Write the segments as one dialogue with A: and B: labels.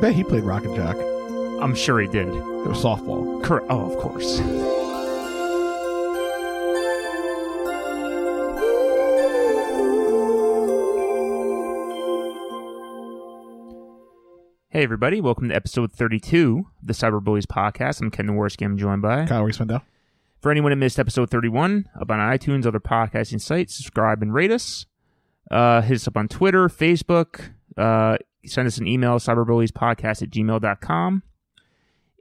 A: bet he played Rocket Jack.
B: I'm sure he did.
A: It was softball.
B: Cor- oh, of course. Hey, everybody. Welcome to episode 32 of the Cyberbullies podcast. I'm Ken Jaworski. I'm joined by.
A: Kyle Reese Wendell.
B: For anyone who missed episode 31, up on iTunes, other podcasting sites, subscribe and rate us. Uh, hit us up on Twitter, Facebook. Uh, send us an email, cyberbulliespodcast at gmail.com.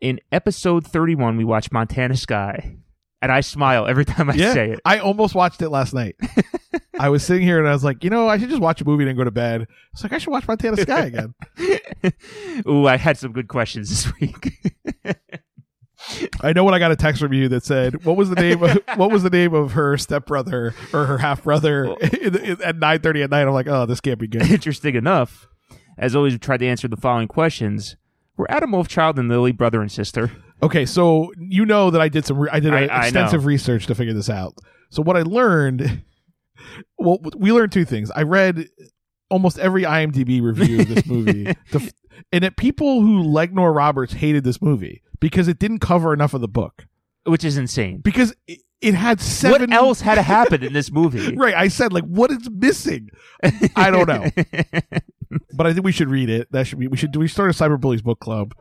B: In episode 31, we watched Montana Sky. And I smile every time I say it.
A: I almost watched it last night. I was sitting here and I was like, you know, I should just watch a movie and then go to bed. It's like I should watch Montana Sky again.
B: Ooh, I had some good questions this week.
A: I know when I got a text from you that said, "What was the name? Of, what was the name of her stepbrother or her half brother at nine thirty at night?" I'm like, "Oh, this can't be good."
B: Interesting enough, as always, we tried to answer the following questions. Were Adam Wolfchild and Lily brother and sister?
A: Okay, so you know that I did some. Re- I did a
B: I- I
A: extensive
B: know.
A: research to figure this out. So what I learned, well, we learned two things. I read almost every IMDb review of this movie, to, f- and that people who like Nora Roberts hated this movie because it didn't cover enough of the book.
B: Which is insane.
A: Because it, it had seven.
B: What else had to happen in this movie?
A: Right, I said like, what is missing? I don't know, but I think we should read it. That should be we should do. We start a cyberbullies book club,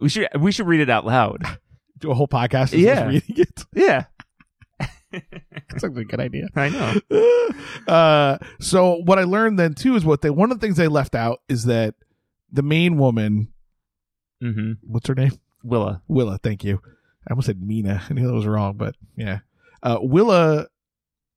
B: we should we should read it out loud.
A: do a whole podcast. Of
B: Yeah.
A: yeah, reading it.
B: Yeah,
A: That's actually a good idea.
B: I know.
A: uh, so what I learned then too is what they one of the things they left out is that the main woman,
B: hmm
A: what's her name?
B: Willa.
A: Willa. Thank you. I almost said Mina. I knew that was wrong, but yeah. Uh, Willa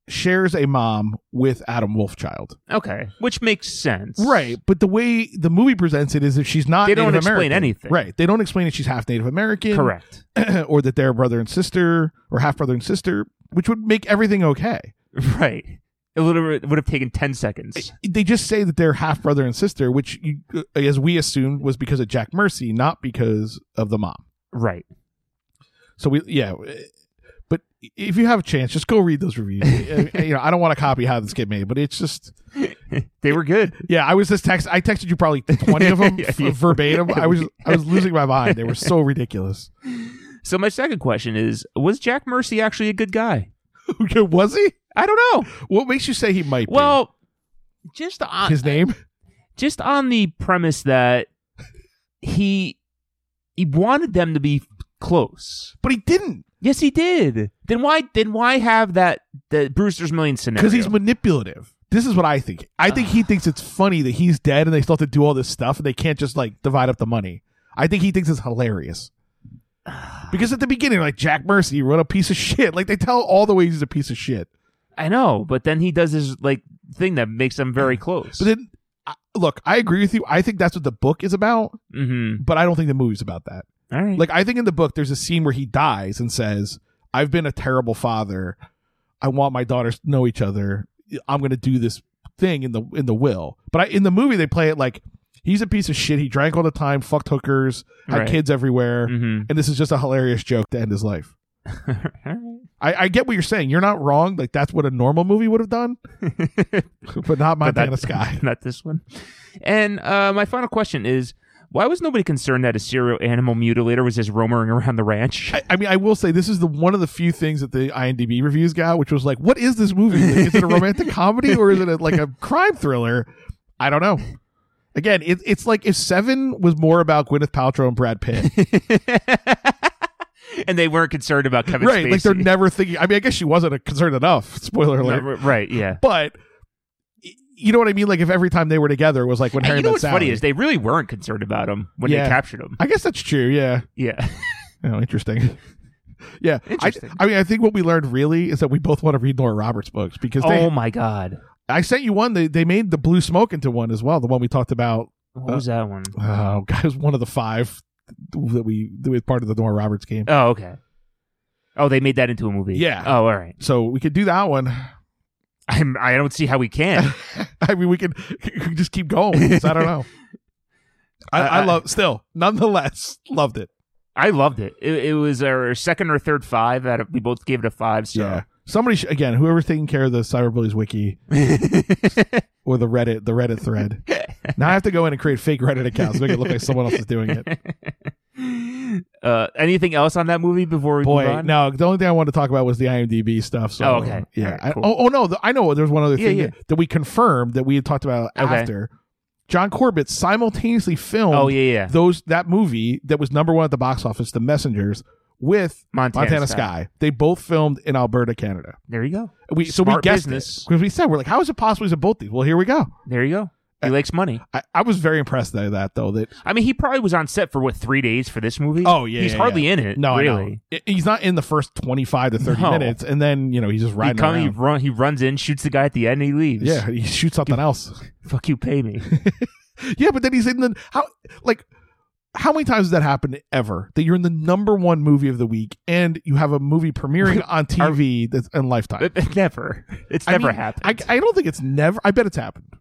A: shares a mom with Adam Wolfchild.
B: Okay, which makes sense.
A: Right, but the way the movie presents it is if she's not
B: They don't
A: Native
B: explain
A: American.
B: anything.
A: Right, they don't explain that she's half Native American,
B: Correct.
A: or that they're brother and sister or half brother and sister, which would make everything okay.
B: Right. It literally would have taken ten seconds.
A: they just say that they're half brother and sister, which, you, uh, as we assumed, was because of Jack Mercy, not because of the mom.
B: Right.
A: So we, yeah. uh, But if you have a chance, just go read those reviews. I- you know, I don't want to copy how this get made, but it's just,
B: They were good.
A: yeah. I was just text. I texted you probably twenty of them
B: Yeah,
A: f-
B: yeah.
A: verbatim. I was, I was losing my mind. They were so ridiculous.
B: So my second question is: Was Jack Mercy actually a good guy?
A: was he?
B: I don't know.
A: What makes you say he might? be?
B: Well, just on
A: his name.
B: just on the premise that he he wanted them to be close.
A: But he didn't
B: Yes, he did. Then why? Then why have that the Brewster's Million scenario?
A: because he's manipulative. This is what I think. I think he thinks it's funny that he's dead and they still have to do all this stuff and they can't just like divide up the money. I think he thinks it's hilarious. Because at the beginning, like Jack Mercy, what a piece of shit. Like they tell all the ways he's a piece of shit.
B: I know, but then he does his like thing that makes them very close.
A: But then, I, look, I agree with you. I think that's what the book is about,
B: mm-hmm.
A: but I don't think the movie's about that.
B: All right.
A: Like I think in the book, there's a scene where he dies and says, "I've been a terrible father. I want my daughters to know each other. I'm going to do this thing in the in the will." But I, in the movie, they play it like he's a piece of shit. He drank all the time, fucked hookers, had
B: Right.
A: kids everywhere,
B: mm-hmm.
A: and this is just a hilarious joke to end his life. I, I get what you're saying. You're not wrong. Like that's what a normal movie would have done, but not
B: But
A: Montana
B: that-
A: Sky.
B: Not this one. And uh, my final question is: Why was nobody concerned that a serial animal mutilator was just roaming around the ranch?
A: I, I mean, I will say this is the one of the few things that the IMDb reviews got, which was like, what is this movie? Like, is it a romantic comedy or is it a, like a crime thriller? I don't know. Again, it, it's like if Seven was more about Gwyneth Paltrow and Brad Pitt,
B: and they weren't concerned about Kevin
A: right?
B: Spacey.
A: Like they're never thinking. I mean, I guess she wasn't a concerned enough. Spoiler
B: No,
A: alert.
B: r- right? Yeah.
A: But y- you know what I mean? Like if every time they were together was like when
B: And
A: Harry
B: you know
A: met
B: what's
A: Sally.
B: funny is they really weren't concerned about him when
A: Yeah.
B: they captured him.
A: I guess that's true. Yeah.
B: Yeah.
A: Oh, interesting. Yeah,
B: Interesting.
A: I, I mean, I think what we learned really is that we both want to read Nora Roberts books because they
B: oh my god.
A: I sent you one. They they made the blue smoke into one as well. The one we talked about.
B: What was that one?
A: Oh, God, it was one of the five that we that was part of the Nora Roberts game.
B: Oh, okay. Oh, they made that into a movie.
A: Yeah.
B: Oh, all right.
A: So we could do that one.
B: I'm, I don't see how we can.
A: I mean, we could, we could just keep going. with this. I don't know. I,
B: I-
A: I,
B: I-
A: love still, nonetheless, loved it.
B: I loved it. It, it was our second or third five. Out of, we both gave it a five. So
A: Yeah. Somebody sh- again, whoever's taking care of the cyberbullies wiki or the Reddit, the Reddit thread. now I have to go in and create fake Reddit accounts, make it look like someone else is doing it.
B: uh, anything else on that movie before we move
A: Boy,
B: on?
A: no. The only thing I wanted to talk about was the IMDb stuff. So
B: Oh, okay.
A: yeah.
B: All right,
A: I-
B: cool.
A: oh, oh no, th- I know. There's one other
B: Yeah,
A: thing
B: yeah.
A: that we confirmed that we had talked about
B: Okay.
A: after. John Corbett simultaneously filmed
B: Oh yeah, yeah.
A: those that movie that was number one at the box office, The Messengers, with
B: Montana,
A: Montana Sky. They both filmed in Alberta, Canada.
B: There you go.
A: We so we
B: Smart
A: guessed
B: business.
A: because we said we're like, how is it possible he's in both these? Well, here we go.
B: There you go.
A: Uh,
B: He likes money.
A: I, I was very impressed by that though. That
B: I mean, he probably was on set for what three days for this movie.
A: Oh, yeah,
B: he's
A: yeah,
B: hardly in it.
A: no, I know.
B: really.
A: I- he's not in the first twenty five to thirty
B: No.
A: minutes, and then you know he's just
B: He
A: riding
B: comes, he
A: around.
B: run, he runs in, shoots the guy at the end, and he leaves.
A: Yeah, he shoots something else.
B: fuck you, pay me.
A: Yeah, but then he's in the how like how many times has that happened ever that you're in the number one movie of the week and you have a movie premiering on TV that's in Lifetime?
B: It- it never. It's
A: I
B: never
A: mean, I,
B: happened.
A: I don't think it's never. I bet it's happened.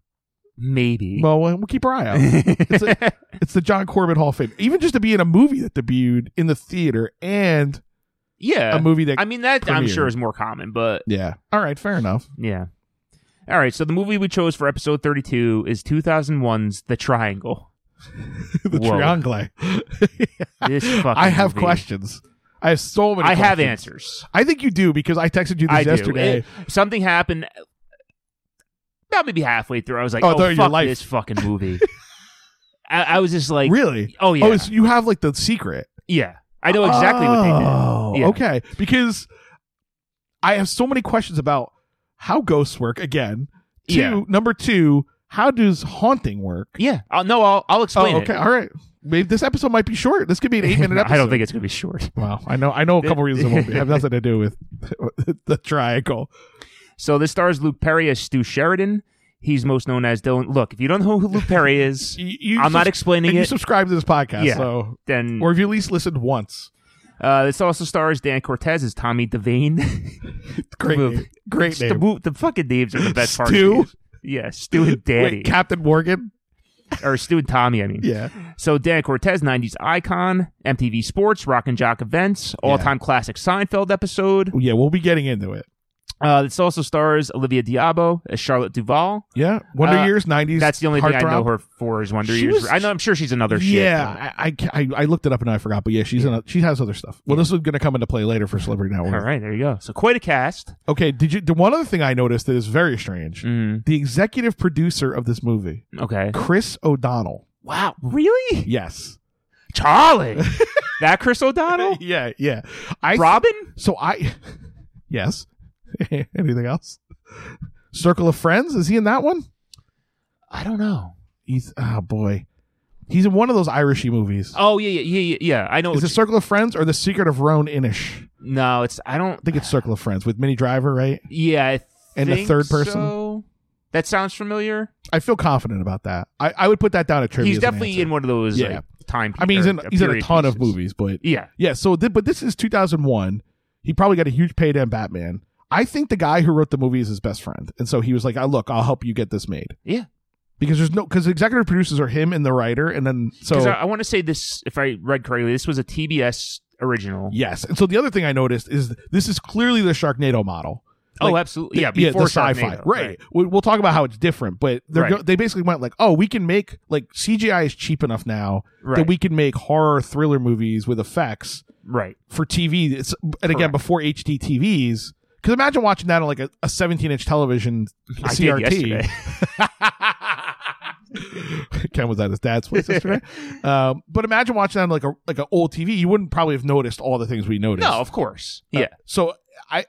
B: Maybe.
A: Well, we'll we'll keep our eye out. it's, a- it's the John Corbett Hall of Fame. Even just to be in a movie that debuted in the theater and
B: yeah.
A: a movie that.
B: I mean, that I'm
A: premiered.
B: sure is more common, but
A: yeah. All right. Fair enough.
B: yeah. All right. So the movie we chose for episode 32 is 2001's The Triangle.
A: the
B: Whoa.
A: Triangle.
B: This fucking
A: I have
B: movie.
A: questions. I have so many.
B: I have
A: questions.
B: answers.
A: I think you do because I texted you this
B: I
A: yesterday.
B: do. It- something happened uh, about maybe halfway through. I was like,
A: Oh,
B: oh,
A: thought your
B: fuck
A: life.
B: this fucking movie. I, I was just like,
A: really?
B: oh, yeah.
A: Oh, so you have like the secret.
B: yeah. I know exactly what
A: Oh,
B: they did. Yeah.
A: Okay, because I have so many questions about how ghosts work. Again, two
B: Yeah.
A: number two, how does haunting work?
B: Yeah. I'll, no, I'll, I'll explain
A: oh,
B: it.
A: okay, all right. Maybe this episode might be short. This could be an eight minute episode.
B: I don't think it's going to be short.
A: Wow, I know. I know a couple reasons it won't be. It have nothing to do with the triangle.
B: So this stars Luke Perry as Stu Sheridan. He's most known as Dylan. Look, if you don't know who Luke Perry is,
A: You, you
B: I'm not
A: subs- and
B: explaining
A: you
B: it.
A: subscribe to this podcast,
B: Yeah.
A: so
B: Then
A: or if you at least listened once.
B: uh, this also stars Dan Cortez as Tommy Devane.
A: Great,
B: Well,
A: name. great
B: the,
A: name.
B: mo- the fucking names are the best part. of
A: Stu?
B: these. yeah, Stu and Daddy,
A: Wait, Captain Morgan.
B: or Stu and Tommy. I mean,
A: Yeah,
B: so Dan Cortez, '90s icon, MTV Sports, Rock and Jock events, all-time classic Seinfeld episode.
A: yeah. We'll be getting into it.
B: Uh, this also stars Olivia Diabo as Charlotte Duvall.
A: Yeah, Wonder
B: Uh,
A: Years, nineties.
B: That's the only thing I know
A: heartthrob.
B: her for is Wonder
A: She
B: Years.
A: was-
B: I know I'm sure she's another shit. but-
A: yeah, I, I I I looked it up and I forgot, but yeah, she's in a, she has other stuff. Well, this is going to come into play later for Celebrity Network.
B: All right, there you go. So quite a cast.
A: Okay, did you? The one other thing I noticed that is very strange:
B: Mm, Mm-hmm.
A: the executive producer of this movie,
B: okay.
A: Chris O'Donnell.
B: Wow, really?
A: Yes.
B: Charlie, that Chris O'Donnell,
A: yeah, yeah. I
B: Robin.
A: so I yes. Anything else? Circle of Friends is he in that one?
B: I don't know.
A: He's oh boy, he's in one of those Irishy movies.
B: Oh yeah, yeah, yeah, yeah. yeah. I know.
A: is it
B: it's-
A: Circle of Friends or The Secret of Roan Inish?
B: no, it's. I don't.
A: I think it's Circle of Friends with Minnie Driver, right?
B: Yeah, I
A: And the
B: think
A: third person?
B: so. That sounds familiar.
A: I feel confident about that. I, I would put that down at trivia.
B: he's
A: as an
B: definitely
A: answer.
B: in one of those.
A: Yeah.
B: like, time.
A: I mean, he's in
B: or
A: he's in a
B: period
A: ton of
B: pieces.
A: movies, but
B: Yeah.
A: yeah. So, th- but this is 2001. He probably got a huge payday on Batman. I think the guy who wrote the movie is his best friend, and so he was like, "I look, I'll help you get this made."
B: Yeah.
A: because there's no because executive producers are him and the writer, and then so
B: Because I, want to say this, if I read correctly, this was a TBS original.
A: yes. And so the other thing I noticed is this is clearly the Sharknado model.
B: oh,
A: like,
B: absolutely. Yeah.
A: the-
B: Before
A: the sci-fi,
B: Sharknado.
A: right? We, we'll talk about how it's different, but they're
B: Right.
A: go- they basically went like, "Oh, we can make like CGI is cheap enough now
B: Right.
A: that we can make horror thriller movies with effects
B: right.
A: for TV." It's, and again,
B: Correct.
A: before HD TVs, because imagine watching that on like a, a 17 inch television
B: I did
A: CRT.
B: yesterday.
A: Ken was at his dad's place yesterday, um, but imagine watching that on like a like an old TV. You wouldn't probably have noticed all the things we noticed.
B: No, of course. Yeah.
A: So I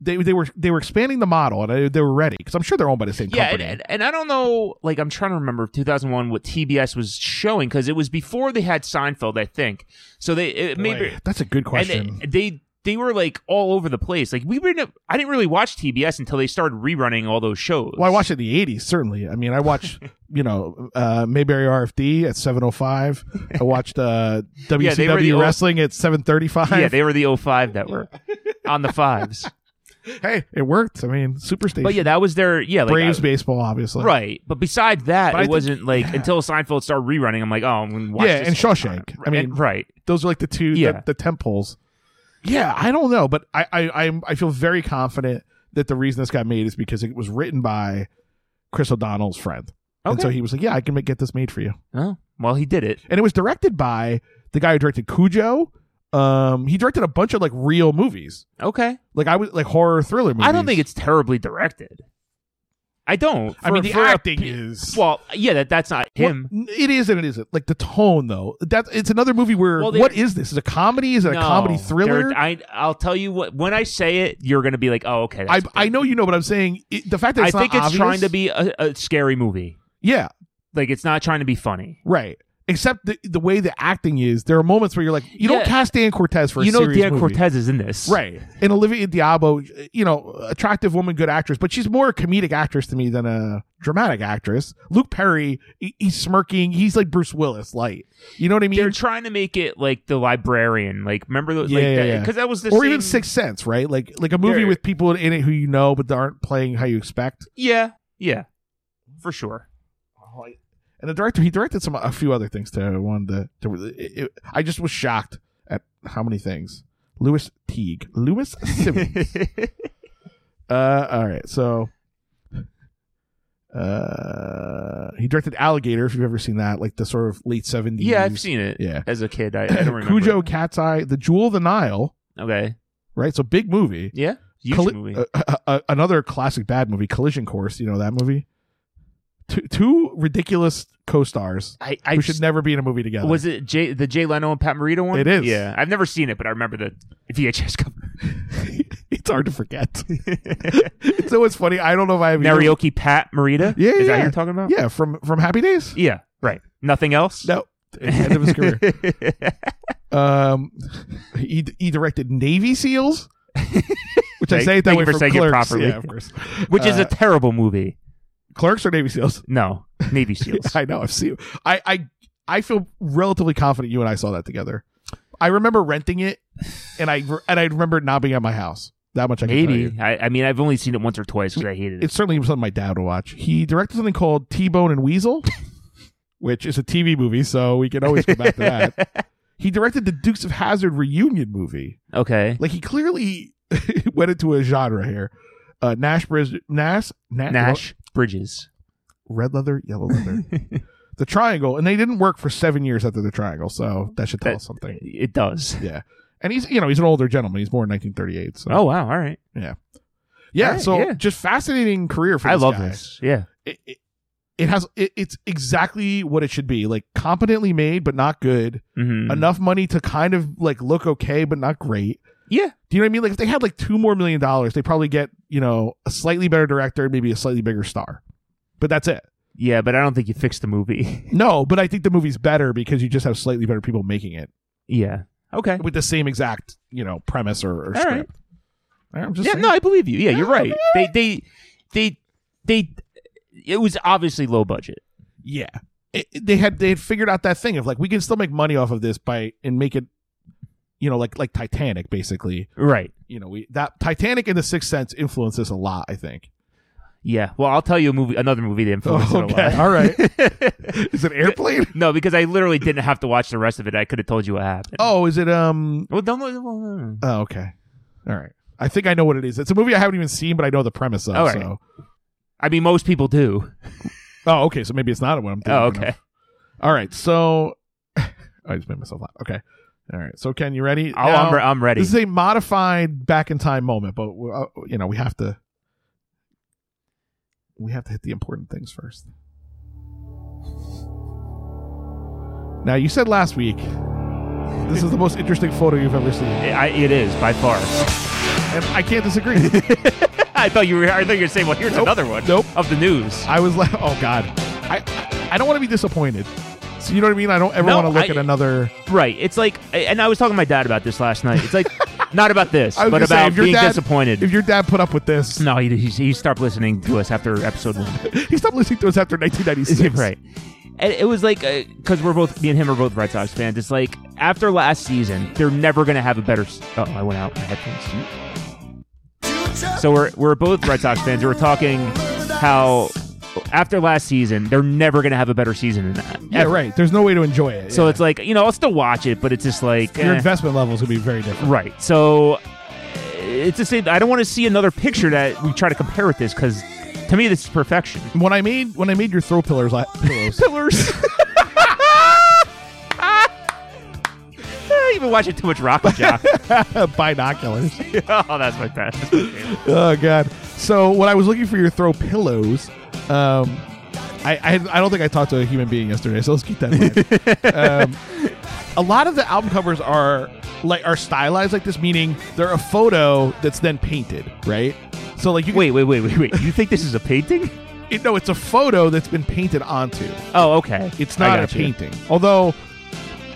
A: they they were they were expanding the model and I, they were ready because I'm sure they're owned by the same
B: Yeah, and,
A: company.
B: and, and I don't know, like I'm trying to remember 2001 what TBS was showing because it was before they had Seinfeld, I think. So they it,
A: Boy,
B: maybe
A: that's a good
B: and
A: question.
B: it- they they were like all over the place. Like we were, nev- I didn't really watch TBS until they started rerunning all those shows.
A: well, I watched it in the '80s, certainly. I mean, I watched, you know, uh, Mayberry RFD at 7:05. I watched uh,
B: Yeah, they were
A: WCW
B: the old-
A: wrestling at 7:35.
B: Yeah, they were the 05 network on the fives.
A: hey, it worked. I mean, Superstation,
B: But yeah, that was their yeah like,
A: Braves
B: I-
A: baseball, obviously.
B: right. But besides that,
A: But I
B: it
A: think-
B: wasn't like until Seinfeld started rerunning. I'm like, oh, I'm gonna watch
A: Yeah,
B: this
A: and
B: all the time.
A: Shawshank. I
B: And-
A: mean,
B: right.
A: Those are like the two,
B: Yeah.
A: the, the temples. yeah, I don't know, but I I I'm, I feel very confident that the reason this got made is because it was written by Chris O'Donnell's friend, and so
B: Okay.
A: he was like, "Yeah, I can make, get this made for you,"
B: oh, well, he did it.
A: and it was directed by the guy who directed Cujo. Um, he directed a bunch of like real movies,
B: Okay.
A: like I was like horror thriller movies.
B: I don't think it's terribly directed. I don't.
A: I mean,
B: For-
A: the
B: for a
A: acting
B: pe-
A: is
B: Well, yeah, that, that's not
A: Well,
B: him.
A: it is and it isn't. Like the tone, though. That it's another movie where
B: Well, there-
A: what is this? Is it a comedy? Is it a comedy
B: No,
A: thriller?
B: there- I I'll tell you what. When I say it, you're gonna be like, oh, okay.
A: I
B: that's-
A: I know you know, but I'm saying it, the fact that
B: I
A: it's not
B: think it's
A: obvious-
B: trying to be a, a scary movie.
A: yeah
B: Like it's not trying to be funny.
A: right. Except the the way the acting is, there are moments where you're like, you don't
B: Yeah.
A: cast Dan Cortez for a
B: you know,
A: serious
B: Dan
A: movie.
B: Cortez is in this,
A: right? And Olivia Diabo, you know, attractive woman, good actress, but she's more a comedic actress to me than a dramatic actress. Luke Perry, he- he's smirking, he's like Bruce Willis light. You know what I mean?
B: They're trying to make it like the librarian. Like remember, the,
A: Yeah,
B: like
A: yeah,
B: that,
A: yeah.
B: Because that was the
A: or
B: same,
A: even Sixth Sense, right? Like like a movie
B: There-
A: with people in it who you know but they aren't playing how you expect.
B: Yeah, yeah, for sure. Oh,
A: And the director, he directed some a few other things too. I wanted to. to it, it- I just was shocked at how many things. Lewis Teague, Lewis Simmons. uh, all right, so. Uh, he directed Alligator. If you've ever seen that, like the sort of late seventies.
B: yeah, I've seen it.
A: Yeah.
B: as a kid, I, I don't remember.
A: Cujo, Cat's Eye, The Jewel of the Nile.
B: Okay.
A: Right, so big movie.
B: Yeah. Huge
A: Colli-
B: movie.
A: uh, uh, uh, another classic bad movie, Collision Course. You know that movie. Two, two ridiculous co-stars
B: I, I
A: who
B: s-
A: should never be in a movie together.
B: was it Jay, the Jay Leno and Pat Morita one.
A: It is.
B: Yeah, I've never seen it, but I remember the VHS cover.
A: it's hard to forget. so what's funny? I don't know if I have
B: Narioki Pat Morita.
A: Yeah,
B: is that
A: yeah.
B: who you're talking about?
A: Yeah, from from Happy Days.
B: yeah, right. Nothing else.
A: No, end of his career. Um, he he directed Navy SEALs, which I
B: Thank-
A: say it that
B: thank
A: way
B: you for
A: from
B: saying it
A: Clerks.
B: properly.
A: Yeah, of course.
B: Which is
A: Uh,
B: a terrible movie.
A: Clerks or Navy SEALs?
B: No, Navy SEALs.
A: I know. I've seen. I I I feel relatively confident you and I saw that together. I remember renting it, and I and I remember it not being at my house. That much I can tell you.
B: Maybe. I, I mean, I've only seen it once or twice because I hated it.
A: it's certainly something my dad would watch. He directed something called T Bone and Weasel, which is a TV movie, so we can always go back to that. He directed the Dukes of Hazard reunion movie.
B: Okay.
A: Like he clearly went into a genre here. Uh, Nash Bridge, Nash, Na-
B: Nash Bridges.
A: red leather, yellow leather, the Triangle, and they didn't work for seven years after the Triangle, so that should tell
B: That-
A: us something.
B: It does.
A: And he's, you know, he's an older gentleman. He's born in 1938. So,
B: Oh wow! All right.
A: yeah.
B: right,
A: so,
B: yeah.
A: just fascinating career for
B: I
A: this
B: love
A: guy.
B: this. Yeah.
A: it, it, it has it, it's exactly what it should be like competently made but not good
B: Mhm.
A: enough money to kind of like look okay but not great
B: Yeah.
A: do you know what i mean like if they had like two more million dollars they probably get you know a slightly better director maybe a slightly bigger star but that's it
B: Yeah, but I don't think you fixed the movie.
A: no but i think the movie's better because you just have slightly better people making it
B: yeah. Okay.
A: with the same exact you know premise or, or
B: All right.
A: script i'm just
B: yeah,
A: saying.
B: no, I believe you. Yeah, you're right. They, they, they, they. It was obviously low budget.
A: yeah it, it- they had they had figured out that thing of like we can still make money off of this by and make it you know like like titanic basically
B: Right.
A: you know we that titanic and the sixth sense influenced us a lot i think
B: Yeah. Well, I'll tell you a movie, another movie that influenced it a lot.
A: all right is it airplane
B: no, because I literally didn't have to watch the rest of it. I could have told you what happened.
A: oh is it um
B: Well, don't. well, no, no, no.
A: oh okay all right i think i know what it is it's a movie i haven't even seen but i know the premise of
B: All right.
A: so
B: I mean, most people do.
A: oh okay so maybe it's not what i'm thinking
B: Oh,
A: of.
B: okay.
A: all right so i just made myself laugh okay all right so ken you ready
B: Oh,
A: Now-
B: I'm, re- I'm ready.
A: This is a modified back in time moment, but we're, uh, you know we have to we have to hit the important things first. Now you said last week this is the most interesting photo you've ever seen,
B: I, it is by far.
A: and I can't disagree.
B: I thought you were. I thought you were saying, "Well, here's another one."
A: Nope.
B: Of the news.
A: I was like, oh god, I I don't want to be disappointed. So you know what I mean? I don't ever
B: No,
A: want to look
B: I-
A: at another.
B: Right. It's like, and I was talking to my dad about this last night. It's like, not about this,
A: I was
B: but
A: gonna say,
B: about
A: if your
B: being
A: dad-
B: disappointed.
A: If your dad put up with this,
B: No, he, he, he stopped listening to us after episode one.
A: he stopped listening to us after 1996.
B: right. And it was like, because we're both, me and him are both Red Sox fans. It's like, after last season, they're never going to have a better. s- Oh, I went out my headphones. So we're, we're both Red Sox fans. We were talking how after last season, they're never going to have a better season than that.
A: Yeah,
B: ever.
A: right. There's no way to enjoy it.
B: So
A: Yeah.
B: it's like, you know, I'll still watch it, but it's just like.
A: your
B: eh.
A: investment levels would be very different.
B: Right. So uh, it's just I don't want to see another picture that we try to compare with this because to me this is perfection.
A: When I made when I made your throw pillars, la- pillows,
B: Pillars. You've been watching too much Rock and Jock.
A: binoculars.
B: oh, that's my best. That's my favorite.
A: Oh god. So when I was looking for your throw pillows, um, I I, I don't think I talked to a human being yesterday, so let's keep that. in mind. um, a lot of the album covers are like are stylized like this, meaning they're a photo that's then painted, right? So like you can,
B: Wait, wait, wait, wait, wait. You think this is a painting?
A: it, no, it's a photo that's been painted onto.
B: Oh, okay.
A: It's
B: I
A: not a
B: gotcha.
A: painting, although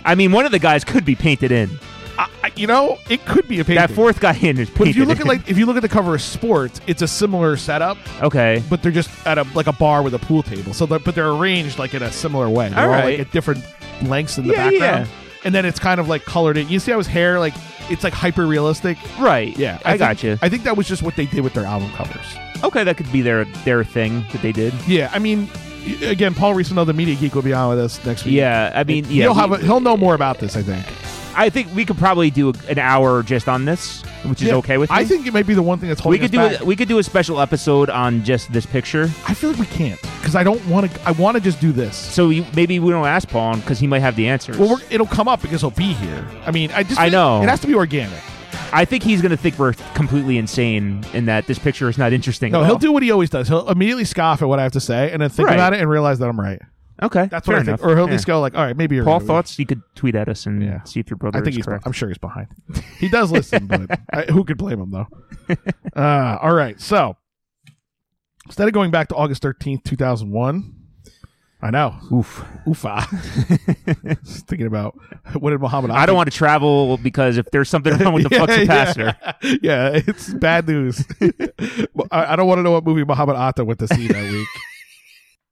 B: I mean, one of the guys could be painted in.
A: I, I, you know it could be a painting.
B: That fourth guy in is painted.
A: but if you look at
B: in.
A: like if you look at the cover of Sports, it's a similar setup.
B: okay,
A: but they're just at a like a bar with a pool table. So, they're, but they're arranged like in a similar way. They're
B: All
A: all,
B: right.
A: like at different lengths in the
B: Yeah,
A: background, and then it's kind of like colored. In you see how his hair like it's like hyper realistic.
B: right.
A: Yeah, think-
B: I, got you.
A: I think that was just what they did with their album covers.
B: okay, that could be their their thing that they did.
A: Yeah, I mean, y- again, Paul Reese, another media geek, will be on with us next week.
B: Yeah, I mean, yeah,
A: he'll have
B: we-
A: a, he'll know more about this. I think.
B: I think we could probably do an hour just on this, which is
A: Yeah,
B: okay with me.
A: I think it might be the one thing that's
B: we
A: holding
B: could do
A: us back.
B: a, we could do a special episode on just this picture.
A: I feel like we can't because I don't want to. I want to just do this.
B: So you, maybe we don't ask Paul because he might have the answers.
A: Well, we're, it'll come up because he'll be here. I mean, I just
B: I
A: think
B: know.
A: it has to be organic.
B: I think he's going to think we're completely insane and that this picture is not interesting.
A: No,
B: at
A: he'll
B: all.
A: do what he always does. He'll immediately scoff at what I have to say and then think
B: Right.
A: about it and realize that I'm right.
B: Okay,
A: That's
B: fair
A: what I
B: enough.
A: think. Or he'll at
B: Yeah.
A: least go like, "All right, maybe you're
B: Paul
A: right.
B: thoughts. You could tweet at us and
A: Yeah.
B: see if your brother
A: I think
B: is
A: he's.
B: correct.
A: I'm sure he's behind. He does listen, but I, who could blame him though? Uh, all right, so instead of going back to August thirteenth, two thousand one, I know.
B: Oof.
A: Oofa. Just thinking about what did Muhammad?
B: I don't want to travel because if there's something wrong with the flux capacitor,
A: Yeah, yeah, it's bad news. Well, I, I don't want to know what movie Muhammad Atta went to see that week.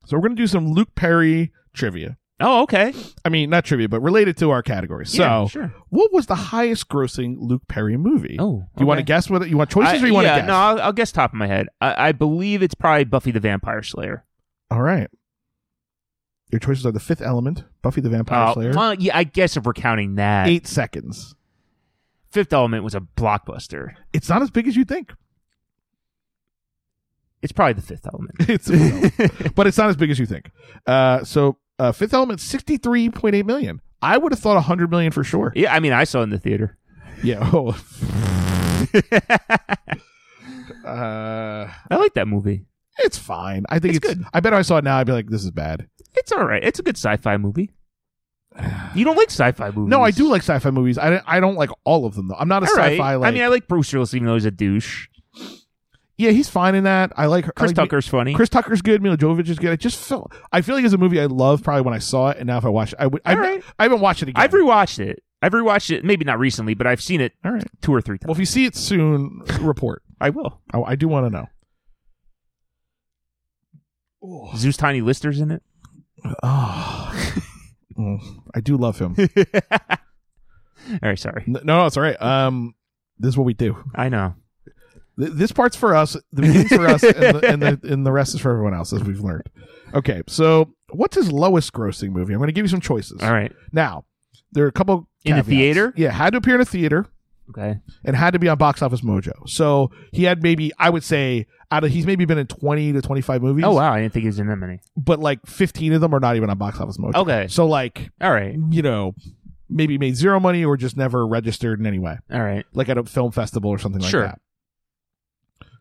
A: So we're gonna do some Luke Perry trivia.
B: oh okay,
A: I mean, not trivia, but related to our category. So,
B: Yeah, sure.
A: what was the highest grossing Luke Perry movie?
B: Oh,
A: do you want to
B: okay.
A: guess what it- you want choices
B: I-
A: or you want to
B: yeah,
A: guess?
B: No, I'll, I'll guess top of my head. I, I believe it's probably Buffy the Vampire Slayer.
A: All right. Your choices are The Fifth Element, Buffy the Vampire
B: Uh,
A: Slayer,
B: well, yeah, I guess if we're counting that,
A: Eight Seconds.
B: Fifth Element was a blockbuster.
A: It's not as big as you think.
B: It's probably the Fifth Element.
A: It's, a Fifth Element, but it's not as big as you think. Uh, so, uh, Fifth Element, sixty-three point eight million. I would have thought hundred million for sure.
B: Yeah, I mean, I saw it in the theater.
A: Yeah. Oh. uh,
B: I like that movie.
A: it's fine. I think
B: It's
A: it's,
B: good.
A: I bet if I saw it now, I'd be like, this is bad.
B: It's all right. It's a good sci-fi movie. You don't like sci-fi movies?
A: No, I do like sci-fi movies. I don't, I don't like all of them though. I'm not a
B: All right.
A: sci-fi like.
B: I mean, I like Bruce Willis, even though he's a douche.
A: yeah, he's fine in that. I like her- I
B: Chris
A: like-
B: Tucker's funny.
A: Chris Tucker's good. Mila Jovovich is good. I just felt. I feel like it's a movie I love probably when I saw it, and now if I watch it, I would. I,
B: All right.
A: I haven't watched it again.
B: I've rewatched it. I've rewatched it. Maybe not recently, but I've seen it
A: all right.
B: two or three times.
A: Well, if you see it soon, report.
B: I will.
A: I, I do want to know.
B: Zeus Tiny Lister's in it.
A: Oh. Mm, I do love him.
B: All right, sorry.
A: No, no, it's all right. Um, this is what we do.
B: I know.
A: Th- This part's for us. The beginning's for us, and the, and the and the rest is for everyone else, as we've learned. Okay, so what's his lowest grossing movie? I'm going to give you some choices.
B: All right.
A: Now, there are a couple
B: In the
A: caveats.
B: theater?
A: Yeah, had to appear in a theater
B: Okay.
A: and had to be on Box Office Mojo. So he had maybe I would say out of he's maybe been in twenty to twenty five movies.
B: Oh wow, I didn't think he was in that many.
A: but like fifteen of them are not even on Box Office Mojo.
B: Okay.
A: so like
B: All right.
A: you know maybe made zero money or just never registered in any way,
B: All right.
A: like at a film festival or something like
B: Sure.
A: that.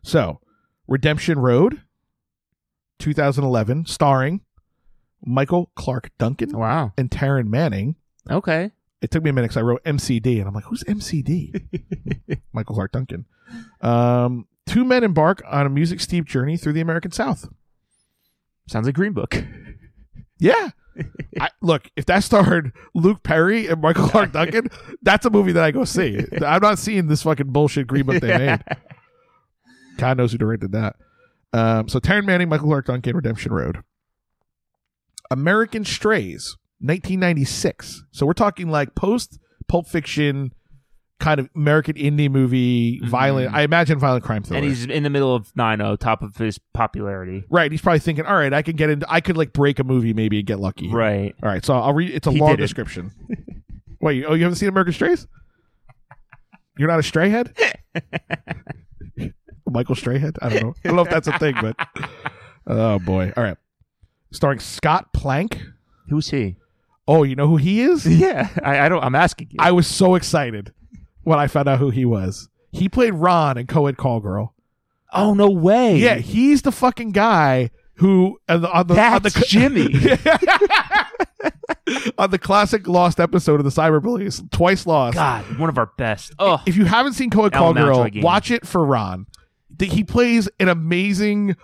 A: So Redemption Road, two thousand eleven, starring Michael Clark Duncan
B: Oh, Wow.
A: and Taryn Manning.
B: Okay.
A: it took me a minute because I wrote MCD and I'm like, who's MCD? Michael Clark Duncan. Um, two men embark on a music steep journey through the American South.
B: Sounds like Green Book.
A: Yeah. I, look, if that starred Luke Perry and Michael Clark Duncan, that's a movie that I go see. I'm not seeing this fucking bullshit Green Book they made. God knows who directed that. Um, so Taryn Manning, Michael Clark Duncan, Redemption Road. American Strays, 1996. So we're talking like post Pulp Fiction, kind of American indie movie,
B: Mhm.
A: violent. I imagine violent crime thriller.
B: And he's in the middle of 9 top of his popularity.
A: right. He's probably thinking, all right, I can get into. I could like break a movie maybe and get lucky.
B: Right.
A: All right. So I'll read. It's a
B: He
A: long
B: did it.
A: description. Wait. you- Oh, you haven't seen American Strays? You're not a stray head. Michael Strayhead? I don't know. I don't know if that's a thing, but oh boy. All right. Starring Scott Plank.
B: Who's he?
A: Oh, you know who he is?
B: Yeah. I, I don't I'm asking you.
A: I was so excited when I found out who he was. He played Ron in Co-ed Call Girl.
B: oh no way.
A: Yeah, he's the fucking guy who on the on the, on
B: That's
A: the
B: Jimmy.
A: on the classic lost episode of the cyberbullies, twice lost.
B: God, one of our best. Oh,
A: If you haven't seen Coed Call
B: Alan
A: Girl,
B: Mountjoy game.
A: watch it for Ron. Th- He plays an amazing,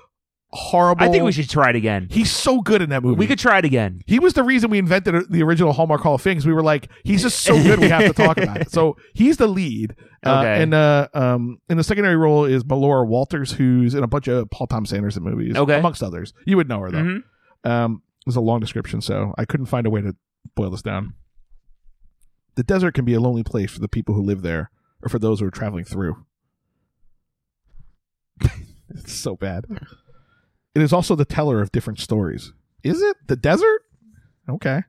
A: horrible.
B: I think we should try it again.
A: He's so good in that movie.
B: We could try it again.
A: He was the reason we invented uh, the original Hallmark Hall of Fame. 'cause We were like, he's just so good, we have to talk about it. So he's the lead, uh,
B: Okay.
A: and uh, um, in the secondary role is Melora Walters, who's in a bunch of Paul Thomas Anderson movies,
B: Okay.
A: amongst others. You would know her though.
B: Mhm.
A: Um, it was a long description, so I couldn't find a way to boil this down. The desert can be a lonely place for the people who live there, or for those who are traveling through. it's so bad. It is also the teller of different stories. Is it the desert? Okay.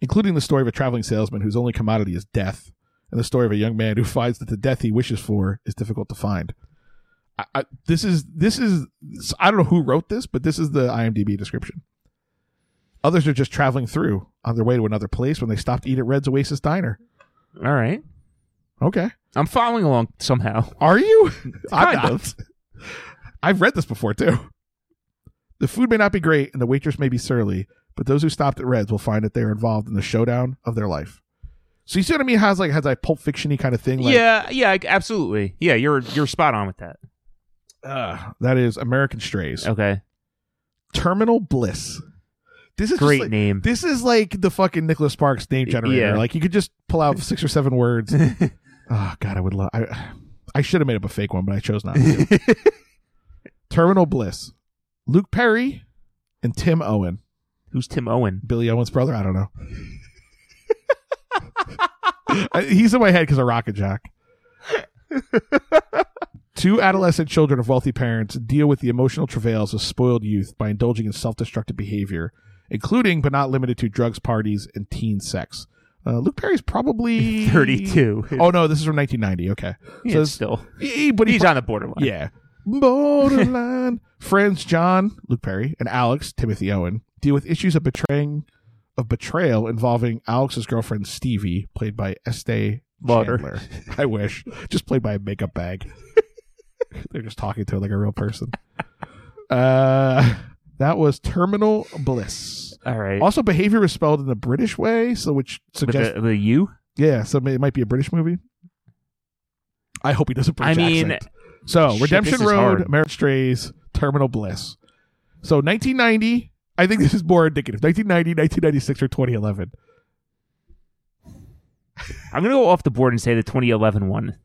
A: Including the story of a traveling salesman whose only commodity is death, and the story of a young man who finds that the death he wishes for is difficult to find. I, I, this is this is I don't know who wrote this, but this is the IMDb description. Others are just traveling through on their way to another place when they stop to eat at Red's Oasis Diner.
B: All right.
A: Okay,
B: I'm following along somehow.
A: are you? I'm
B: Kind
A: not.
B: of.
A: I've read this before too. The food may not be great, and the waitress may be surly, but those who stopped at Red's will find that they are involved in the showdown of their life. So you see what I mean? How's like has like Pulp Fictiony kind of thing? Like,
B: yeah, yeah, I- absolutely. Yeah, you're you're spot on with that.
A: uh, that is American Strays.
B: Okay.
A: Terminal Bliss. This is just
B: Great
A: like-
B: name.
A: This is like the fucking Nicholas Sparks name generator.
B: Yeah.
A: Like you could just pull out six or seven words. oh God, I would love. I, I should have made up a fake one, but I chose not. to. Terminal Bliss, Luke Perry, and Tim Owen,
B: Who's Tim Owen?
A: Billy Owen's brother. I don't know. I- He's in my head because of Rocket Jack. Two adolescent children of wealthy parents deal with the emotional travails of spoiled youth by indulging in self destructive behavior, including but not limited to drugs, parties, and teen sex. Uh, Luke Perry's probably
B: 32.
A: Oh no, this is from 1990. Okay,
B: Yeah,
A: so it's-
B: still.
A: Yeah, but he
B: He's on the borderline.
A: yeah. Borderline friends John, Luke Perry, and Alex, Timothy Owen, deal with issues of betraying of betrayal involving Alex's girlfriend Stevie, played by Estee
B: Lauder.
A: Chandler. I wish. Just played by a makeup bag. They're just talking to her like a real person. Uh that was Terminal Bliss.
B: All right.
A: Also, behavior is spelled in the British way, so which
B: With
A: suggests
B: the, the U?
A: yeah, so it might be a British movie. I hope he doesn't.
B: I mean,
A: accent. So
B: Shit,
A: Redemption
B: this is
A: Road,
B: hard.
A: Marriage Strays, Terminal Bliss. So 1990. I think this is more indicative. 1990, 1996, or 2011.
B: I'm going to go off the board and say the 2011 one.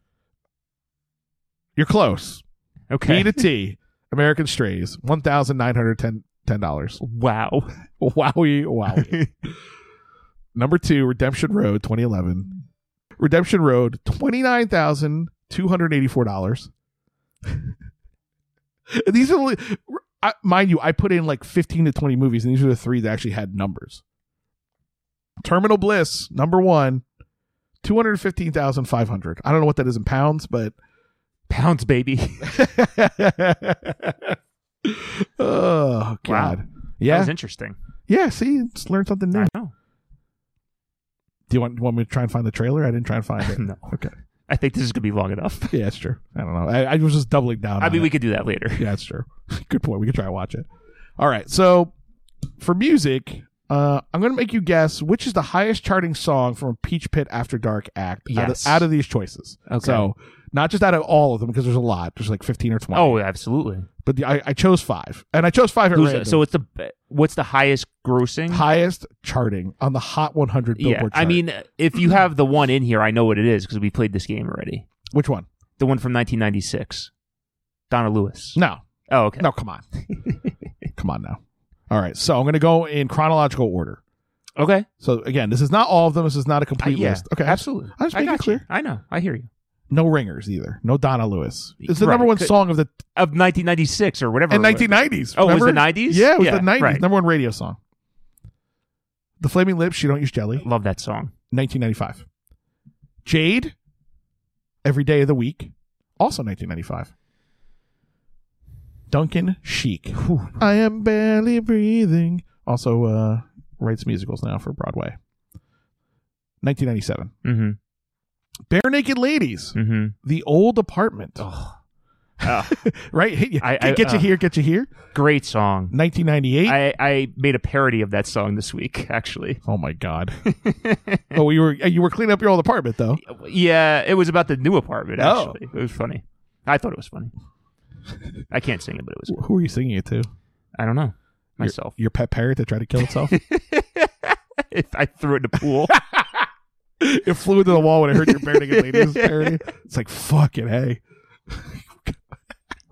A: You're close.
B: Okay.
A: B to T. American Strays. One thousand nine hundred ten ten dollars.
B: wow.
A: Wowie, wowie. Number two, Redemption Road, 2011. Redemption Road, $29,284. And these are, only- I, mind you, I put in like 15 to 20 movies, and these are the three that actually had numbers. Terminal Bliss, number one, 215,500. I don't know what that is in pounds, but
B: Pounds, baby.
A: oh, God.
B: That
A: Yeah.
B: was interesting.
A: Yeah, see, just learn something new.
B: I know.
A: Do you want, want me to try and find the trailer? I didn't try and find it.
B: no.
A: Okay.
B: I think this is going to be long enough.
A: yeah, it's true. I don't know. I, I was just doubling down.
B: I
A: on
B: mean,
A: it.
B: we could do that later.
A: yeah, it's true. Good point. We can try and watch it. All right. So for music, uh, I'm going to make you guess which is the highest charting song from a Peach Pit After Dark act out, of,
B: Yes.
A: out of these choices.
B: Okay.
A: So not just out of all of them because there's a lot. There's like 15 or 20.
B: Oh, absolutely.
A: but the, I, I chose five, and I chose five at
B: Who's-
A: random.
B: so it's the what's the highest grossing?
A: highest charting on the Hot 100 Billboard.
B: yeah, I
A: chart.
B: mean, if you have the one in here, I know what it is because we played this game already.
A: which one?
B: The one from 1996, Donna Lewis.
A: No,
B: Oh, okay.
A: No, come on. come on now. All right. So I'm going to go in chronological order.
B: Okay.
A: So again, this is not all of them. This is not a
B: I,
A: complete
B: yeah,
A: list. Okay,
B: Absolutely.
A: I just
B: I
A: make
B: got
A: it clear.
B: You. I know. I hear you.
A: No ringers either. No Donna Lewis. It's the
B: Right.
A: number one
B: Could-
A: song of the
B: Of 1996 or whatever.
A: and
B: it was.
A: 1990s.
B: Oh, it was the
A: remember?
B: 90s?
A: Yeah, it was
B: Yeah,
A: the 90s.
B: right.
A: Number one radio song. The Flaming Lips. She don't use jelly.
B: Love that song.
A: 1995. Jade. Every day of the week. Also 1995. Duncan Sheik.
B: Whew.
A: I am barely breathing. Also uh, writes musicals now for Broadway. 1997.
B: Mm-hmm.
A: Bare Naked Ladies.
B: Mm-hmm.
A: The Old Apartment.
B: Oh. Ah,
A: Right? Hit you.
B: I-
A: get
B: I-
A: get you
B: uh,
A: here. Get you here.
B: great song.
A: 1998.
B: I, I made a parody of that song this week, actually.
A: oh my God. oh, you were you were cleaning up your old apartment though.
B: yeah, it was about the new apartment,
A: Oh.
B: actually. It was funny. I thought it was funny. I can't sing it, but it was.
A: Who are you singing it to?
B: I don't know. Myself.
A: Your pet parrot that tried to kill itself.
B: If I threw it in the pool.
A: it flew into the wall when it heard your bare naked ladies parody. It's like fucking hey.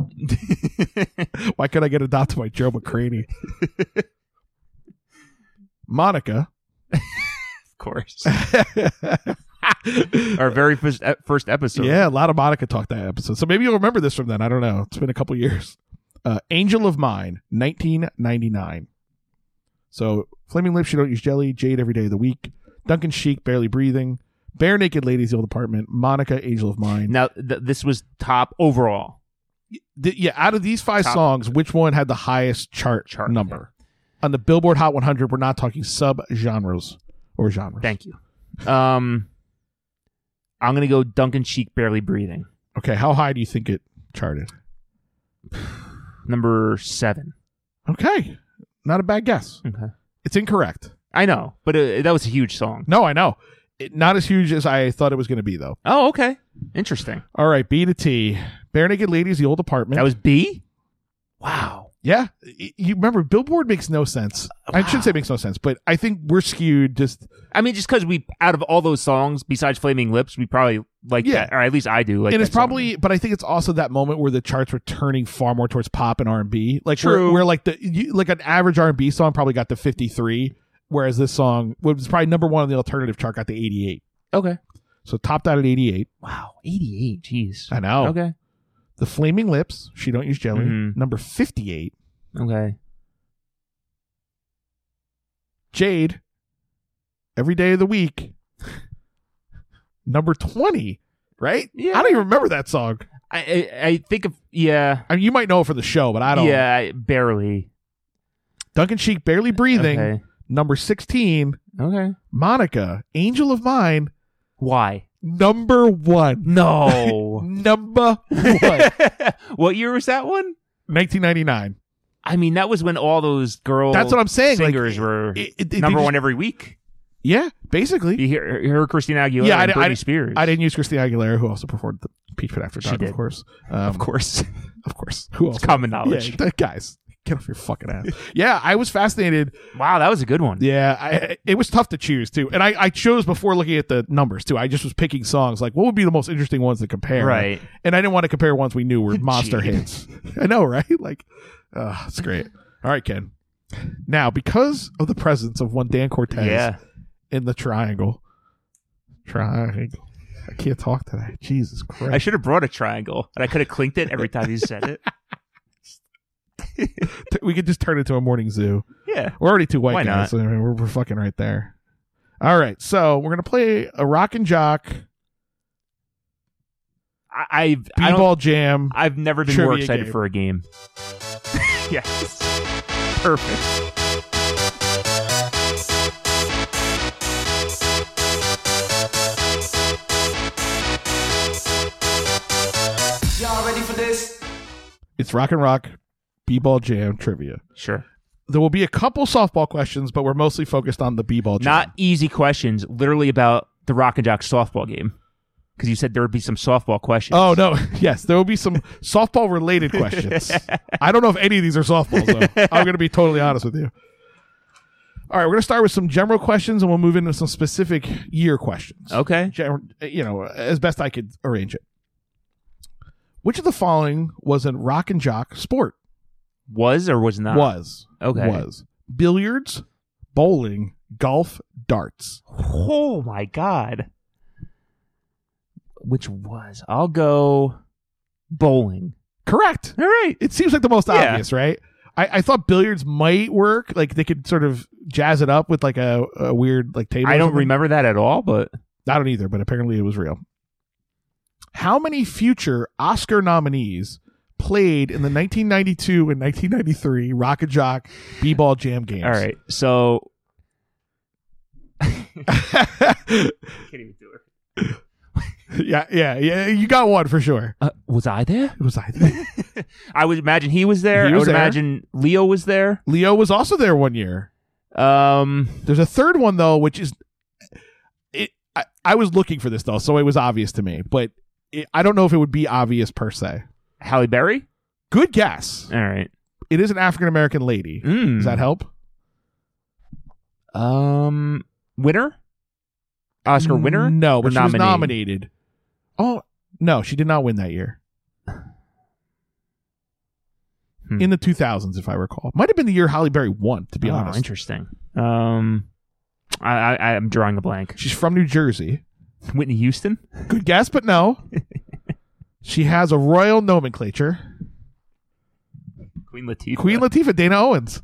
A: Why could not I get adopted by Joe McCraney? Monica.
B: of course. Our very first, e- first episode.
A: yeah, a lot of Monica talk that episode. So maybe you'll remember this from then. I don't know. It's been a couple years. Uh, Angel of Mine, 1999. So Flaming Lips, You Don't Use Jelly, Jade Every Day of the Week, Duncan Sheik, Barely Breathing, Bare Naked Ladies, The Old Apartment, Monica, Angel of Mine.
B: Now, th- this was top overall.
A: Th- yeah, out of these five
B: Top.
A: songs, which one had the highest chart,
B: Chart,
A: number? On the Billboard Hot 100, we're not talking sub genres or genres.
B: Thank you. Um, I'm gonna go Duncan Cheek, barely breathing.
A: Okay, how high do you think it charted?
B: Number seven.
A: Okay, not a bad guess.
B: Okay.
A: It's incorrect.
B: I know, but uh that was a huge song.
A: No, I know. It, not as huge as I thought it was going to be, though.
B: Oh, okay. Interesting.
A: All right, B to T. Bare Naked Ladies, The Old Apartment.
B: That was B. Wow.
A: yeah. Y- You remember, Billboard makes no sense. I should say makes no sense, but I think we're skewed. Just
B: I mean, just because we out of all those songs, besides Flaming Lips, we probably like
A: Yeah.
B: that, or at least I do. Like
A: and
B: that
A: it's
B: song.
A: probably, but I think it's also that moment where the charts were turning far more towards pop and R and B. Like
B: True.
A: Where, where like the you, like an average R and B song probably got to fifty three, whereas this song was probably number one on the alternative chart, got to eighty eight.
B: okay.
A: So topped out at eighty eight.
B: Wow, eighty-eight. Jeez.
A: I know.
B: Okay.
A: The Flaming Lips, She Don't Use Jelly,
B: Mhm.
A: number fifty eight.
B: Okay.
A: Jade every day of the week. Number 20, right?
B: Yeah.
A: I don't even remember that song.
B: I I, I think of yeah.
A: I mean, you might know it for the show, but I don't.
B: Yeah, I- barely.
A: Duncan Sheik, Barely Breathing,
B: Okay.
A: number 16.
B: Okay.
A: Monica, Angel of Mine,
B: Why?
A: number one.
B: No.
A: Number one.
B: what year was that one?
A: 1999.
B: I mean, that was when all those girl
A: That's what I'm saying. like,
B: singers were
A: it- it- it-
B: number
A: did you-
B: one every week.
A: Yeah, basically.
B: You hear, hear Christina Aguilera
A: Yeah, I
B: and
A: di- I
B: Britney
A: di-
B: Spears.
A: I didn't use Christina Aguilera, who also performed the Peach Pit After
B: She
A: Dark, of
B: did.
A: course. Um,
B: of course.
A: of course. Who else?
B: It's common
A: Yeah,
B: knowledge.
A: th- guys, get off your fucking ass. Yeah, I was fascinated.
B: Wow, that was a good one.
A: Yeah, I, it was tough to choose too, and I, I chose before looking at the numbers too. I just was picking songs like what would be the most interesting ones to compare,
B: Right.
A: And I didn't want to compare ones we knew were monster
B: Gee.
A: hits. I know, right? Like, uh, it's great. All right, Ken. Now, because of the presence of one Dan Cortez
B: Yeah.
A: in the triangle, triangle. I can't talk today. Jesus Christ!
B: I should have brought a triangle, and I could have clinked it every time you said it.
A: T- we could just turn it to a morning zoo.
B: Yeah.
A: We're already two white
B: Why
A: guys. I mean, we're, we're fucking right there. All right, so we're gonna play a rock and jock,
B: I, I've I don't-
A: b-ball jam.
B: I've never been more
A: Trivia
B: excited
A: game.
B: for a game. yes. Perfect.
C: Y'all ready for this?
A: It's rock and rock, b-ball jam trivia.
B: Sure.
A: There will be a couple softball questions, but we're mostly focused on the b-ball jam.
B: Not easy questions, literally about the Rock and Jock softball game. Because you said there would be some softball questions.
A: Oh no! Yes, there will be some softball-related questions. I don't know if any of these are softballs. Though. I'm going to be totally honest with you. All right, we're going to start with some general questions, and we'll move into some specific year questions.
B: Okay.
A: gen- you know, as best I could arrange it. Which of the following was a rock and jock sport?
B: Was or was not?
A: was
B: Uh, Okay.
A: was billiards, bowling, golf darts.
B: Oh my god. Which was I'll go bowling.
A: Correct.
B: All right.
A: It seems like the most
B: Yeah.
A: obvious, right? I, I thought billiards might work. Like they could sort of jazz it up with like a, a weird like table. or
B: I don't
A: something.
B: remember that at all, but
A: I don't either, but apparently it was real. How many future Oscar nominees played in the 1992 and 1993 Rocket Jock B-ball jam games?
B: all right. So can't even do it.
A: yeah, yeah, yeah. You got one for sure.
B: Uh, was I there?
A: It was I. think.
B: I would imagine he was there.
A: He
B: I
A: was
B: would
A: there.
B: imagine Leo was there.
A: Leo was also there one year.
B: Um,
A: There's a third one though, which is it. I, I was looking for this though, so it was obvious to me, but it, I don't know if it would be obvious per se.
B: Halle Berry.
A: Good guess.
B: All right.
A: It is an African American lady.
B: Mm.
A: Does that help?
B: Um, winner. Oscar winner.
A: No,
B: Or
A: but she was
B: nominee?
A: nominated. Oh no, she did not win that year.
B: Hmm.
A: In the 2000s, if I recall, might have been the year Holly Berry won. To be
B: oh,
A: honest,
B: interesting. Um, I, I I- I'm drawing a blank.
A: she's from New Jersey.
B: Whitney Houston.
A: Good guess, but no. she has a royal nomenclature.
B: Queen Latifah.
A: Queen Latifah, Dana Owens.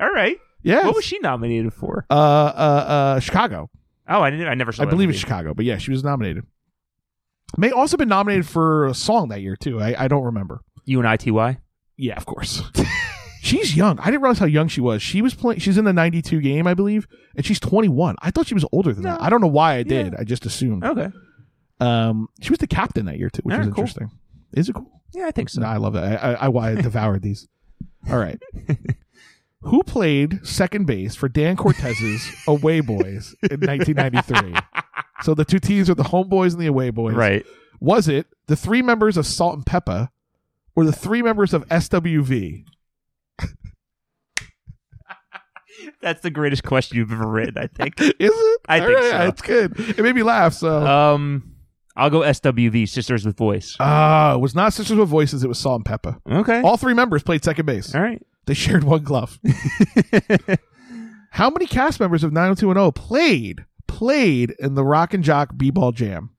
B: All right.
A: Yeah,
B: What was she nominated for?
A: uh, uh, uh, Chicago.
B: Oh, I didn't. I never saw.
A: I
B: that
A: believe
B: movie.
A: it's Chicago, but yeah, she was nominated. May also been nominated for a song that year too. I, I don't remember.
B: You and ITY.
A: Yeah, of course. she's young. I didn't realize how young she was. She was playing. She's in the '92 game, I believe, and she's 21. I thought she was older than
B: No.
A: that. I don't know why I did.
B: Yeah.
A: I just assumed.
B: Okay.
A: Um, she was the captain that year too, which
B: All
A: is
B: right, cool.
A: interesting. Is it cool?
B: Yeah, I think so.
A: No, I love that. I I, I, why I devoured these. All right. Who played second base for Dan Cortez's Away Boys in 1993? so the two teams are the home boys and the away boys.
B: Right.
A: Was it the three members of Salt and Peppa or the three members of SWV?
B: That's the greatest question you've ever written. I think.
A: Is it?
B: I
A: All
B: think
A: right,
B: so.
A: It's good. It made me laugh. So
B: um, I'll go SWV Sisters with Voice.
A: uh, it was not Sisters with Voices. It was Salt and Peppa.
B: okay.
A: All three members played second base.
B: All right.
A: They shared one glove. How many cast members of 90210 played played in the Rock and Jock B-ball Jam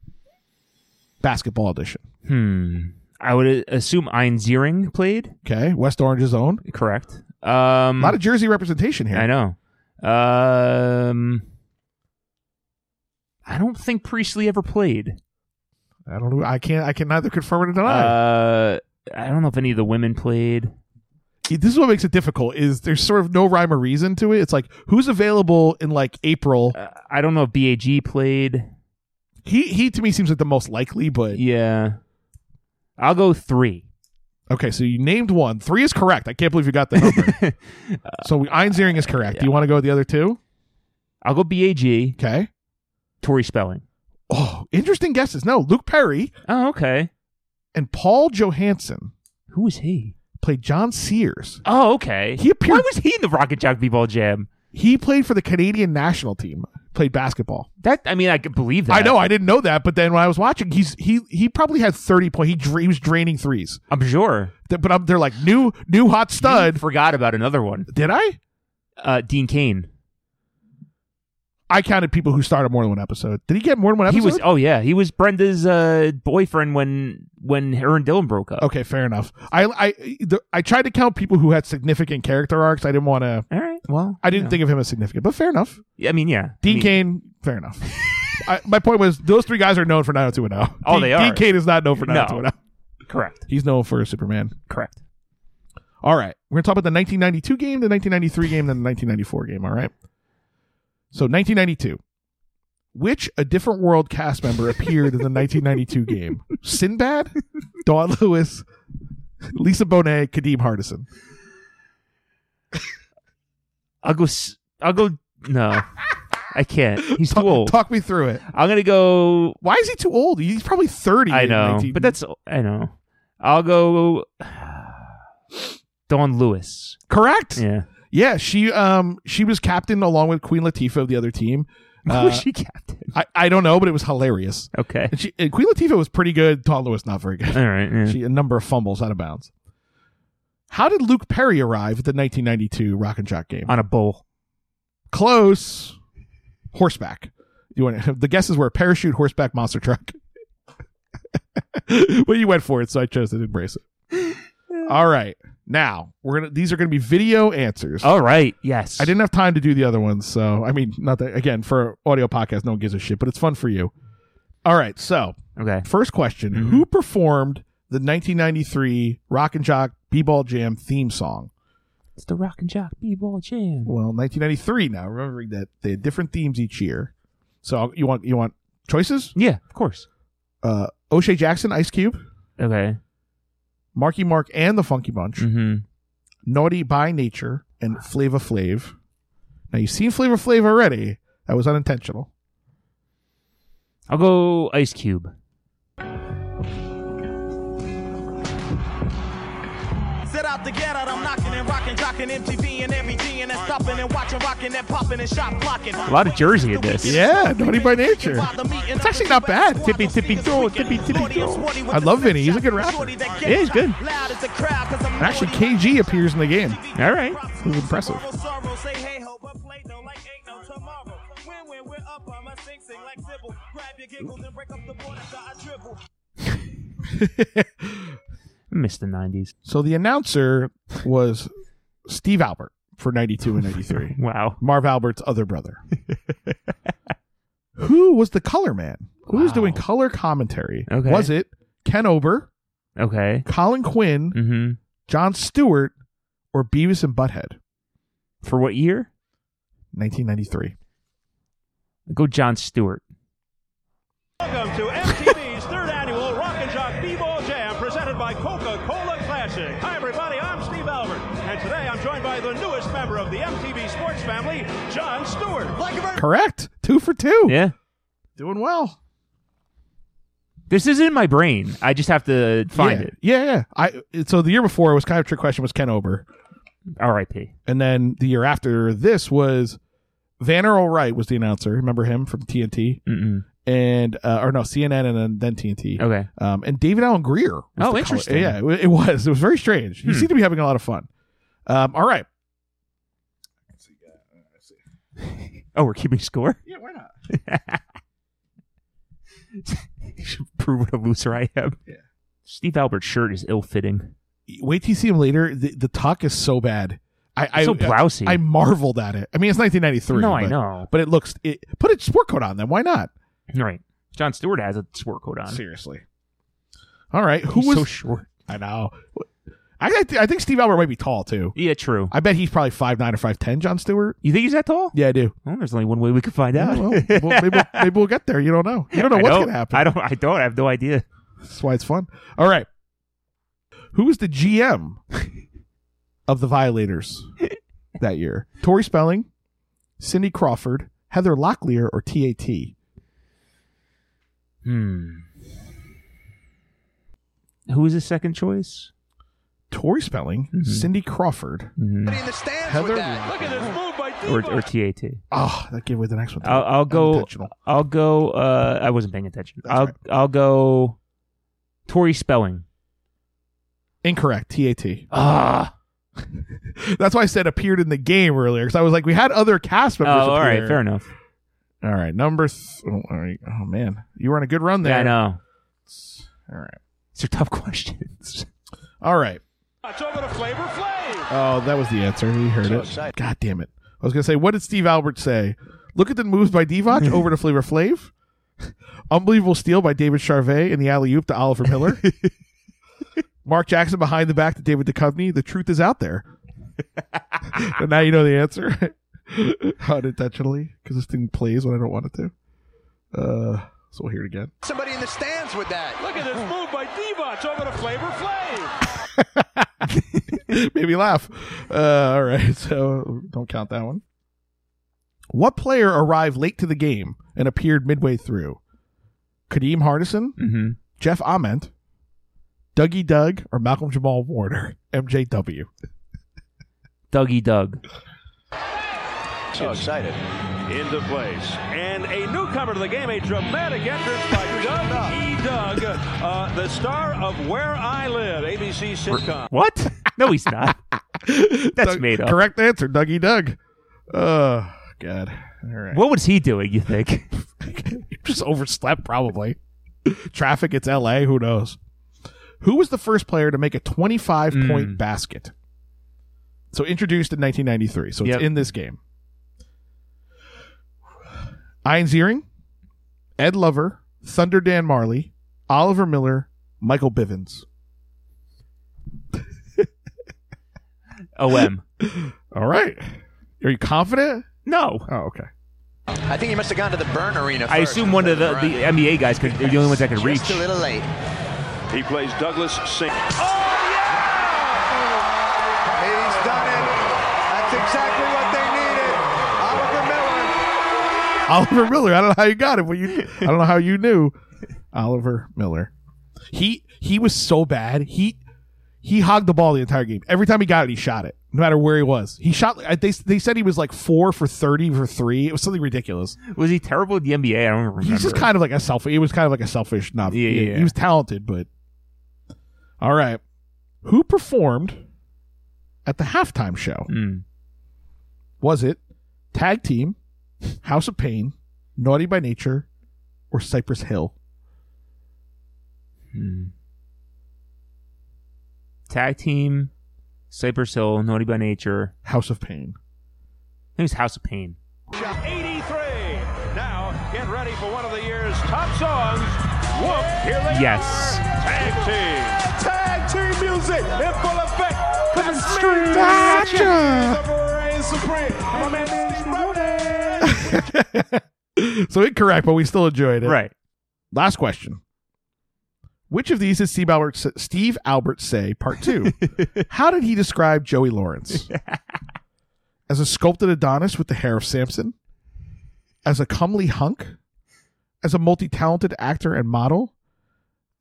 A: basketball edition?
B: hmm. I would assume Ein Ziering played.
A: Okay, West Orange's own.
B: Correct. Um,
A: A lot of Jersey representation here.
B: I know. Um, I don't think Priestley ever played.
A: I don't know. I can't. I can neither confirm it or deny.
B: Uh, I don't know if any of the women played.
A: this is what makes it difficult is there's sort of no rhyme or reason to it it's like who's available in like april
B: Uh, I don't know if BAG played.
A: he he to me seems like the most likely but
B: Yeah, I'll go three.
A: okay so you named one three is correct i can't believe you got the number so we einzering is correct do you want to go with the other two
B: I'll go BAG.
A: okay
B: Tori Spelling.
A: oh interesting guesses no luke perry
B: Oh, okay.
A: and paul johansson
B: Who was he?
A: played john sears
B: Oh, okay.
A: He appeared-
B: Why was he in the Rocket Jock B-ball jam?
A: he played for the canadian national team played basketball
B: That I mean, I could believe that.
A: i know i didn't know that but then when i was watching he's he he probably had 30 point he, dra- he was draining threes
B: I'm sure.
A: Th- but I'm, they're like new new hot stud
B: You forgot about another one.
A: Did I?
B: Uh, Dean Kane.
A: I counted people who started more than one episode. Did he get more than one episode?
B: He was. Oh yeah, he was Brenda's uh, boyfriend when when her and Dylan broke up.
A: okay, fair enough. I I the, I tried to count people who had significant character arcs. I didn't want to.
B: All right. Well,
A: I didn't
B: you know.
A: think of him as significant, but fair enough.
B: I mean, yeah. I
A: Dean
B: mean,
A: Kane, fair enough. I, my point was those three guys are known for 90210.
B: Oh,
A: Dean-
B: they are.
A: Dean Kane is not known for
B: No.
A: 90210.
B: Correct.
A: He's known for Superman.
B: Correct.
A: All right. We're going to talk about the 1992 game, the 1993 game, then the 1994 game. All right. So, 1992. Which A Different World cast member appeared in the 1992 game? Sinbad, Dawn Lewis, Lisa Bonet, Kadeem Hardison.
B: I'll go. s- I'll go. No, I can't. He's too
A: Talk,
B: old.
A: talk me through it.
B: I'm gonna go.
A: Why is he too old? He's probably 30.
B: I
A: in
B: know,
A: 19
B: but that's. I know. I'll go. Dawn Lewis.
A: correct. Yeah.
B: Yeah.
A: she um she was captain along with Queen Latifah of the other team. Uh,
B: was she captain?
A: I, I don't know, but it was hilarious.
B: Okay.
A: And, she, and Queen Latifah was pretty good. Dawn Lewis not very good.
B: All right. yeah.
A: She, a number of fumbles out of bounds. How did Luke Perry arrive at the 1992 Rock and Jock game?
B: On a bowl.
A: Close. Horseback. You want the guesses were parachute, horseback, monster truck. but you went for it, so I chose to embrace it. All right. Now we're gonna these are gonna be video answers.
B: All right. Yes.
A: I didn't have time to do the other ones, so I mean not that again, for audio podcast, no one gives a shit, but it's fun for you. All right, so
B: Okay.
A: First question
B: Mhm.
A: Who performed the 1993 Rock and Jock B Ball Jam theme song?
B: It's the Rock and Jock B-Ball Jam.
A: Well, 1993 now, remembering that they had different themes each year. So I'll- you want you want choices?
B: Yeah, of course.
A: Uh, O'Shea Jackson, Ice Cube,
B: Okay.
A: Marky Mark and the Funky Bunch,
B: Mm-hmm.
A: Naughty by Nature, and Flava Flav. Now you've seen Flava Flav already. That was unintentional.
B: I'll go Ice Cube.
C: Set out to get out, I'm knocking and rocking, jocking MTV and every G and that's stopping and watching, rocking and popping and shop blocking. A
B: lot of Jersey in this.
A: Yeah, Naughty by Nature. It's actually not bad.
B: Tippy, tippy, toe, tippy, tippy, toe.
A: I love Vinny. He's a good rapper.
C: Yeah,
B: he's good.
A: And actually, KG appears in the game.
B: All right.
A: It was impressive.
B: I miss the 90s.
A: So the announcer was Steve Albert for 92 and 93.
B: Wow.
A: Marv Albert's other brother. Who was the color man? Who was
B: Wow.
A: doing color commentary?
B: Okay.
A: Was it Ken Ober,
B: Okay.
A: Colin Quinn,
B: Mm-hmm.
A: John Stewart, or Beavis and Butthead?
B: For what year?
A: 1993.
B: I'll go John Stewart.
D: Welcome to MTV's third annual Rock and Jock B-Ball Jam presented by Coca-Cola Classic. Hi, everybody. I'm Steve Albert, and today I'm joined by the newest member of the MTV sports family, John Stewart.
A: Correct. Two for two.
B: Yeah.
A: Doing well.
B: This is in my brain. I just have to find
A: yeah.
B: it.
A: Yeah, yeah. I so the year before was kind of a trick question was Ken Ober.
B: R.I.P.
A: And then the year after this was Van Earl Wright was the announcer. Remember him from TNT?
B: Mm-mm.
A: and uh, or no CNN and then, then TNT.
B: Okay.
A: Um, and David Allen Greer. was
B: Oh,
A: the color-
B: interesting.
A: Yeah, it wa- it was. It was very strange. You
B: Hmm.
A: seem to be having a lot of fun. Um, all right.
B: Oh, we're keeping score?
A: Yeah, why not?
B: Prove what a loser I am.
A: Yeah.
B: Steve Albert's shirt is ill-fitting.
A: Wait till you see him later. The, the tuck is so bad. I I,
B: so blousy.
A: I, I marveled at it. I mean, it's 1993.
B: no,
A: but,
B: I know.
A: but it looks. It, put a sport coat on then. Why not?
B: Right. John Stewart has a sport coat on.
A: Seriously. All right. Who
B: He's
A: was?
B: so short?
A: I know. I I, th- I think Steve Albert might be tall too.
B: Yeah, true.
A: I bet he's probably five nine or five ten. John Stewart.
B: You think he's that tall?
A: Yeah, I do.
B: Well, there's only one way we could find out.
A: Yeah, well, well, maybe, we'll, maybe we'll get there. You don't know. You don't know
B: I
A: what's
B: don't-
A: going to happen.
B: I don't. I don't. I have no idea.
A: That's why it's fun. All right. Who was the GM of the Violators that year? Tori Spelling, Cindy Crawford, Heather Locklear, or TAT?
B: Hmm. Who was the second choice?
A: Tori Spelling,
B: Mhm.
A: Cindy Crawford,
B: Mhm.
A: Heather. Lock-
D: Look at this move by
B: Or
D: D-Ball.
B: or TAT?
A: Oh, that gave away the next one.
B: I'll, I'll go.
A: Unintentional.
B: I'll go. Uh, I wasn't paying attention.
A: That's
B: I'll
A: right.
B: I'll go. Tori Spelling.
A: Incorrect. TAT.
B: Ah.
A: That's why I said appeared in the game earlier because I was like, we had other cast
B: Oh,
A: members.
B: all
A: appear.
B: right. Fair enough.
A: All right. Number. Th- oh, all right. Oh, man. You were on a good run there.
B: Yeah, I know.
A: All right.
B: These are tough questions.
A: All right.
D: It's over to Flavor Flav.
A: Oh, that was the answer. He heard it. God damn it. I was going to say, what did Steve Albert say? Look at the moves by Divac over to Flavor Flav. Unbelievable steal by David Charvet in the alley oop to Oliver Miller. Mark Jackson behind the back to David Duchovny. The truth is out there. and now you know the answer. Unintentionally, because this thing plays when I don't want it to. Uh, so we'll hear it again.
E: Somebody in the stands with that.
D: Look at this move by D-Ball. It's over to Flavor Flav.
A: Made me laugh. Uh, all right, so don't count that one. What player arrived late to the game and appeared midway through? Kadeem Hardison,
B: Mm-hmm.
A: Jeff Ament, Dougie Doug, or Malcolm Jamal Warner? MJW.
B: Dougie Doug.
E: So excited.
D: Into place. And a newcomer to the game, a dramatic entrance by Doug E. Doug, uh, the star of Where I Live, ABC sitcom.
B: What? No, he's not. That's
A: Doug-
B: made up.
A: Correct answer, Dougie Doug. Uh, God. All right.
B: What was he doing? You think?
A: Just overslept, probably. Traffic, it's LA. Who knows? Who was the first player to make a 25 point basket? So introduced in 1993. So
B: Yep.
A: it's in this game. Ian Ziering, Ed Lover, Thunder Dan Marley, Oliver Miller, Michael Bivens.
B: Om.
A: All right. Are you confident?
B: No.
A: Oh, okay.
E: I think he must have gone to the burn arena. First
B: I assume one of the,
E: before
B: the
E: run.
B: NBA guys could. They're the only ones that could reach.
E: Just a little late.
D: He plays Douglas Sink.
E: He's done it. That's exactly what they needed.
A: Oliver
E: Oliver Miller.
A: Miller. I don't know how you got it, but you I don't know how you knew. Oliver Miller. He he was so bad. He he hogged the ball the entire game. Every time he got it, he shot it. No matter where he was, he shot. I- They they said he was like four for thirty for three. It was something ridiculous.
B: Was he terrible at the NBA? I don't remember.
A: He's just kind of like a selfish. It was kind of like a selfish. Not
B: Yeah, yeah, yeah.
A: He was talented, but all right. Who performed at the halftime show?
B: Mm.
A: Was it Tag Team, House of Pain, Naughty by Nature, or Cypress Hill?
B: Tag team, Cypress Hill, Naughty by Nature.
A: House of Pain.
B: I think it was House of Pain.
D: 83. Now, get ready for one of the year's top songs. Whoop, here they
B: Yes.
D: are. Tag team.
E: Tag team music in full effect. Coming straight
A: so incorrect, but we still enjoyed it.
B: Right.
A: Last question. Which of these is Steve Albert, Steve Albert say part two? How did he describe Joey Lawrence? As a sculpted Adonis with the hair of Samson? As a comely hunk? As a multi talented actor and model?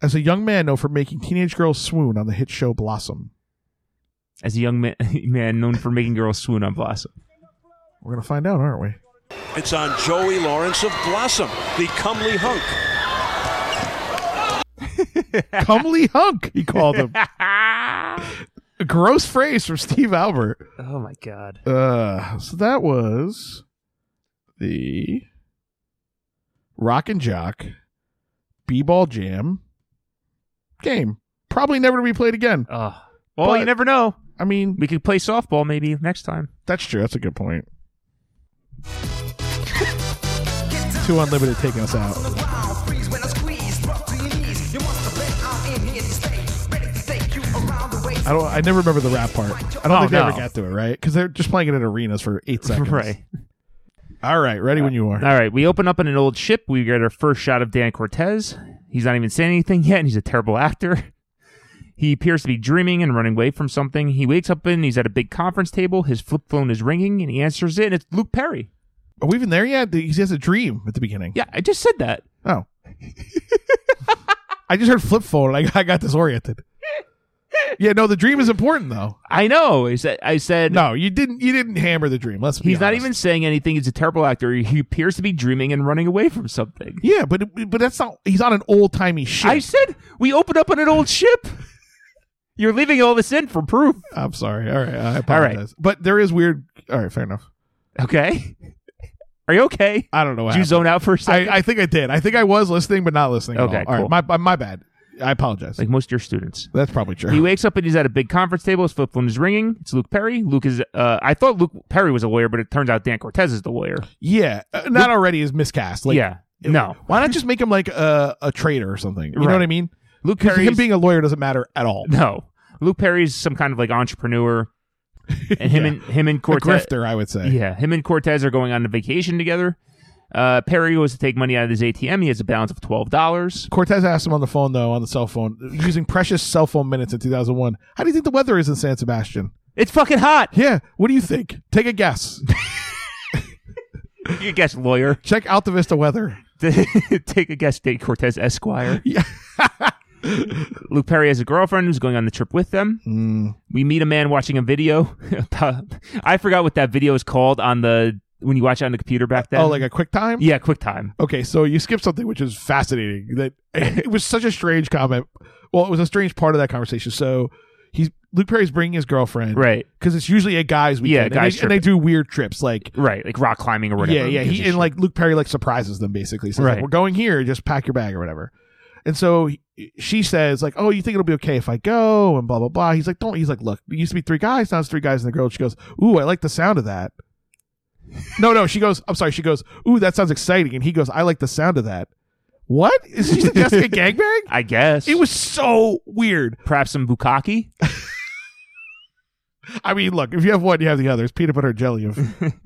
A: As a young man known for making teenage girls swoon on the hit show Blossom?
B: As a young man, man known for making girls swoon on Blossom.
A: We're going to find out, aren't we?
F: It's on Joey Lawrence of Blossom, the comely hunk.
A: Comely hunk, he called him. A gross phrase from Steve Albert.
B: Oh my god.
A: Uh, so that was the Rock and Jock B Ball Jam game. Probably never to be played again.
B: Oh. Well,
A: But-
B: you never know.
A: I mean,
B: We could play softball maybe next time.
A: that's true. That's a good point. Two Unlimited taking us out. I don't. I never remember the rap part. I don't
B: Oh,
A: think they
B: no.
A: ever got to it, right? Because they're just playing it in arenas for eight seconds.
B: Right.
A: All right. Ready when you are.
B: All right. We open up in an old ship. We get our first shot of Dan Cortez. He's not even saying anything yet, and he's a terrible actor. He appears to be dreaming and running away from something. He wakes up and he's at a big conference table. His flip phone is ringing, and he answers it, and it's Luke Perry.
A: Are we even there yet? He has a dream at the beginning.
B: Yeah, I just said that.
A: Oh. I just heard flip phone and I, I got disoriented. Yeah, no, the dream is important though.
B: I know. I said. I said.
A: No, you didn't. You didn't hammer the dream. Let's. Be
B: He's not
A: honest.
B: even saying anything. He's a terrible actor. He appears to be dreaming and running away from something.
A: Yeah, but but that's not. He's on an old timey ship.
B: I said we open up on an old ship. You're leaving all this in for proof.
A: I'm sorry. All right, I apologize. But there is weird. All right, fair enough.
B: Okay. Are you okay?
A: I don't know. What
B: Did you
A: happened.
B: zone out for a second?
A: I, I think I did. I think I was listening, but not listening.
B: Okay,
A: at all. all
B: cool.
A: right, my my bad. I apologize.
B: like most of your students.
A: that's probably true.
B: He wakes up and he's at a big conference table. His flip phone is ringing. It's Luke Perry. Luke is. Uh, I thought Luke Perry was a lawyer, but it turns out Dan Cortez is the lawyer.
A: yeah, uh, not already is miscast. Like,
B: yeah. No.
A: Why not just make him like a a traitor or something? You
B: Right.
A: know what I mean?
B: Luke
A: Because
B: Perry.
A: him being a lawyer doesn't matter at all.
B: no. Luke Perry's some kind of like entrepreneur, and him
A: Yeah.
B: and him and
A: A
B: Cortez.
A: grifter, I would say.
B: Yeah, him and Cortez are going on a vacation together. Uh, Perry goes to take money out of his ATM. He has a balance of twelve dollars.
A: Cortez asked him on the phone though, on the cell phone, using precious cell phone minutes in 2001. How do you think the weather is in San Sebastian?
B: It's fucking hot.
A: Yeah, what do you think? Take a guess.
B: You guess, lawyer.
A: Check out the Vista weather.
B: take a guess, date Cortez Esquire.
A: Yeah.
B: Luke Perry has a girlfriend who's going on the trip with them. We meet a man watching a video. about- I forgot what that video is called on the when you watch it on the computer back then.
A: Oh, like a quick time?
B: yeah, QuickTime.
A: Okay, so you skipped something which is fascinating. That it was such a strange comment. Well, it was a strange part of that conversation. So he's Luke Perry's bringing his girlfriend,
B: Right.
A: Because it's usually a guys weekend,
B: Yeah,
A: and
B: guys
A: they, and they do weird trips, like
B: Right, like rock climbing or whatever.
A: yeah, yeah.
B: Who gives
A: He
B: a
A: and
B: shit?
A: like Luke Perry like surprises them basically. So like,
B: Right.
A: we're going here, just pack your bag or whatever. And so he- she says like, "Oh, you think it'll be okay if I go?" And blah blah blah. He's like, "Don't." He's like, "Look, it used to be three guys, now it's three guys and a girl." She goes, "Ooh, I like the sound of that." no, no. She goes, "I'm sorry." She goes, "Ooh, that sounds exciting." And he goes, "I like the sound of that." What is she suggesting a gangbang?
B: I guess
A: It was so weird.
B: perhaps some bukkake.
A: I mean, look, if you have one, you have the other. It's peanut butter and jelly of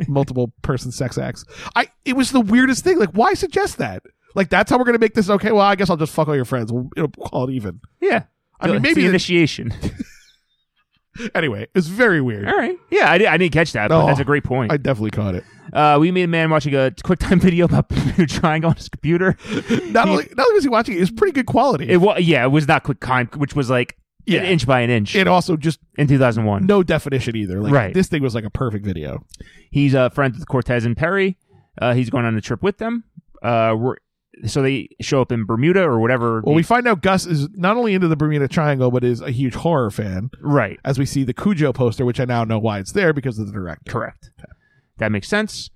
A: multiple person sex acts. I it was the weirdest thing. Like, why suggest that? Like, that's how we're gonna make this okay. Well, I guess I'll just fuck all your friends. We'll, it'll call it even.
B: Yeah,
A: I mean,
B: It's
A: maybe
B: the
A: the-
B: initiation.
A: Anyway, it was very weird.
B: All right. Yeah, I, di- I didn't catch that, but
A: Oh,
B: that's a great point.
A: I definitely caught it.
B: uh, we made a man watching a quick time video about Bermuda Triangle on his computer.
A: Not only not only was he watching it, it was pretty good quality.
B: It
A: It,
B: was yeah, it was not quick time, which was like
A: Yeah.
B: an inch by an inch
A: also just
B: in 2001.
A: no definition either. Like
B: Right.
A: this thing was like a perfect video.
B: He's a friend with Cortez and Perry. Uh, he's going on a trip with them. Uh, we're, so they show up in Bermuda or whatever.
A: Well, we find out Gus is not only into the Bermuda Triangle, but is a huge horror fan.
B: right,
A: As we see the Cujo poster, which I now know why it's there because of the director.
B: correct. That makes sense.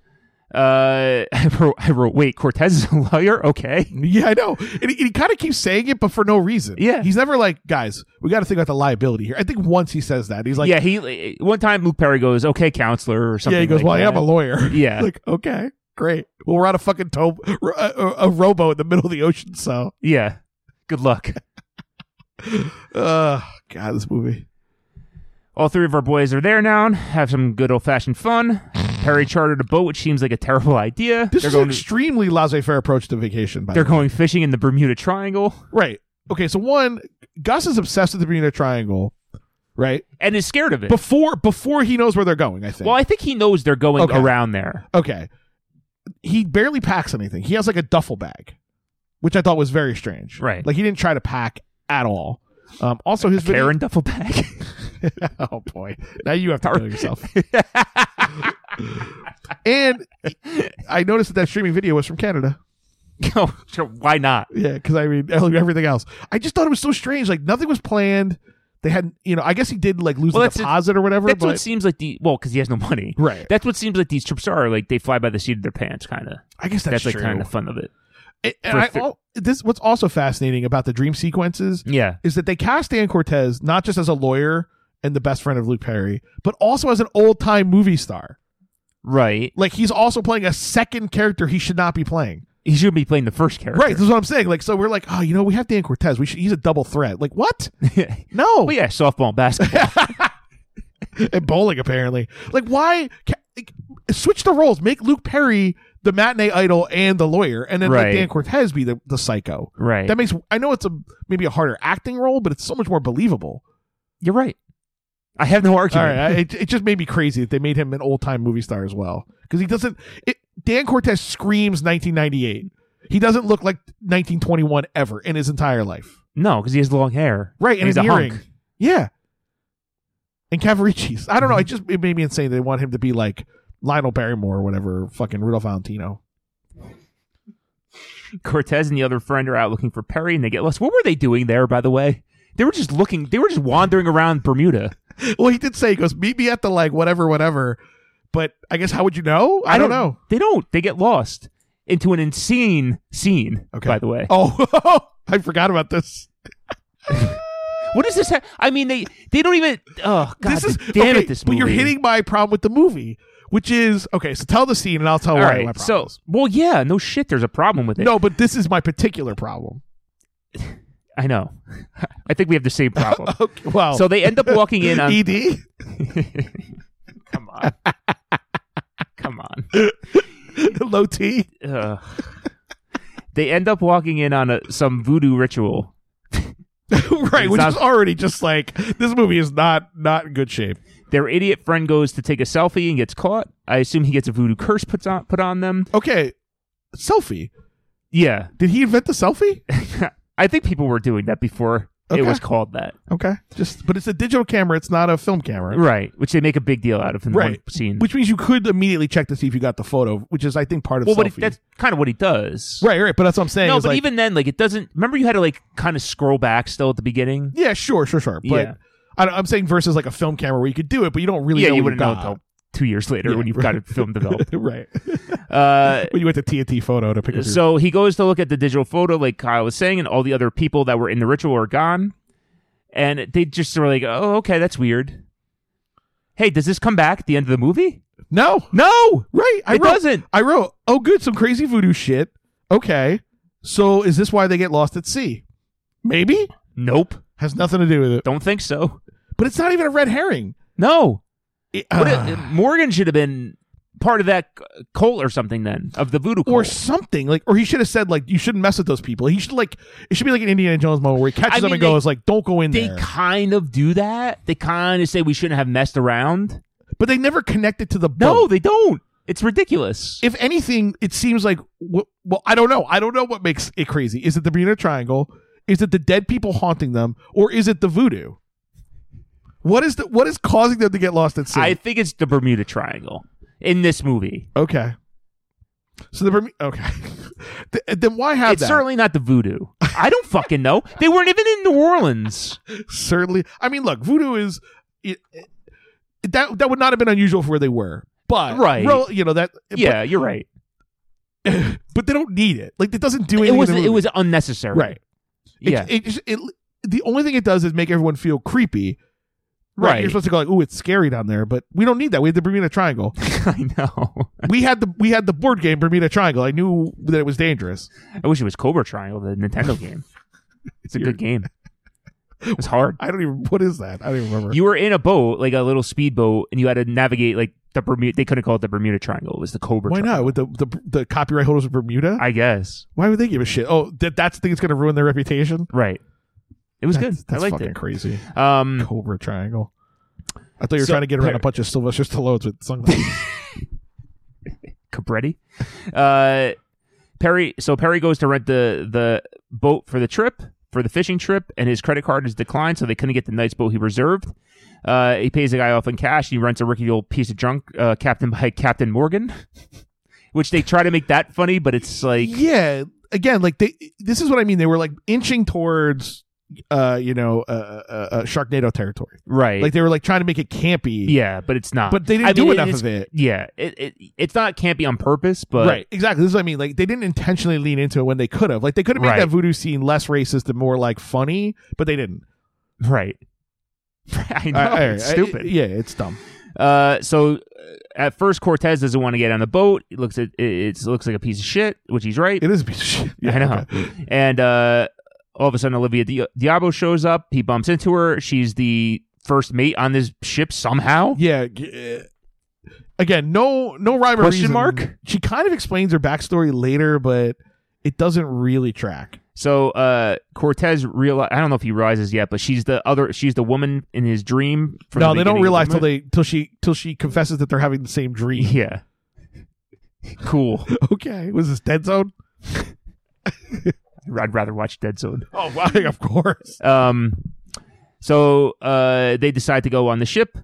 B: Uh, I wrote, I wrote, wait, Cortez is a lawyer. Okay,
A: Yeah, I know. And he, kind of keeps saying it, but for no reason.
B: Yeah.
A: He's never like, guys, we got to think about the liability here. I think once he says that, he's like,
B: yeah. He one time Luke Perry goes, okay, counselor or something.
A: yeah, he goes,
B: like
A: well, I am a
B: that.
A: lawyer.
B: Yeah.
A: like, okay, great. Well, we're on a fucking to- uh, a, a, a rowboat in the middle of the ocean, so.
B: Yeah. Good luck.
A: Uh, God, this movie.
B: All three of our boys are there now. Have some good old fashioned fun. Perry chartered a boat, which seems like a terrible idea.
A: This
B: they're
A: is
B: going.
A: an extremely laissez faire approach to vacation. By
B: they're
A: the way.
B: going fishing in the Bermuda Triangle,
A: Right. Okay, so one, Gus is obsessed with the Bermuda Triangle, right?
B: and is scared of it.
A: Before before he knows where they're going, I think.
B: well, I think he knows they're going
A: Okay.
B: around there.
A: Okay. He barely packs anything. He has like a duffel bag, which I thought was very strange.
B: Right.
A: Like he didn't try to pack at all. Um, also, his video.
B: Karen duffel bag.
A: oh boy! Now you have to kill yourself. and I noticed that that streaming video was from Canada.
B: no, sure, why not?
A: Yeah, because I mean everything else. I just thought it was so strange. Like nothing was planned. They had, you know, I guess he did like lose
B: Well,
A: a
B: that's-
A: deposit or whatever.
B: That's
A: but
B: what seems like the well, because he has no money.
A: Right.
B: That's what seems like these trips are. Like they fly by the seat of their pants, kind of.
A: I guess that's,
B: That's, like
A: true.
B: kind of the fun of it.
A: And- and
B: for
A: I
B: fi-
A: al- this what's also fascinating about the dream sequences
B: Yeah.
A: is that they cast Dan Cortez not just as a lawyer and the best friend of Luke Perry, but also as an old time movie star.
B: Right.
A: Like he's also playing a second character he should not be playing.
B: He should be playing the first character.
A: Right, this is what I'm saying. Like, so we're like, oh, you know, we have Dan Cortez. We should, he's a double threat. Like, what? No,
B: well, yeah, softball, and basketball.
A: and bowling apparently. Like, why ca- like, switch the roles? Make Luke Perry the matinee idol and the lawyer, and then
B: Right.
A: let Dan Cortez be the, the psycho.
B: right.
A: That makes I know it's a maybe a harder acting role, but it's so much more believable.
B: You're right. I have no
A: All right,
B: argument.
A: I, it, it just made me crazy that they made him an old time movie star as well because he doesn't. It, Dan Cortez screams 1998. He doesn't look like 1921 ever in his entire life.
B: No, because he has long hair.
A: Right, and,
B: he's
A: his
B: a
A: earring.
B: hunk.
A: Yeah, and Cavaricci's. I don't know. It just it made me insane. They want him to be like Lionel Barrymore or whatever, fucking Rudolph Valentino.
B: Cortez and the other friend are out looking for Perry, and they get lost. What were they doing there, by the way? They were just looking. They were just wandering around Bermuda.
A: Well, he did say he goes meet me at the like whatever whatever, but I guess how would you know? I, don't, know.
B: They don't. They get lost into an insane scene.
A: Okay.
B: By the way,
A: Oh, I forgot about this.
B: what does this? Ha- I mean, they they don't even. Oh God!
A: this is
B: damn
A: okay,
B: it! This
A: But
B: movie.
A: you're hitting my problem with the movie, which is okay. So tell the scene, and I'll tell
B: All
A: why
B: right.
A: my
B: so,
A: problem. is.
B: well, yeah. No shit. There's a problem with it.
A: no, but this is my particular problem.
B: I know. I think we have the same problem.
A: Okay, well, E
B: So they end up walking in on
A: Ed.
B: Come on. Come on.
A: Low T.
B: Ugh. They end up walking in on a, some voodoo ritual.
A: right,
B: It's
A: which
B: not-
A: is already just like this movie is not not in good shape.
B: Their idiot friend goes to take a selfie and gets caught. I assume he gets a voodoo curse put on put on them.
A: Okay, selfie.
B: Yeah,
A: Did he invent the selfie?
B: I think people were doing that before
A: Okay.
B: it was called that.
A: Okay, just but it's a digital camera. It's not a film camera.
B: Right, which they make a big deal out of in the
A: Right.
B: one scene.
A: Which means you could immediately check to see if you got the photo, which is I think part of
B: well,
A: selfie.
B: but it, that's kind of what he does.
A: right, right. But that's what I'm saying.
B: No,
A: is
B: but
A: like-
B: even then, like it doesn't. Remember, you had to like kind of scroll back still at the beginning.
A: Yeah, sure, sure, sure. But
B: Yeah.
A: I, am saying versus like a film camera where you could do it, but you don't really.
B: yeah,
A: know
B: you
A: what
B: wouldn't know
A: got.
B: until two years later
A: Yeah,
B: when you've got
A: right.
B: a film developed.
A: right.
B: Uh,
A: when you went to TNT photo to pick up your
B: so he goes to look at the digital photo, like Kyle was saying, and all the other people that were in the ritual are gone. And they just were like, oh, okay, that's weird. Hey, does this come back at the end of the movie?
A: no,
B: No!
A: right. I
B: It
A: wrote,
B: doesn't.
A: I wrote, oh, good, some crazy voodoo shit. Okay, so is this why they get lost at sea? Maybe
B: Nope.
A: has nothing to do with it.
B: Don't think so.
A: But it's not even a red herring.
B: No.
A: It-
B: What
A: ah.
B: if- Morgan should have been part of that c- cult or something then, of the voodoo cult.
A: or something like, or he should have said like, you shouldn't mess with those people. He should like, it should be like an Indiana Jones moment where he catches
B: I
A: them
B: mean,
A: and
B: they-
A: goes like, don't go in
B: they
A: there.
B: kind of do that. They kind of say we shouldn't have messed around.
A: but they never connect it to the
B: No,
A: boat.
B: they don't. It's ridiculous.
A: if anything, it seems like wh- well, I don't know. I don't know what makes it crazy. Is it the Bermuda Triangle? Is it the dead people haunting them, or is it the voodoo? What is the what is causing them to get lost at sea?
B: I think it's the Bermuda Triangle in this movie.
A: okay, so the Bermuda. Okay, Th- then why have
B: it's
A: that?
B: certainly not the voodoo. I don't fucking know. They weren't even in New Orleans.
A: Certainly- I mean, look, voodoo is it, it- that that would not have been unusual for where they were, but
B: Right.
A: rel- you know that.
B: Yeah, you're right.
A: but, but they don't need it. Like it doesn't do
B: It
A: anything. in
B: was
A: the
B: it
A: movie.
B: was unnecessary.
A: right. It-
B: Yeah.
A: It, just- it, the only thing it does is make everyone feel creepy.
B: Right.
A: You're supposed to go like, "Ooh, it's scary down there," but we don't need that. We had the Bermuda Triangle.
B: I know.
A: we had the we had the board game Bermuda Triangle. I knew that it was dangerous.
B: I wish it was Cobra Triangle, the Nintendo game. It's a good game. It's hard.
A: I don't even. What is that? I don't even remember.
B: You were in a boat, like a little speedboat, and you had to navigate like the Bermuda. They couldn't call it the Bermuda Triangle. It was the Cobra.
A: Why
B: Triangle.
A: not? With the, the the copyright holders of Bermuda,
B: I guess.
A: why would they give a shit? Oh, that that's the thing that's going to ruin their reputation.
B: Right. It was
A: That's,
B: good.
A: that's
B: I liked
A: fucking
B: it.
A: crazy.
B: Um,
A: Cobra Triangle. I thought you were
B: So-
A: trying to get around a bunch of Sylvester Stallones with sunglasses.
B: Cabretti. Uh, Perry. So Perry goes to rent the the boat for the trip for the fishing trip, and his credit card is declined, so they couldn't get the night's boat he reserved. Uh, he pays the guy off in cash. He rents a rickety old piece of junk, uh, Captain by Captain Morgan, which they try to make that funny, but it's like
A: yeah again like they this is what i mean they were like inching towards uh you know uh, uh, uh sharknado territory
B: right,
A: like they were like trying to make it campy
B: yeah, but it's not.
A: but they didn't
B: I
A: do
B: mean,
A: enough
B: it's-
A: of it
B: Yeah, it, it it's not can't be on purpose, but
A: right exactly this is what i mean like they didn't intentionally lean into it when they could have like they could have made
B: Right.
A: that voodoo scene less racist and more like funny but they didn't
B: right. I know
A: I- I-
B: it's
A: I-
B: stupid.
A: yeah it's dumb
B: Uh, so uh, at first Cortez doesn't want to get on the boat. It looks at it, it looks like a piece of shit, which he's right.
A: it is a piece of shit
B: I know. And uh, all of a sudden Olivia Di- Diabo shows up. He bumps into her. She's the first mate on this ship somehow.
A: Yeah. g- uh, Again, no no rhyme or
B: Question
A: reason.
B: mark?
A: She kind of explains her backstory later, but it doesn't really track.
B: So uh, Cortez realize I don't know if he realizes yet, but she's the other she's the woman in his dream. From
A: no,
B: the
A: they don't
B: beginning of the
A: realize till
B: movie.
A: they till she till she confesses that they're having the same dream.
B: yeah. Cool.
A: okay, was this Dead Zone?
B: I'd rather watch Dead Zone.
A: Oh, wow, of course.
B: Um, so uh, they decide to go on the ship.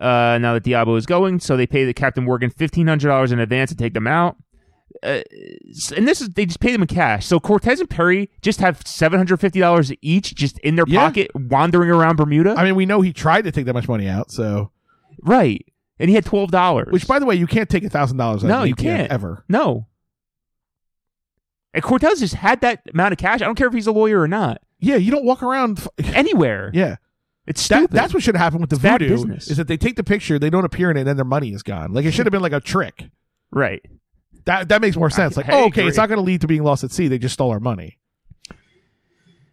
B: Uh, now that Diablo is going, so they pay the Captain Morgan fifteen hundred dollars in advance to take them out. Uh, s- and this is they just pay them in cash. So Cortez and Perry just have seven hundred fifty dollars each, just in their
A: Yeah.
B: pocket, wandering around Bermuda.
A: I mean, we know he tried to take that much money out, so
B: right, and he had twelve dollars.
A: which, by the way, you can't take a thousand dollars.
B: No, you can't.
A: ever.
B: no. And Cortez just had that amount of cash. I don't care if he's a lawyer or not.
A: Yeah, you don't walk around. F-
B: Anywhere,
A: yeah,
B: it's
A: that,
B: stupid.
A: that's what should happen with the
B: bad
A: voodoo.
B: business.
A: Is that they take the picture, they don't appear in it, and then their money is gone. Like it should have been like a trick.
B: right.
A: That that makes more sense. Like,
B: I
A: oh, okay,
B: agree.
A: it's not going to lead to being lost at sea. They just stole our money.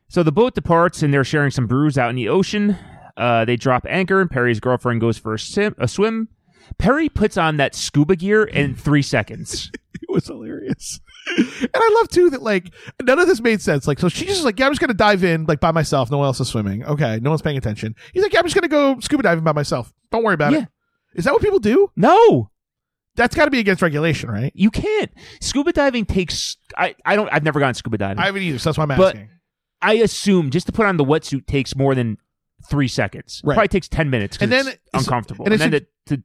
B: So the boat departs, and they're sharing some brews out in the ocean. Uh, they drop anchor, and Perry's girlfriend goes for a, sim- a swim. Perry puts on that scuba gear in three seconds.
A: It was hilarious. and I love too that like none of this made sense. Like, so she's just like, yeah, I'm just going to dive in like by myself. No one else is swimming. Okay, no one's paying attention. He's like, yeah, I'm just going to go scuba diving by myself. Don't worry about
B: Yeah.
A: it. Is that what people do?
B: No,
A: That's got to be against regulation, right?
B: you can't. Scuba diving takes. I, I don't. I've never gone scuba diving.
A: I
B: I,
A: haven't either. So that's why I'm
B: But-
A: asking.
B: assume just to put on the wetsuit takes more than three seconds.
A: Right.
B: Probably takes ten minutes. 'cause
A: And then
B: it's
A: it's-
B: uncomfortable.
A: and
B: And,
A: it's
B: then to, to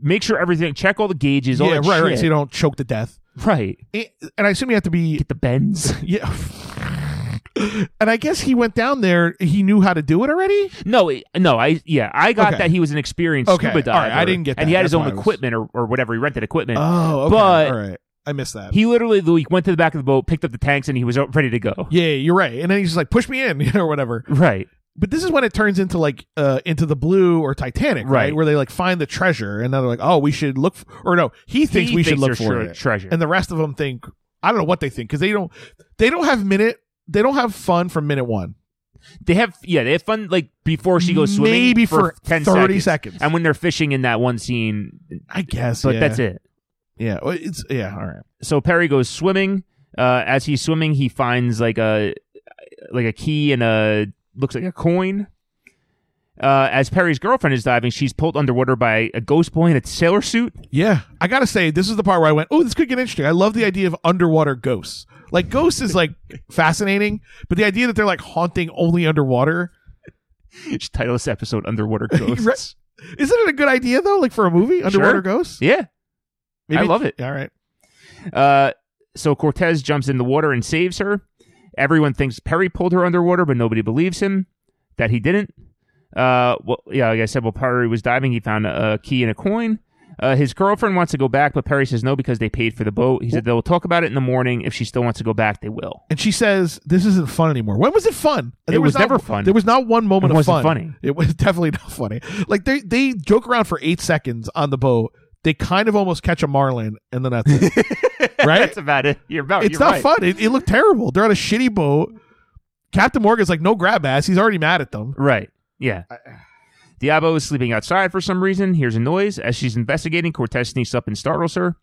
B: make sure everything, check all the gauges. All
A: yeah,
B: that
A: right, right.
B: shit.
A: So you don't choke to death.
B: right.
A: It- and I assume you have to be
B: Get the bends.
A: yeah. And I guess he went down there. He knew how to do it already.
B: No, it- no, I yeah, I got
A: Okay.
B: that he was an experienced
A: Okay,
B: scuba diver.
A: all right, I didn't get
B: and he
A: that,
B: had his
A: that's
B: own
A: why I was-
B: equipment or, or whatever he rented equipment.
A: Oh, okay.
B: But-
A: all right, I missed that.
B: he literally like, went to the back of the boat, picked up the tanks, and he was out- ready to go.
A: yeah, you're right. And then he's just like, push me in, you know, or whatever.
B: Right.
A: But this is when it turns into like uh into the blue or Titanic, right?
B: Right.
A: Where they like find the treasure, and then they're like, oh, we should look, f or no, he thinks
B: He
A: we should
B: thinks
A: look
B: they're
A: for
B: sure-
A: it.
B: treasure.
A: and the rest of them think I don't know what they think because they don't they don't have minute they don't have fun from minute one.
B: They have yeah, they have fun like before she goes swimming
A: Maybe
B: for,
A: for
B: 10
A: 30
B: seconds.
A: seconds.
B: And when they're fishing in that one scene,
A: I guess,
B: but
A: yeah.
B: that's it.
A: Yeah, well, it's yeah. All right.
B: So Perry goes swimming. Uh, as he's swimming, he finds like a like a key and a looks like a coin. Uh, as Perry's girlfriend is diving, she's pulled underwater by a ghost boy in a sailor suit.
A: Yeah, I gotta say this is the part where I went, oh, this could get interesting. I love the idea of underwater ghosts. Like ghosts is like fascinating, but the idea that they're like haunting only underwater
B: Just title this episode "Underwater Ghosts."
A: isn't it a good idea though? Like for a movie, underwater
B: Sure.
A: ghosts.
B: Yeah. I love it.
A: All right.
B: Uh, so Cortez jumps in the water and saves her. Everyone thinks Perry pulled her underwater, but nobody believes him that he didn't. Uh, well, yeah, like I said, while Perry was diving, he found a, a key and a coin. Uh, his girlfriend wants to go back, but Perry says no because they paid for the boat. He said they'll talk about it in the morning. If she still wants to go back, they will.
A: And she says, "This isn't fun anymore." When was it fun? There
B: was
A: not-
B: never fun.
A: There was not one moment
B: It wasn't
A: of fun.
B: funny.
A: It was definitely not funny. Like they they joke around for eight seconds on the boat. They kind of almost catch a marlin, and then that's it. right?
B: That's about it. You're about.
A: it's
B: you're
A: not
B: right.
A: fun. It, it looked terrible. They're on a shitty boat. Captain Morgan's like, "No grab ass." He's already mad at them.
B: Right. Yeah. Diabo is sleeping outside for some reason, hears a noise. As she's investigating, Cortez sneaks up and startles her.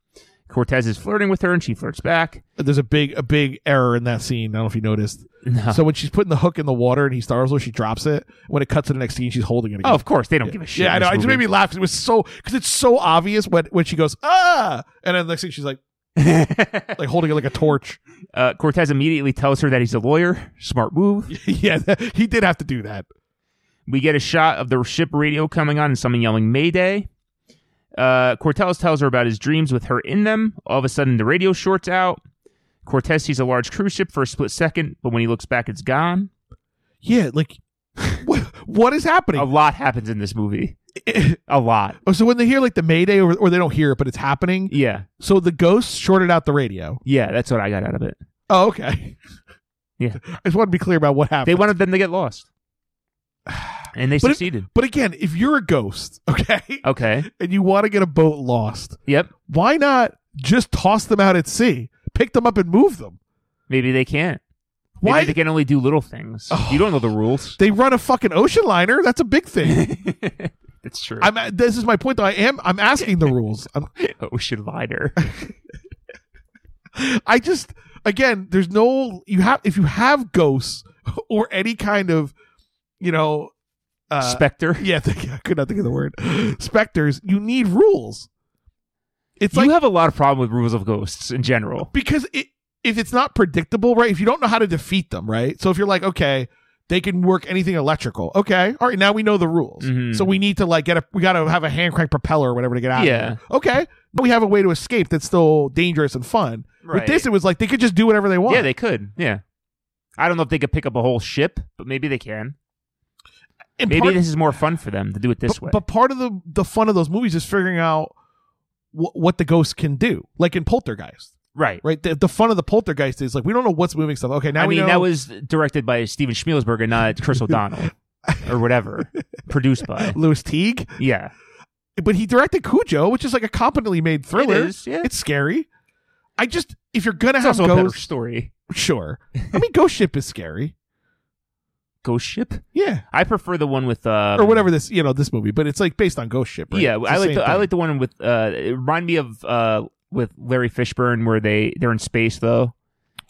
B: Cortez is flirting with her and she flirts back.
A: There's a big a big error in that scene. I don't know if you noticed. So when she's putting the hook in the water and he startles her, she drops it. When it cuts to the next scene, she's holding it. Again.
B: Oh, of course, they don't give a shit.
A: Yeah, I
B: in
A: know.
B: this
A: It just made
B: movie.
A: me laugh. 'cause It was so because it's so obvious when when she goes ah, and then the next thing she's like, like holding it like a torch.
B: Uh, Cortez immediately tells her that he's a lawyer. Smart move.
A: yeah, that- he did have to do that.
B: We get a shot of the ship radio coming on and someone yelling "Mayday." Uh, Cortez tells her about his dreams with her in them. All of a sudden, the radio shorts out. Cortez sees a large cruise ship for a split second, but when he looks back, it's gone.
A: Yeah, like what what is happening?
B: A lot happens in this movie. A lot.
A: Oh, so when they hear like the Mayday, or, or they don't hear it, but it's happening.
B: Yeah.
A: So the ghost shorted out the radio.
B: Yeah, that's what I got out of it.
A: Oh, okay.
B: Yeah.
A: I just want to be clear about what happened.
B: They wanted them to get lost. And they
A: But if-
B: succeeded.
A: but again, if you're a ghost, okay,
B: okay.
A: and you want to get a boat lost,
B: Yep.
A: why not just toss them out at sea, pick them up, and move them?
B: Maybe they can't.
A: Why Oh.
B: Maybe they can only do little things. You don't know the rules.
A: They run a fucking ocean liner. That's a big thing.
B: That's true.
A: I'm. This is my point, though. I am. I'm asking the rules. I'm,
B: ocean liner.
A: I just again, there's no. You have if you have ghosts or any kind of, you know, uh,
B: Spectre.
A: yeah, thank- I could not think of the word. Specters. You need rules. It's
B: you
A: like
B: have a lot of problem with rules of ghosts in general.
A: because it if it's not predictable, right? If you don't know how to defeat them, right? So if you're like, okay, they can work anything electrical. Okay, all right, now we know the rules.
B: Mhm.
A: So we need to like get a we got to have a hand crank propeller or whatever to get out.
B: Yeah.
A: Of there. Okay, now we have a way to escape that's still dangerous and fun.
B: Right.
A: With this, it was like they could just do whatever they want.
B: Yeah, they could. Yeah. I don't know if they could pick up a whole ship, but maybe they can.
A: And
B: Maybe
A: part-
B: this is more fun for them to do it this
A: but,
B: way.
A: but part of the the fun of those movies is figuring out wh- what the ghost can do, like in Poltergeist.
B: right.
A: Right, the, the fun of the poltergeist is like we don't know what's moving stuff. Okay, now
B: I
A: we
B: mean,
A: know
B: that was directed by Steven Spielberg and not Chris O'Donnell or whatever. Produced by.
A: Lewis Teague.
B: Yeah.
A: but he directed Cujo, which is like a competently made thriller.
B: is, yeah.
A: It's scary. I just if you're gonna
B: It's
A: have
B: also a better
A: ghosts,
B: story.
A: sure. I mean, Ghost Ship is scary.
B: Ghost ship?
A: Yeah,
B: I prefer the one with uh
A: or whatever this you know this movie, but it's like based on Ghost Ship. Right?
B: Yeah,
A: It's
B: I like
A: same
B: the, I
A: thing.
B: like the one with uh it remind me of uh with Larry Fishburne where they they're in space though.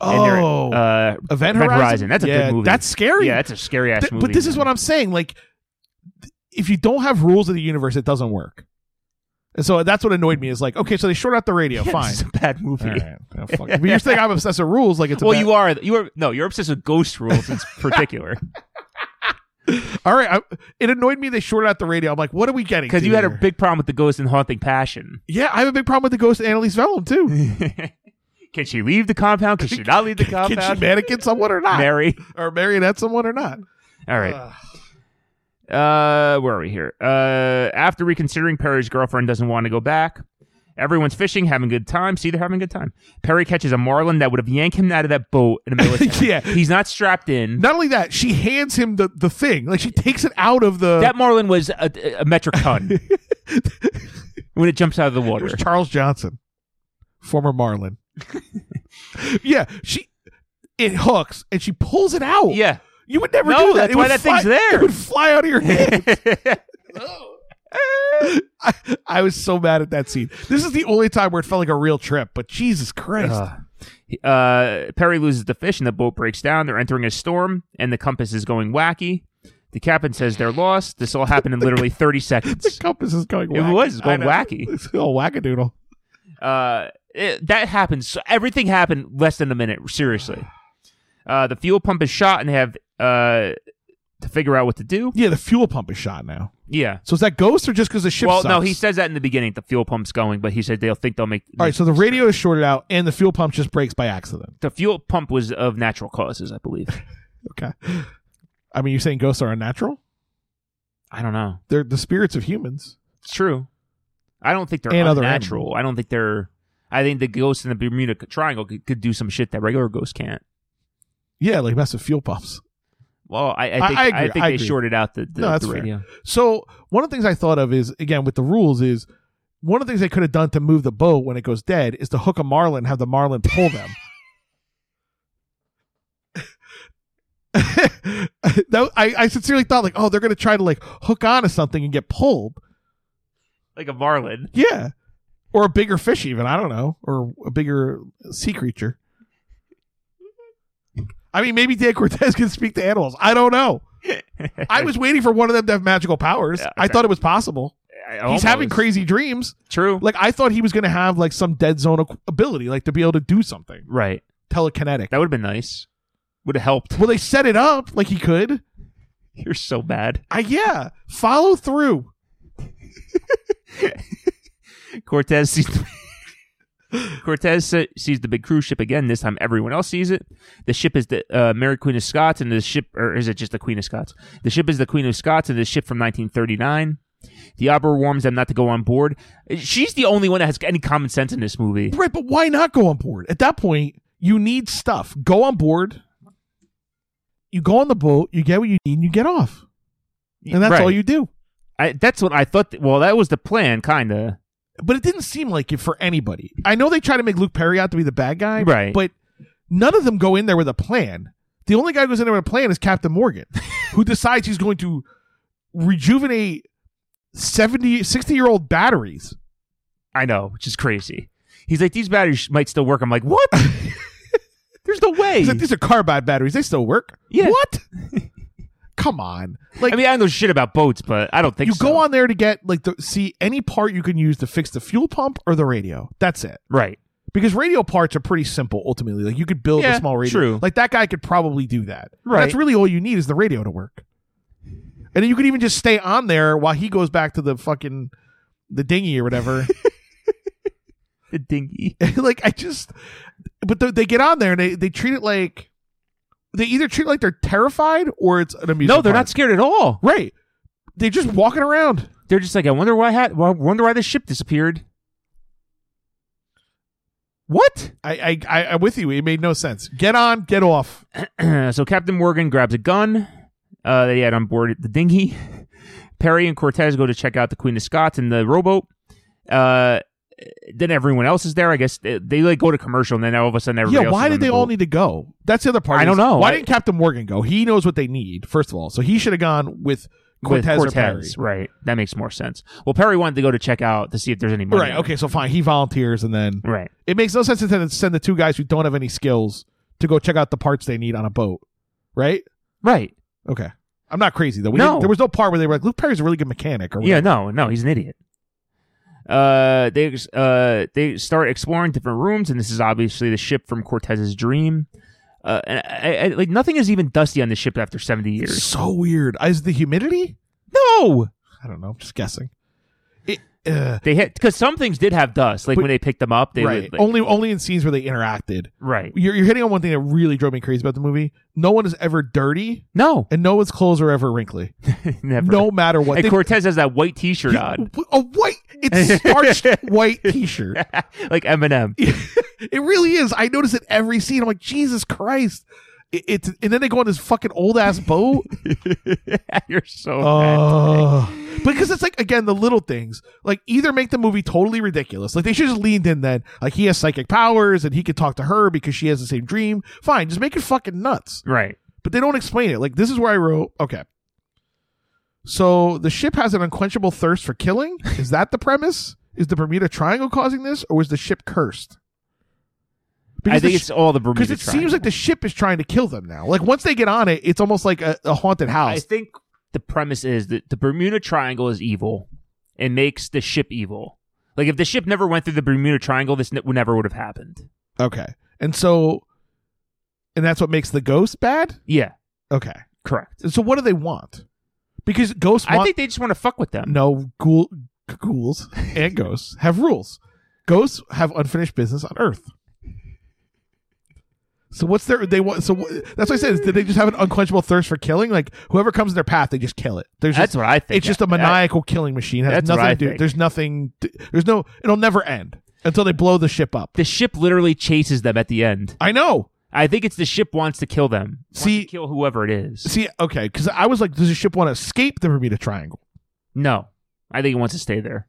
B: and they're,
A: oh
B: uh,
A: Event
B: Event
A: Horizon.
B: Horizon. That's a
A: Yeah,
B: good movie.
A: That's scary.
B: yeah, that's a scary ass
A: Th-
B: movie.
A: But this is what I'm saying. Like, th- if you don't have rules of the universe, it doesn't work. And so that's what annoyed me is like, okay, so they short out the radio. fine.
B: It's a bad movie.
A: All right. Oh, fuck. But you're saying I'm obsessed with rules, like it's a
B: Well,
A: bad-
B: you are you are no, you're obsessed with ghost rules in particular
A: All right, I, it annoyed me they shorted out the radio. I'm like, what are we getting?
B: because
A: to
B: you had a
A: here?
B: big problem with the ghost and haunting passion.
A: yeah. I have a big problem with the ghost of Annalise Vellum too.
B: Can Can she leave the compound? Can she not leave the compound?
A: Can she mannequin someone or not?
B: Mary.
A: or marionette someone or not?
B: All right. Uh, where are we here? Uh, after reconsidering, Perry's girlfriend doesn't want to go back. Everyone's fishing, having a good time. See, they're having a good time. Perry catches a marlin that would have yanked him out of that boat in the middle of the
A: Yeah.
B: He's not strapped in.
A: Not only that, she hands him the, the thing. Like she takes it out of the
B: That marlin was a, a metric ton when it jumps out of the
A: It was
B: water.
A: Charles Johnson, former Marlin. yeah, she it hooks and she pulls it out.
B: Yeah.
A: you would never
B: No,
A: do that.
B: that's
A: It
B: why
A: would
B: that
A: fly-
B: thing's there.
A: It would fly out of your hand. I, I was so mad at that scene. This is the only time where it felt like a real trip. But Jesus Christ,
B: uh, Perry loses the fish and the boat breaks down. They're entering a storm and the compass is going wacky. The captain says they're lost. This all happened in literally 30
A: the
B: seconds.
A: compass is going.
B: It
A: Wacky.
B: was, it's going
A: I know.
B: wacky.
A: It's all wackadoodle.
B: Uh, it, that happens. So everything happened less than a minute, seriously. Uh, the fuel pump is shot and they have uh, to figure out what to do.
A: Yeah, the fuel pump is shot now.
B: Yeah.
A: So is that ghost or just because the ship?
B: Well, no,
A: sucks?
B: he says that in the beginning. The fuel pump's going, but he said they'll think they'll make.
A: All right, so the radio is shorted out, and the fuel pump just breaks by accident.
B: the fuel pump was of natural causes, I believe.
A: Okay. I mean, you're saying ghosts are unnatural?
B: I don't know.
A: They're the spirits of humans.
B: It's true. I don't think they're
A: And other
B: unnatural. I don't think they're. I think the ghosts in the Bermuda Triangle could, could do some shit that regular ghosts can't.
A: Yeah, like massive fuel pumps.
B: Well, I, I
A: I-
B: think
A: I agree.
B: think
A: I
B: they
A: agree.
B: shorted out the, the,
A: No, that's
B: the
A: fair.
B: radio.
A: So one of the things I thought of is again with the rules is one of the things they could have done to move the boat when it goes dead is to hook a marlin, have the marlin pull them. that, I, I sincerely thought like, oh, they're gonna try to like hook onto something and get pulled.
B: Like a marlin.
A: Yeah. Or a bigger fish, even. I don't know. Or a bigger sea creature. I mean, maybe Dan Cortez can speak to animals. I don't know. I was waiting for one of them to have magical powers.
B: Yeah,
A: I thought it was possible. He's having crazy dreams.
B: True.
A: Like, I thought he was going to have, like, some dead zone ac- ability, like, to be able to do something
B: Right.
A: telekinetic.
B: That would have been nice. Would have helped.
A: Well, they set it up like he could.
B: You're so bad.
A: I, yeah. Follow through.
B: Cortez sees Cortez se- sees the big cruise ship again. This time, everyone else sees it. The ship is the uh, Mary Queen of Scots, and the ship, or is it just the Queen of Scots? The ship is the Queen of Scots, and the ship from 1939. The opera warns them not to go on board. She's the only one that has any common sense in this movie.
A: Right. But why not go on board? At that point, you need stuff. Go on board. You go on the boat. You get what you need. and You get off, and that's
B: Right.
A: all you do.
B: I, that's what I thought. th- well, that was the plan, kind of.
A: But it didn't seem like it for anybody. I know they try to make Luke Perry out to be the bad guy,
B: Right.
A: But none of them go in there with a plan. The only guy who goes in there with a plan is Captain Morgan, who decides he's going to rejuvenate 70, 60 year old batteries.
B: I know, which is crazy. He's like, these batteries might still work. I'm like, what? There's no way.
A: He's like, these are carbide batteries. They still work.
B: Yeah.
A: What? Come on. Like,
B: I mean, I know shit about boats, but I don't think
A: you
B: so.
A: go on there to get like the see any part you can use to fix the fuel pump or the radio. That's it.
B: right?
A: Because radio parts are pretty simple ultimately. Like you could build
B: Yeah,
A: a small radio.
B: true.
A: Like that guy could probably do that. And
B: Right.
A: That's really all you need is the radio to work. And then you could even just stay on there while he goes back to the fucking the dinghy or whatever.
B: The dinghy.
A: like I just but they- they get on there and they, they treat it like they either treat it like they're terrified or it's an amusement
B: No, they're not
A: park.
B: scared at all.
A: Right. They're just walking around.
B: They're just like, I wonder why. Had, well, I wonder why the ship disappeared. What?
A: I, I, I, I'm with you. It made no sense. Get on, get off.
B: so Captain Morgan grabs a gun uh, that he had on board the dinghy. Perry and Cortez go to check out the Queen of Scots in the rowboat. Uh, then everyone else is there. I guess they, they like go to commercial, and then all of a sudden everybody.
A: yeah,
B: else is
A: why
B: on
A: did
B: the
A: they all
B: boat.
A: need to go? That's the other part.
B: I
A: is,
B: don't know.
A: Why
B: I-
A: didn't Captain Morgan go? He knows what they need, first of all. So he should have gone with
B: with
A: Cortez, or Perry.
B: Cortez, right? That makes more sense. Well, Perry wanted to go to check out to see if there's any money.
A: Right. Okay. So fine. He volunteers, and then
B: Right.
A: it makes no sense to send the two guys who don't have any skills to go check out the parts they need on a boat. Right.
B: Right.
A: Okay. I'm not crazy though. We
B: No.
A: didn't- There was no part where they were like, "Luke Perry's a really good mechanic." Or
B: Yeah.
A: whatever.
B: No. No. He's an idiot. Uh, they uh they start exploring different rooms, and this is obviously the ship from Cortez's dream. Uh, and I, I, I- like nothing is even dusty on the ship after seventy years.
A: So weird. Is the humidity?
B: No.
A: I don't know. I'm just guessing. It, ugh.
B: They hit because some things did have dust. Like
A: But-
B: when they picked them up, they
A: right.
B: would, like,
A: only only in scenes where they interacted.
B: right.
A: You're, you're hitting on one thing that really drove me crazy about the movie. No one is ever dirty,
B: No,
A: and no one's clothes are ever wrinkly,
B: never.
A: no matter what.
B: and
A: They-
B: Cortez has that white T-shirt on,
A: a white, it's starched white T-shirt.
B: like Eminem.
A: It really is. I notice it every scene. I'm like, Jesus Christ! It, it's and then they go on this fucking old ass boat.
B: You're so bad.
A: Oh, because it's like again the little things. Like either make the movie totally ridiculous. Like they should just leaned in then. Like he has psychic powers and he could talk to her because she has the same dream. Fine, just make it fucking nuts.
B: right.
A: But they don't explain it. Like this is where I wrote. Okay. So the ship has an unquenchable thirst for killing. Is that the premise? Is the Bermuda Triangle causing this, or was the ship cursed?
B: I
A: Because the
B: think
A: sh-
B: it's all the Bermuda.
A: because it seems like the ship is trying to kill them now. Like once they get on it, it's almost like a, a haunted
B: I
A: house.
B: think the premise is that the Bermuda Triangle is evil and makes the ship evil. Like if the ship never went through the Bermuda Triangle, this ne- would never would have happened.
A: okay, and so, and that's what makes the ghost bad.
B: Yeah,
A: Okay,
B: correct.
A: so what do they want? Because ghosts want
B: I think they just want to fuck with them.
A: no ghoul, ghouls and ghosts have rules. Ghosts have unfinished business on Earth. So what's their they want? So wh- that's what I said. Is did they just have an unquenchable thirst for killing? Like whoever comes in their path, they just kill it. There's
B: That's
A: just-
B: what I think.
A: It's just a
B: I- I-
A: maniacal killing machine. It has
B: That's what
A: nothing
B: I
A: to do.
B: think.
A: There's nothing. There's no. It'll never end until they blow the ship up.
B: The ship literally chases them at the end.
A: I know.
B: I think it's the ship wants to kill them. Wants
A: See-
B: to kill whoever it is.
A: See, okay, because I was like, does the ship want to escape the Bermuda Triangle?
B: no, I think it wants to stay there.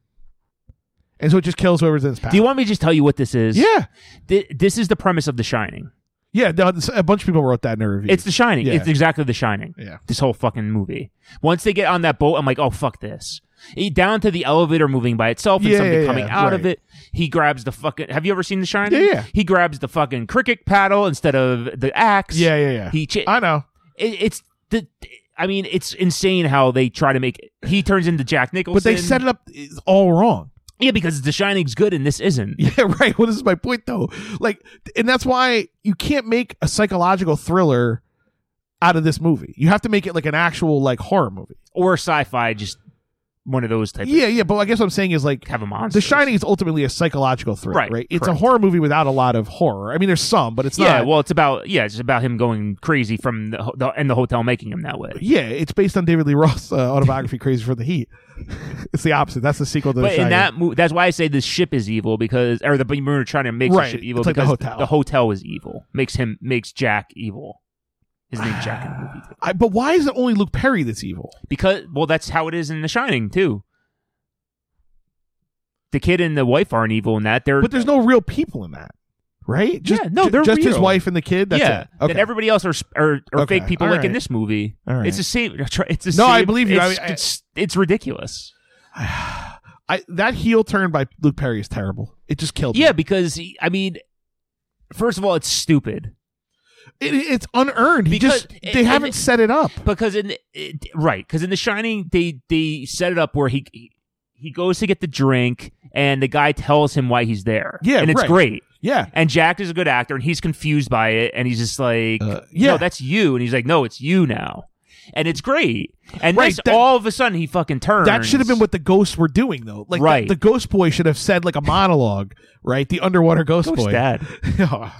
A: And so it just kills whoever's in its path.
B: Do you want me to just tell you what this is?
A: yeah,
B: Th- this is the premise of The Shining.
A: yeah. No, this- a bunch of people wrote that in their review.
B: It's The Shining.
A: Yeah.
B: It's exactly The Shining.
A: Yeah.
B: This whole fucking movie. Once they get on that boat, I'm like, oh fuck this. E- Down to the elevator moving by itself and
A: Yeah,
B: something
A: yeah,
B: coming
A: yeah,
B: out
A: right.
B: of it. He grabs the fucking. Have you ever seen The Shining?
A: Yeah, yeah.
B: He grabs the fucking cricket paddle instead of the axe.
A: yeah, yeah, yeah.
B: He. Ch-
A: I know.
B: it, it's the. I mean, it's insane how they try to make. He turns into Jack Nicholson.
A: But they set it up it's all wrong.
B: Yeah, because The Shining's good and this isn't.
A: Yeah, right. Well, this is my point though. Like, and that's why you can't make a psychological thriller out of this movie. You have to make it like an actual like horror movie.
B: Or sci-fi, just one of those type.
A: Yeah, yeah. But I guess what I'm saying is like
B: Have a monster.
A: The Shining is ultimately a psychological thriller,
B: Right,
A: right? It's a
B: correct.
A: horror movie without a lot of horror. I mean, there's some, but it's
B: Yeah,
A: not.
B: well, it's about yeah, it's about him going crazy from the, ho- the and the hotel making him that way.
A: yeah, it's based on David Lee Roth's uh, autobiography, Crazy for the Heat. it's the opposite. That's the sequel to The
B: But
A: Shining.
B: in that movie, that's why I say the ship is evil because, or the Bermuda trying to make
A: Right,
B: the ship evil
A: it's like the
B: because
A: hotel.
B: is evil. Makes him makes Jack evil. His name Jack in the movie too.
A: I, but why is it only Luke Perry that's evil?
B: because well, that's how it is in The Shining too. The kid and the wife aren't evil in that. They're
A: But there's no real people in that, right? Just,
B: Yeah, no,
A: ju-
B: they're
A: just his
B: real.
A: wife and the kid. That's
B: yeah.
A: it. Okay.
B: Then everybody else are s- are, are
A: Okay,
B: fake people
A: all
B: like in
A: right.
B: this movie.
A: All right.
B: It's the same. It's the
A: No, I
B: same-
A: believe you.
B: It's,
A: I- I-
B: it's it's ridiculous.
A: I, that heel turn by Luke Perry is terrible. It just killed. me.
B: Yeah, because he- I mean, first of all, it's stupid
A: It, it's unearned. He
B: Because-
A: just they
B: and-
A: haven't set it up.
B: because in it, right because in The Shining they they set it up where he he goes to get the drink and the guy tells him why he's there.
A: Yeah,
B: and it's
A: right.
B: great.
A: Yeah,
B: And Jack is a good actor and he's confused by it and he's just like,
A: Uh, yeah.
B: no, that's you. And he's like, no, it's you now. And it's great. And
A: Right,
B: this,
A: that-
B: all of a sudden he fucking turns.
A: that should have been what the ghosts were doing though. Like the-
B: Right.
A: the, ghost boy should have said like a monologue, right? The underwater ghost,
B: Ghost
A: boy.
B: dad.
A: oh.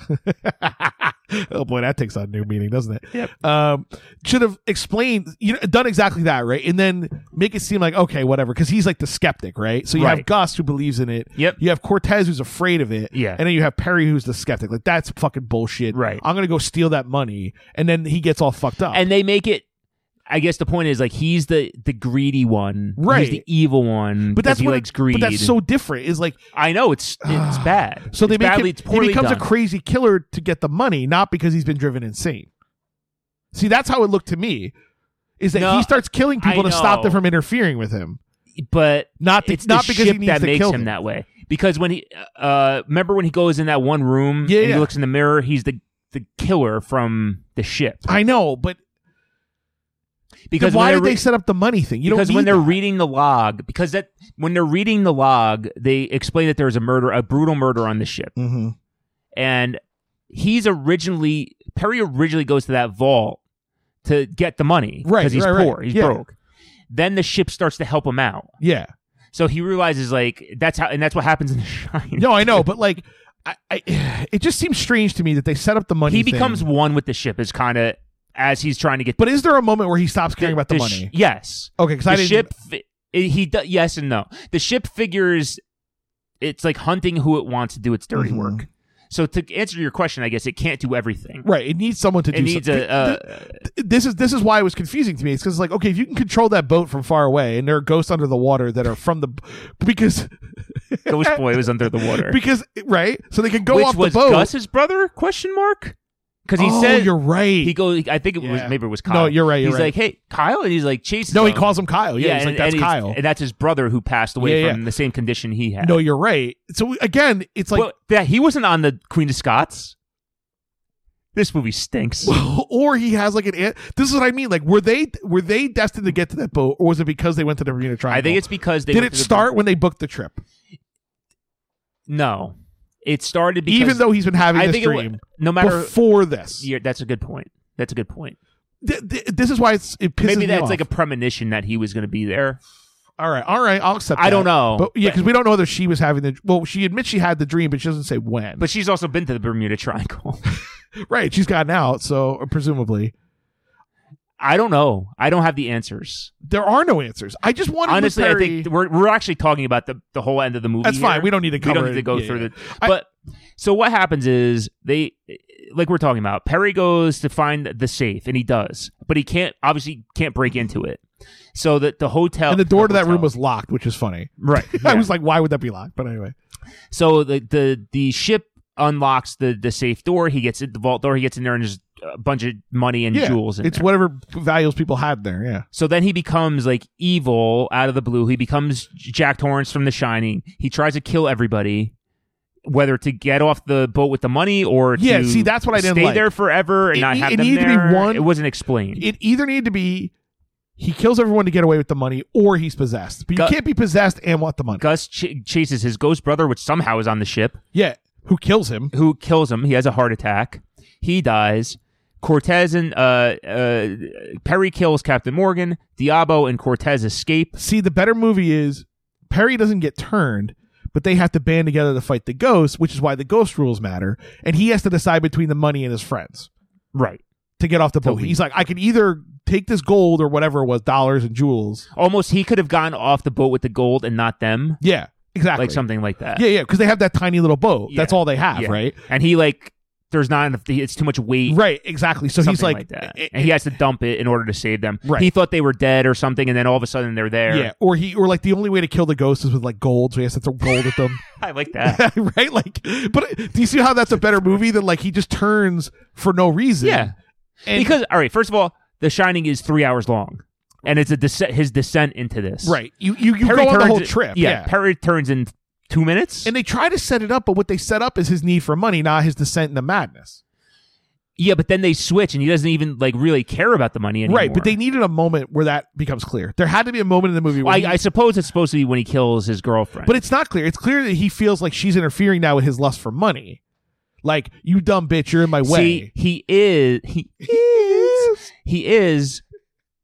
A: Oh, boy, that takes on new meaning, doesn't it? Yep. Um, should have explained, you know, done exactly that, right? And then make it seem like okay, whatever, because he's like the skeptic, right? So you
B: Right.
A: have Gus who believes in it.
B: Yep.
A: You have Cortez who's afraid of it.
B: Yeah.
A: And then you have Perry who's the skeptic. Like that's fucking bullshit.
B: Right.
A: I'm gonna go steal that money, and then he gets all fucked up.
B: and they make it. I guess the point is like he's the the greedy one,
A: Right.
B: He's the evil one,
A: but
B: because
A: that's
B: he
A: what-
B: likes greed.
A: But that's so different. Is like
B: I know it's it's bad.
A: so they
B: it's
A: make
B: badly,
A: him,
B: it's
A: he
B: poorly
A: becomes
B: done.
A: a crazy killer to get the money, not because he's been driven insane. See, that's how it looked to me. Is that
B: No,
A: he starts killing
B: I
A: people to stop them
B: know.
A: from interfering with him?
B: but
A: Not the-
B: it's
A: not
B: the
A: because
B: ship
A: he needs
B: that
A: to
B: makes
A: kill
B: him
A: them.
B: that way. Because when he uh remember when he goes in that one room
A: Yeah,
B: and he
A: yeah.
B: looks in the mirror, he's the the killer from the ship.
A: I know, but
B: Because
A: then why
B: when
A: did
B: re-
A: they set up the money thing? You
B: because
A: don't
B: when
A: need
B: they're
A: that.
B: reading the log, because that when they're reading the log, they explain that there was a murder, a brutal murder on the ship.
A: Mhm.
B: and he's originally Perry originally goes to that vault to get the money
A: Right,
B: he's
A: right, right.
B: poor, he's
A: Yeah.
B: broke. Then the ship starts to help him out.
A: yeah,
B: So he realizes like that's how, and that's what happens in The Shining.
A: No, I know, but like, I, I, it just seems strange to me that they set up the money.
B: he
A: thing.
B: becomes one with the ship is kind of as he's trying to get.
A: But is there a moment where he stops caring about the,
B: sh-
A: money?
B: yes,
A: okay, because I
B: the
A: didn't.
B: ship. Fi- eh, he do- yes and no. The ship figures it's like hunting who it wants to do its dirty
A: Mhm.
B: work. So to answer your question, I guess it can't do everything.
A: Right, it needs someone to
B: It
A: do.
B: needs
A: something.
B: a, uh,
A: this is this is why it was confusing to me. It's because like okay, if you can control that boat from far away, and there are ghosts under the water that are from the because
B: ghost boy was under the water.
A: because right, so they can go
B: Which
A: off
B: was
A: the boat.
B: Gus's brother? Question mark? Because he
A: oh,
B: said
A: you're right.
B: he goes. I think it was
A: Yeah.
B: maybe it was
A: No,
B: Kyle.
A: you're right, you're
B: he's
A: right.
B: like, hey, Kyle, and he's like chasing.
A: no, he calls him Kyle. Oh, Yeah, he's
B: and,
A: like that's
B: and
A: Kyle.
B: and that's his brother who passed away
A: Yeah,
B: from the same condition he had.
A: no, you're right. So again, it's like
B: Well, that he wasn't on the Queen of Scots. This movie stinks.
A: or he has like an an- this is what I mean. Like were they were they destined to get to that boat, or was it because they went to the Bermuda Triangle?
B: I think it's because they
A: did
B: went
A: it
B: to the-
A: start when they booked the trip,
B: No, it started because
A: even though he's been having
B: I
A: this
B: think it wa-
A: dream
B: no matter.
A: before this.
B: yeah, that's a good point. That's a good point.
A: Th- th- this is why it's, it pisses
B: Maybe
A: me
B: that's
A: off.
B: like a premonition that he was going to be there.
A: all right, all right. I'll accept.
B: I
A: that.
B: don't know.
A: but yeah, because we don't know whether she was having the well. She admits she had the dream, but she doesn't say when.
B: But she's also been to the Bermuda Triangle.
A: right, she's gotten out, so uh, presumably
B: I don't know. I don't have the answers.
A: there are no answers. I just wanted
B: Honestly,
A: Luke
B: I
A: Perry-
B: think we're we're actually talking about the, the whole end of the movie.
A: That's fine.
B: here.
A: We don't need to
B: We
A: cover
B: don't need
A: it.
B: to go
A: Yeah,
B: through
A: yeah.
B: the.
A: I-
B: But so what happens is they, like we're talking about, Perry goes to find the safe, and he does, but he can't obviously can't break into it. So that the hotel
A: and the door to that room
B: hotel-
A: was locked, which is funny.
B: right.
A: I
B: yeah.
A: was like, why would that be locked? But anyway,
B: So the the the ship unlocks the the safe door. He gets it, the vault door. He gets in there and there's a bunch of money and
A: yeah,
B: jewels. In
A: it's
B: there.
A: whatever values people had there. Yeah.
B: So then he becomes like evil out of the blue. He becomes Jack Torrance from The Shining. He tries to kill everybody, whether to get off the boat with the money or
A: Yeah,
B: to
A: see, that's what I didn't
B: stay
A: like.
B: there forever and
A: It
B: not
A: ne-
B: have
A: it
B: them
A: needed to be
B: there.
A: one-
B: It wasn't explained.
A: it either needed to be he kills everyone to get away with the money or he's possessed but you
B: Gu-
A: can't be possessed and want the money
B: Gus ch- chases his ghost brother, which somehow is on the ship,
A: yeah who kills him
B: who kills him. He has a heart attack. He dies. Cortez and uh, uh, Perry kills Captain Morgan. Diabo and Cortez escape.
A: see the better movie is perry doesn't get turned but they have to band together to fight the ghost which is why the ghost rules matter and he has to decide between the money and his friends
B: Right.
A: to get off the boat
B: leave.
A: he's like i can either take this gold or whatever it was dollars and jewels
B: Almost he could have gone off the boat with the gold and not them.
A: yeah exactly
B: like something like that.
A: yeah yeah because they have that tiny little boat
B: Yeah.
A: that's all they have
B: Yeah.
A: right
B: And he like there's not enough. It's too much weight.
A: right exactly so
B: something
A: he's like, eh,
B: that,
A: it-
B: and he has to dump it in order to save them.
A: Right.
B: He thought they were dead or something, and then all of a sudden they're there.
A: Yeah, or he or like the only way to kill the ghost is with like gold, so he has to throw gold at them,
B: I like that.
A: right? Like, but do you see how that's a better movie than like he just turns for no reason?
B: yeah,
A: and,
B: because all right. First of all, The Shining is three hours long, and it's a descent, his descent into this.
A: right, you you, you
B: Perry
A: go on
B: turns
A: the whole
B: it-
A: trip,
B: Yeah,
A: yeah.
B: Perry turns in two minutes.
A: and they try to set it up, but what they set up is his need for money, not his descent into madness.
B: yeah, but then they switch, and he doesn't even like really care about the money anymore.
A: Right, but they needed a moment where that becomes clear. There had to be a moment in the movie, where
B: Well,
A: he-
B: I, I suppose it's supposed to be when he kills his girlfriend.
A: but it's not clear. It's clear that he feels like she's interfering now with his lust for money. Like you dumb bitch, you're in my
B: see,
A: way.
B: he is he he is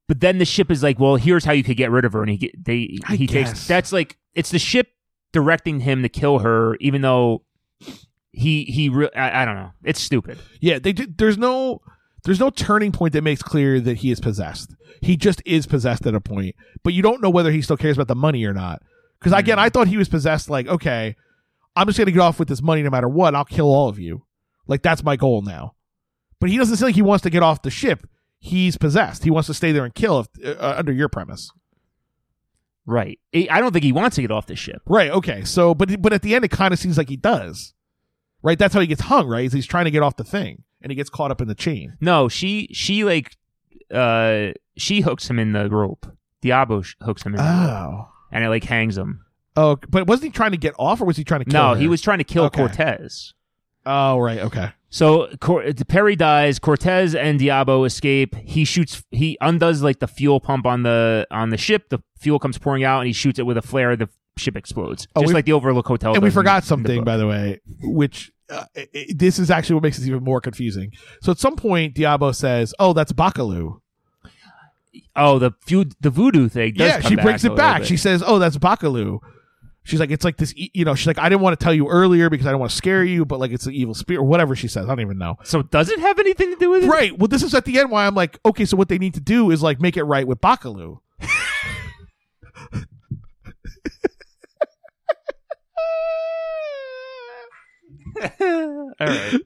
B: but then the ship is like well here's how you could get rid of her and he get, they
A: I
B: he takes
A: guess.
B: that's like it's the ship directing him to kill her even though he he re- I, I don't know it's stupid
A: Yeah, they do, there's no there's no turning point that makes clear that he is possessed. He just is possessed at a point, but you don't know whether he still cares about the money or not. Because again, I thought he was possessed. Like, okay, I'm just gonna get off with this money no matter what. I'll kill all of you. Like that's my goal now. But he doesn't seem like he wants to get off the ship. He's possessed. He wants to stay there and kill if, uh, under your premise.
B: right I I don't think he wants to get off the ship
A: Right. Okay. So, but but at the end, it kind of seems like he does. Right. That's how he gets hung. Right. Is he's trying to get off the thing and he gets caught up in the chain.
B: no she she like uh she hooks him in the rope Diablo sh- hooks him in the rope,
A: Oh.
B: and it like hangs him
A: Oh, but wasn't he trying to get off, or was he trying to kill?
B: no
A: her?
B: he was trying to kill
A: Okay.
B: Cortez
A: Oh, right. Okay.
B: So Cor- Perry dies. Cortez and Diabo escape. He shoots. He undoes like the fuel pump on the on the ship. The fuel comes pouring out, and he shoots it with a flare. The ship explodes,
A: Oh,
B: just
A: we-
B: like the Overlook Hotel.
A: And we
B: does in- in
A: forgot
B: the
A: something,
B: book.
A: by the way, which uh, i i- this is actually what makes this even more confusing. So at some point, Diablo says, "Oh, that's Bakalu."
B: oh, the few the voodoo thing. Does
A: yeah,
B: come
A: she brings
B: a
A: it
B: little
A: back.
B: bit.
A: She says, "Oh, that's Bakalu." She's like, "It's like this, e- you know." She's like, "I didn't want to tell you earlier because I don't want to scare you, but like it's an evil spirit, or whatever." She says, "I don't even know."
B: so does it have anything to do with it?
A: Right. Well, this is at the end why I'm like, okay, so what they need to do is like make it right with Bakalu.
B: All right.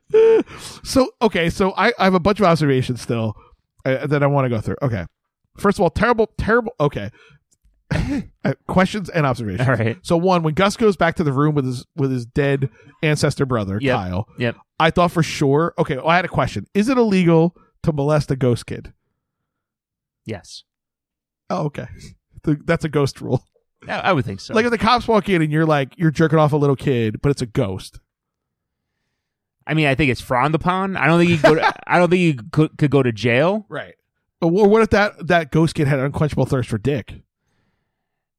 A: So okay, so I, I have a bunch of observations still uh, that I want to go through. Okay, first of all, terrible, terrible. Okay, Uh, questions and observations.
B: All right.
A: So one, when Gus goes back to the room with his with his dead ancestor brother
B: Yep.
A: Kyle,
B: Yep.
A: I thought for sure. Okay, well, I had a question: Is it illegal to molest a ghost kid?
B: Yes.
A: Oh, okay, Th- that's a ghost rule.
B: I, I would think so.
A: Like if the cops walk in and you're like you're jerking off a little kid, but it's a ghost.
B: I mean, I think it's frowned upon. I don't think you go. To, I don't think you could, could go to jail.
A: Right. Or what if that that ghost kid had an unquenchable thirst for dick?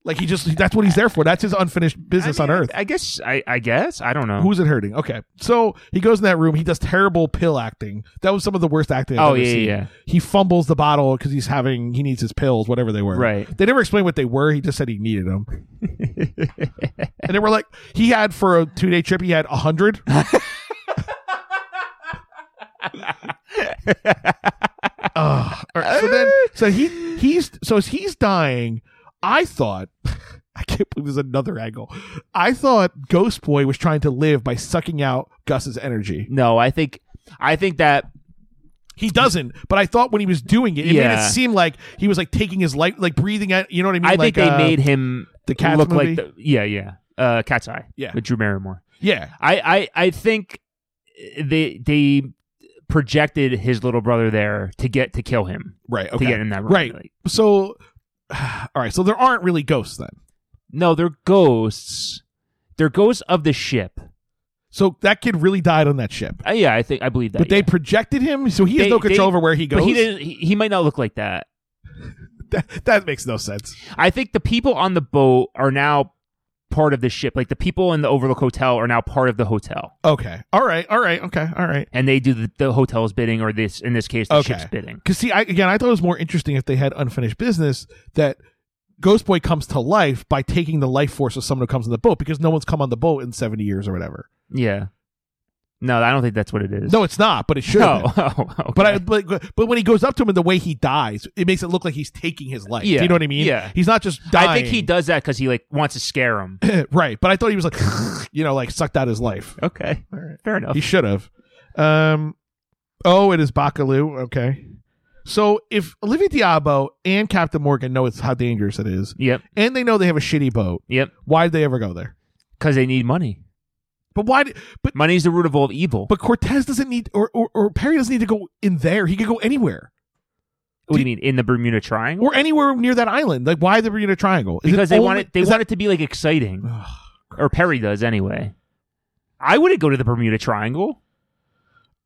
A: Like he just that's what he's there for. That's his unfinished business
B: I mean,
A: on earth.
B: I, I guess. I, I guess. I don't know.
A: Who's it hurting? Okay. So he goes in that room. He does terrible pill acting. That was some of the worst acting I've
B: Oh,
A: ever
B: yeah,
A: seen.
B: yeah.
A: He fumbles the bottle because he's having, he needs his pills, whatever they were.
B: Right.
A: They never explained what they were. He just said he needed them. and they were like, he had for a two day trip, he had a 100. Ugh. All right, so then, so he he's so as he's dying, I thought, I can't believe there's another angle. I thought Ghost Boy was trying to live by sucking out Gus's energy.
B: No, I think. I think that
A: He doesn't, but I thought when he was doing it, it made
B: Yeah.
A: it seem like he was like taking his life, like breathing out. You know what I mean?
B: I
A: like,
B: think they
A: uh,
B: made him
A: the Cats
B: look
A: movie?
B: like the, yeah, yeah, uh, Cat's Eye,
A: Yeah.
B: with Drew Barrymore.
A: yeah,
B: I, I, I think they they projected his little brother there to get to kill him
A: right,
B: to
A: okay,
B: get in that room.
A: right.
B: Like,
A: So, all right, so there aren't really ghosts then.
B: no, they're ghosts. They're ghosts of the ship.
A: So that kid really died on that ship,
B: Uh, yeah, I think I believe that.
A: but they
B: yeah.
A: projected him, so he has
B: They-
A: no control
B: they-
A: over where he goes.
B: But he, didn't, he he might not look like that.
A: that, that makes no sense.
B: I think the people on the boat are now part of the ship. Like the people in the Overlook Hotel are now part of the hotel,
A: Okay, all right, all right, okay, all right.
B: and they do the, the hotel's bidding, or this in this case, the ship's bidding.
A: Because see, I, again, I thought it was more interesting if they had unfinished business that Ghost Boy comes to life by taking the life force of someone who comes on the boat because no one's come on the boat in seventy years or whatever.
B: Yeah. No, I don't think that's what it is.
A: No, it's not, but it should. have
B: Oh,
A: been.
B: oh, okay.
A: But I but, but when he goes up to him and the way he dies, it makes it look like he's taking his life. Do
B: Yeah,
A: you know what I mean?
B: yeah.
A: He's not just dying.
B: I think he does that because he like wants to scare him.
A: right, but I thought he was like, you know, like sucked out his life.
B: okay, fair enough.
A: He should have. Um, oh, it is Bakalu. Okay. So if Olivia Diabo and Captain Morgan know it's how dangerous it is,
B: Yep,
A: and they know they have a shitty boat,
B: yep.
A: why'd they ever go there?
B: Because they need money.
A: But why? Did, but
B: Money's the root of all evil.
A: but Cortez doesn't need, or, or or Perry doesn't need to go in there. He could go anywhere
B: what do you mean in the Bermuda Triangle?
A: or anywhere near that island. Like why the Bermuda Triangle? Is it
B: because they
A: only-
B: want it. They
A: is
B: want
A: that-
B: it to be like exciting, or Perry does anyway. I wouldn't go to the Bermuda Triangle.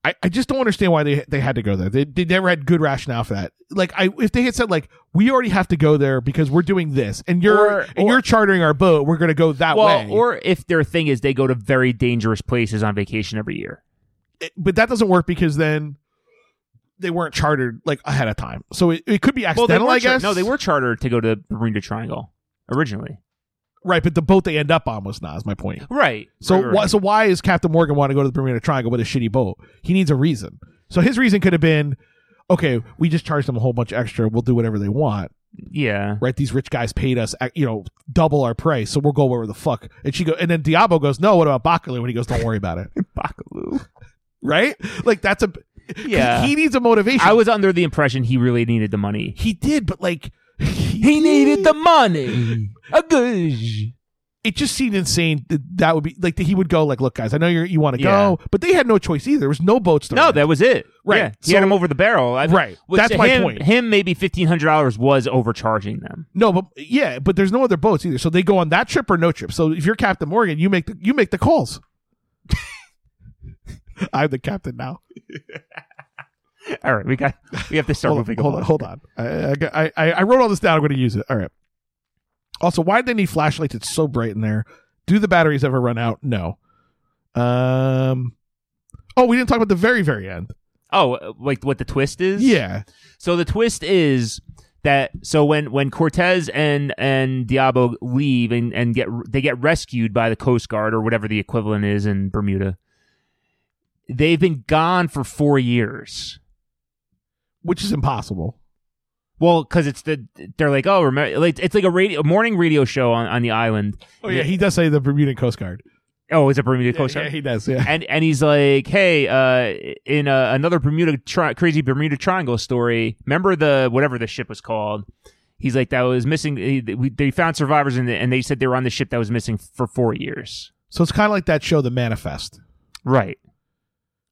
A: I, I just don't understand why they they had to go there. They, they never had good rationale for that. Like I if they had said like we already have to go there because we're doing this and you're
B: Or-
A: and
B: or-
A: you're chartering our boat, we're gonna go that
B: well,
A: way.
B: or if their thing is they go to very dangerous places on vacation every year.
A: It- but that doesn't work because then they weren't chartered like ahead of time. So it, it could be
B: they
A: accidental,
B: were
A: I guess.
B: no, they were chartered to go to the Bermuda Triangle originally.
A: right, but the boat they end up on was not. Is my point.
B: Right.
A: So
B: Right, right,
A: why so why is Captain Morgan want to go to the Bermuda Triangle with a shitty boat? He needs a reason. So his reason could have been, okay, we just charged them a whole bunch extra. We'll do whatever they want.
B: right. Yeah.
A: right? These rich guys paid us, uh, you know, double our price, so we'll go wherever the fuck. And she go, and then Diablo goes, no, what about Bacalou? And he goes, don't worry about it,
B: Bakaloo.
A: right? Like that's a 'cause
B: Yeah.
A: He needs a motivation.
B: I was under the impression he really needed the money.
A: he did, but like
B: He needed the money. A goosh.
A: It just seemed insane that that would be like that he would go like, look, guys, I know you you want to go, but they had no choice either. There was no boats. To
B: No,
A: rent.
B: that was it.
A: Right.
B: Yeah. He had
A: So-
B: him over the barrel. I-
A: Right.
B: which
A: That's
B: to
A: my
B: him-
A: point.
B: Him maybe fifteen hundred dollars was overcharging them.
A: no, but yeah, but there's no other boats either. So they go on that trip or no trip. So if you're Captain Morgan, you make the you make the calls. I'm the captain now.
B: All right, we got we have to start
A: hold on,
B: moving
A: hold on,
B: along.
A: hold on. I, I, got- I, I- I wrote all this down. I'm going to use it. All right. Also, why did they need flashlights? It's so bright in there. Do the batteries ever run out? No. Um. Oh, we didn't talk about the very, very end.
B: uh, Oh, like what the twist is?
A: Yeah.
B: So the twist is that so when when Cortez and and Diablo leave and and get they get rescued by the Coast Guard or whatever the equivalent is in Bermuda, they've been gone for four years.
A: which is impossible.
B: Well, because it's the they're like oh remember like it's like a radio morning radio show on, on the island.
A: Oh yeah, he does say the Bermudan Coast Guard.
B: Oh, it's a Bermuda Coast Guard.
A: Yeah, he does. Yeah,
B: and and he's like, hey, uh, in uh, another Bermuda tri- crazy Bermuda Triangle story, remember the whatever the ship was called? He's like that was missing. He, we, they found survivors in the, and they said they were on the ship that was missing for four years.
A: so it's kind of like that show, The Manifest.
B: Right,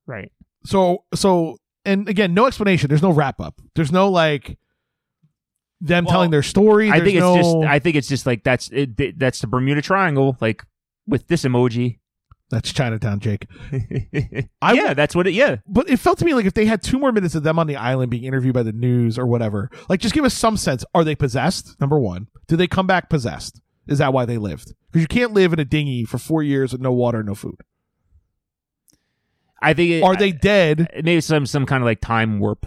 B: right.
A: So so and again, no explanation. There's no wrap up. There's no like them telling their story.
B: I
A: There's
B: think it's
A: no-
B: just I think it's just like that's it, th- that's the Bermuda Triangle, like with this emoji.
A: that's Chinatown, Jake.
B: I
A: I
B: yeah, that's what it. Yeah,
A: But it felt to me like if they had two more minutes of them on the island being interviewed by the news or whatever, like just give us some sense. Are they possessed? Number one, did they come back possessed? Is that why they lived? Because you can't live in a dinghy for four years with no water, no food.
B: I think. It,
A: Are they dead?
B: maybe some some kind of like time warp?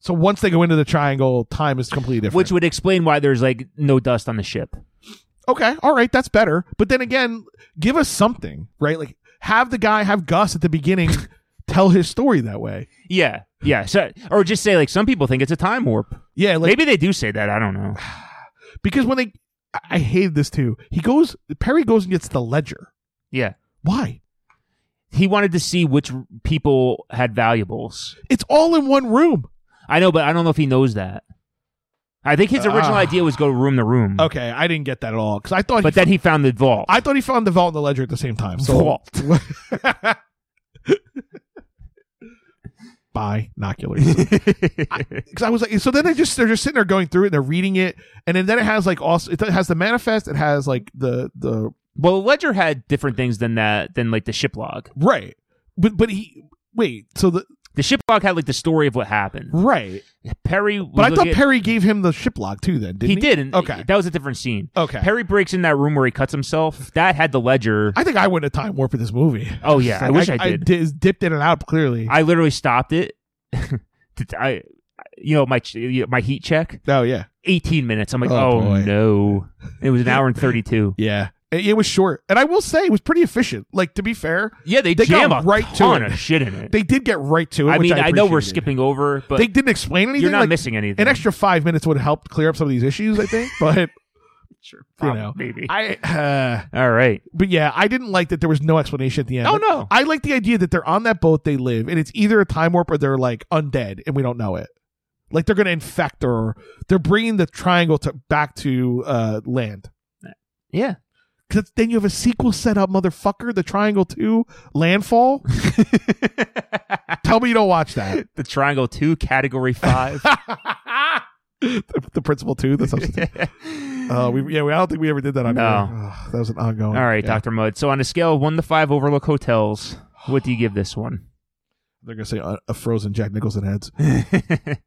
A: So once they go into the triangle, time is completely different.
B: Which would explain why there's like no dust on the ship.
A: okay, all right, that's better. But then again, give us something, right? Like have the guy have Gus at the beginning tell his story that way.
B: Yeah, yeah. So, or just say like some people think it's a time warp.
A: Yeah, like
B: Maybe they do say that. I don't know.
A: because when they, I, I hated this too. He goes, Perry goes and gets the ledger.
B: Yeah,
A: Why?
B: he wanted to see which r- people had valuables.
A: It's all in one room.
B: I know, but I don't know if he knows that. I think his original idea was go room to room,
A: Ah. Okay, I didn't get that at all because I thought
B: but
A: he,
B: then he found the vault.
A: I thought he found the vault and the ledger at the same time. So
B: vault.
A: binoculars. because I was like, so then they just they're just sitting there going through it and they're reading it, and then, then it has like also it has the manifest, it has like the the
B: well, Ledger had different things than that than like the ship log.
A: right, but but he wait so the
B: The ship log had like the story of what happened.
A: right,
B: Perry, was
A: but I thought
B: looking at-
A: Perry gave him the ship log too. Then didn't
B: he
A: he,
B: did. And
A: Okay,
B: that was a different scene.
A: Okay.
B: Perry breaks in that room where he cuts himself. That had the Ledger.
A: I think I went a time warp with this movie.
B: oh yeah, I
A: Like,
B: wish I, did.
A: dipped in and out clearly.
B: I literally stopped it. Did I, you know, my ch- my heat check,
A: oh yeah,
B: eighteen minutes. I'm like, oh,
A: Oh, boy.
B: no, it was an hour and thirty two.
A: yeah. It, it was short, and I will say it was pretty efficient. Like to be fair,
B: Yeah, they,
A: They got
B: jam a
A: right to
B: ton
A: it.
B: of shit in it.
A: they did get right to it.
B: I
A: which
B: mean, I, know we're
A: appreciated.
B: skipping over, but
A: They didn't explain anything.
B: you're not
A: like,
B: missing anything.
A: an extra five minutes would help clear up some of these issues, I think. But
B: sure,
A: you know,
B: Oh, maybe.
A: I, uh,
B: All right,
A: but yeah, I didn't like that there was no explanation at the end.
B: Oh,
A: But
B: no.
A: I like the idea that they're on that boat, they live, and it's either a time warp or they're like undead, and we don't know it. Like they're going to infect or they're bringing the triangle to back to uh, land.
B: yeah,
A: Because then you have a sequel set up, motherfucker. The Triangle Two, Landfall. Tell me you don't watch that.
B: the Triangle Two, Category Five.
A: the, the principal two, the substitute. Oh, we yeah, we, I don't think we ever did that on.
B: No.
A: here. Ugh, that was an ongoing.
B: All right,
A: yeah.
B: Doctor Mudd. So on a scale of one to five, Overlook hotels, what do you give this one?
A: They're gonna say uh, a frozen Jack Nicholson heads. this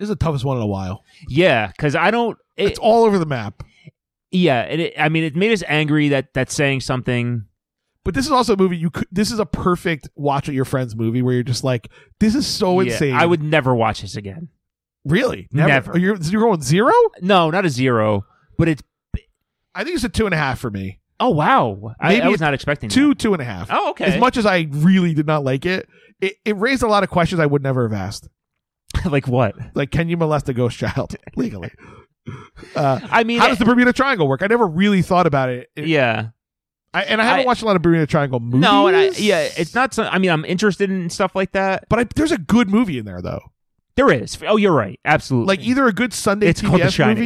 A: is the toughest one in a while.
B: yeah, because I don't. it-
A: It's all over the map.
B: yeah, and it, I mean, it made us angry that that's saying something.
A: But this is also a movie you could. This is a perfect watch at your friends movie where you're just like, this is so
B: Yeah,
A: Oh, insane.
B: I would never watch this again.
A: really
B: Never.
A: Oh, You're, you're going zero?
B: No, not a zero, but it's
A: I think it's a two and a half for me.
B: oh wow. I,
A: Maybe
B: I was
A: it's
B: not expecting
A: Two, two and a half.
B: That. Oh okay.
A: As much as I really did not like it, it, it raised a lot of questions I would never have asked.
B: like what?
A: Like, can you molest a ghost child legally?
B: I mean,
A: How does the Bermuda Triangle work? I never really thought about it. It-
B: yeah.
A: I, and I haven't
B: I-
A: watched a lot of Bermuda Triangle movies.
B: No, and I, yeah, it's not. So, I mean, I'm interested in stuff like that.
A: But I, there's a good movie in there though.
B: There is. Oh, you're right. Absolutely.
A: Like either a good Sunday
B: It's called The
A: TBS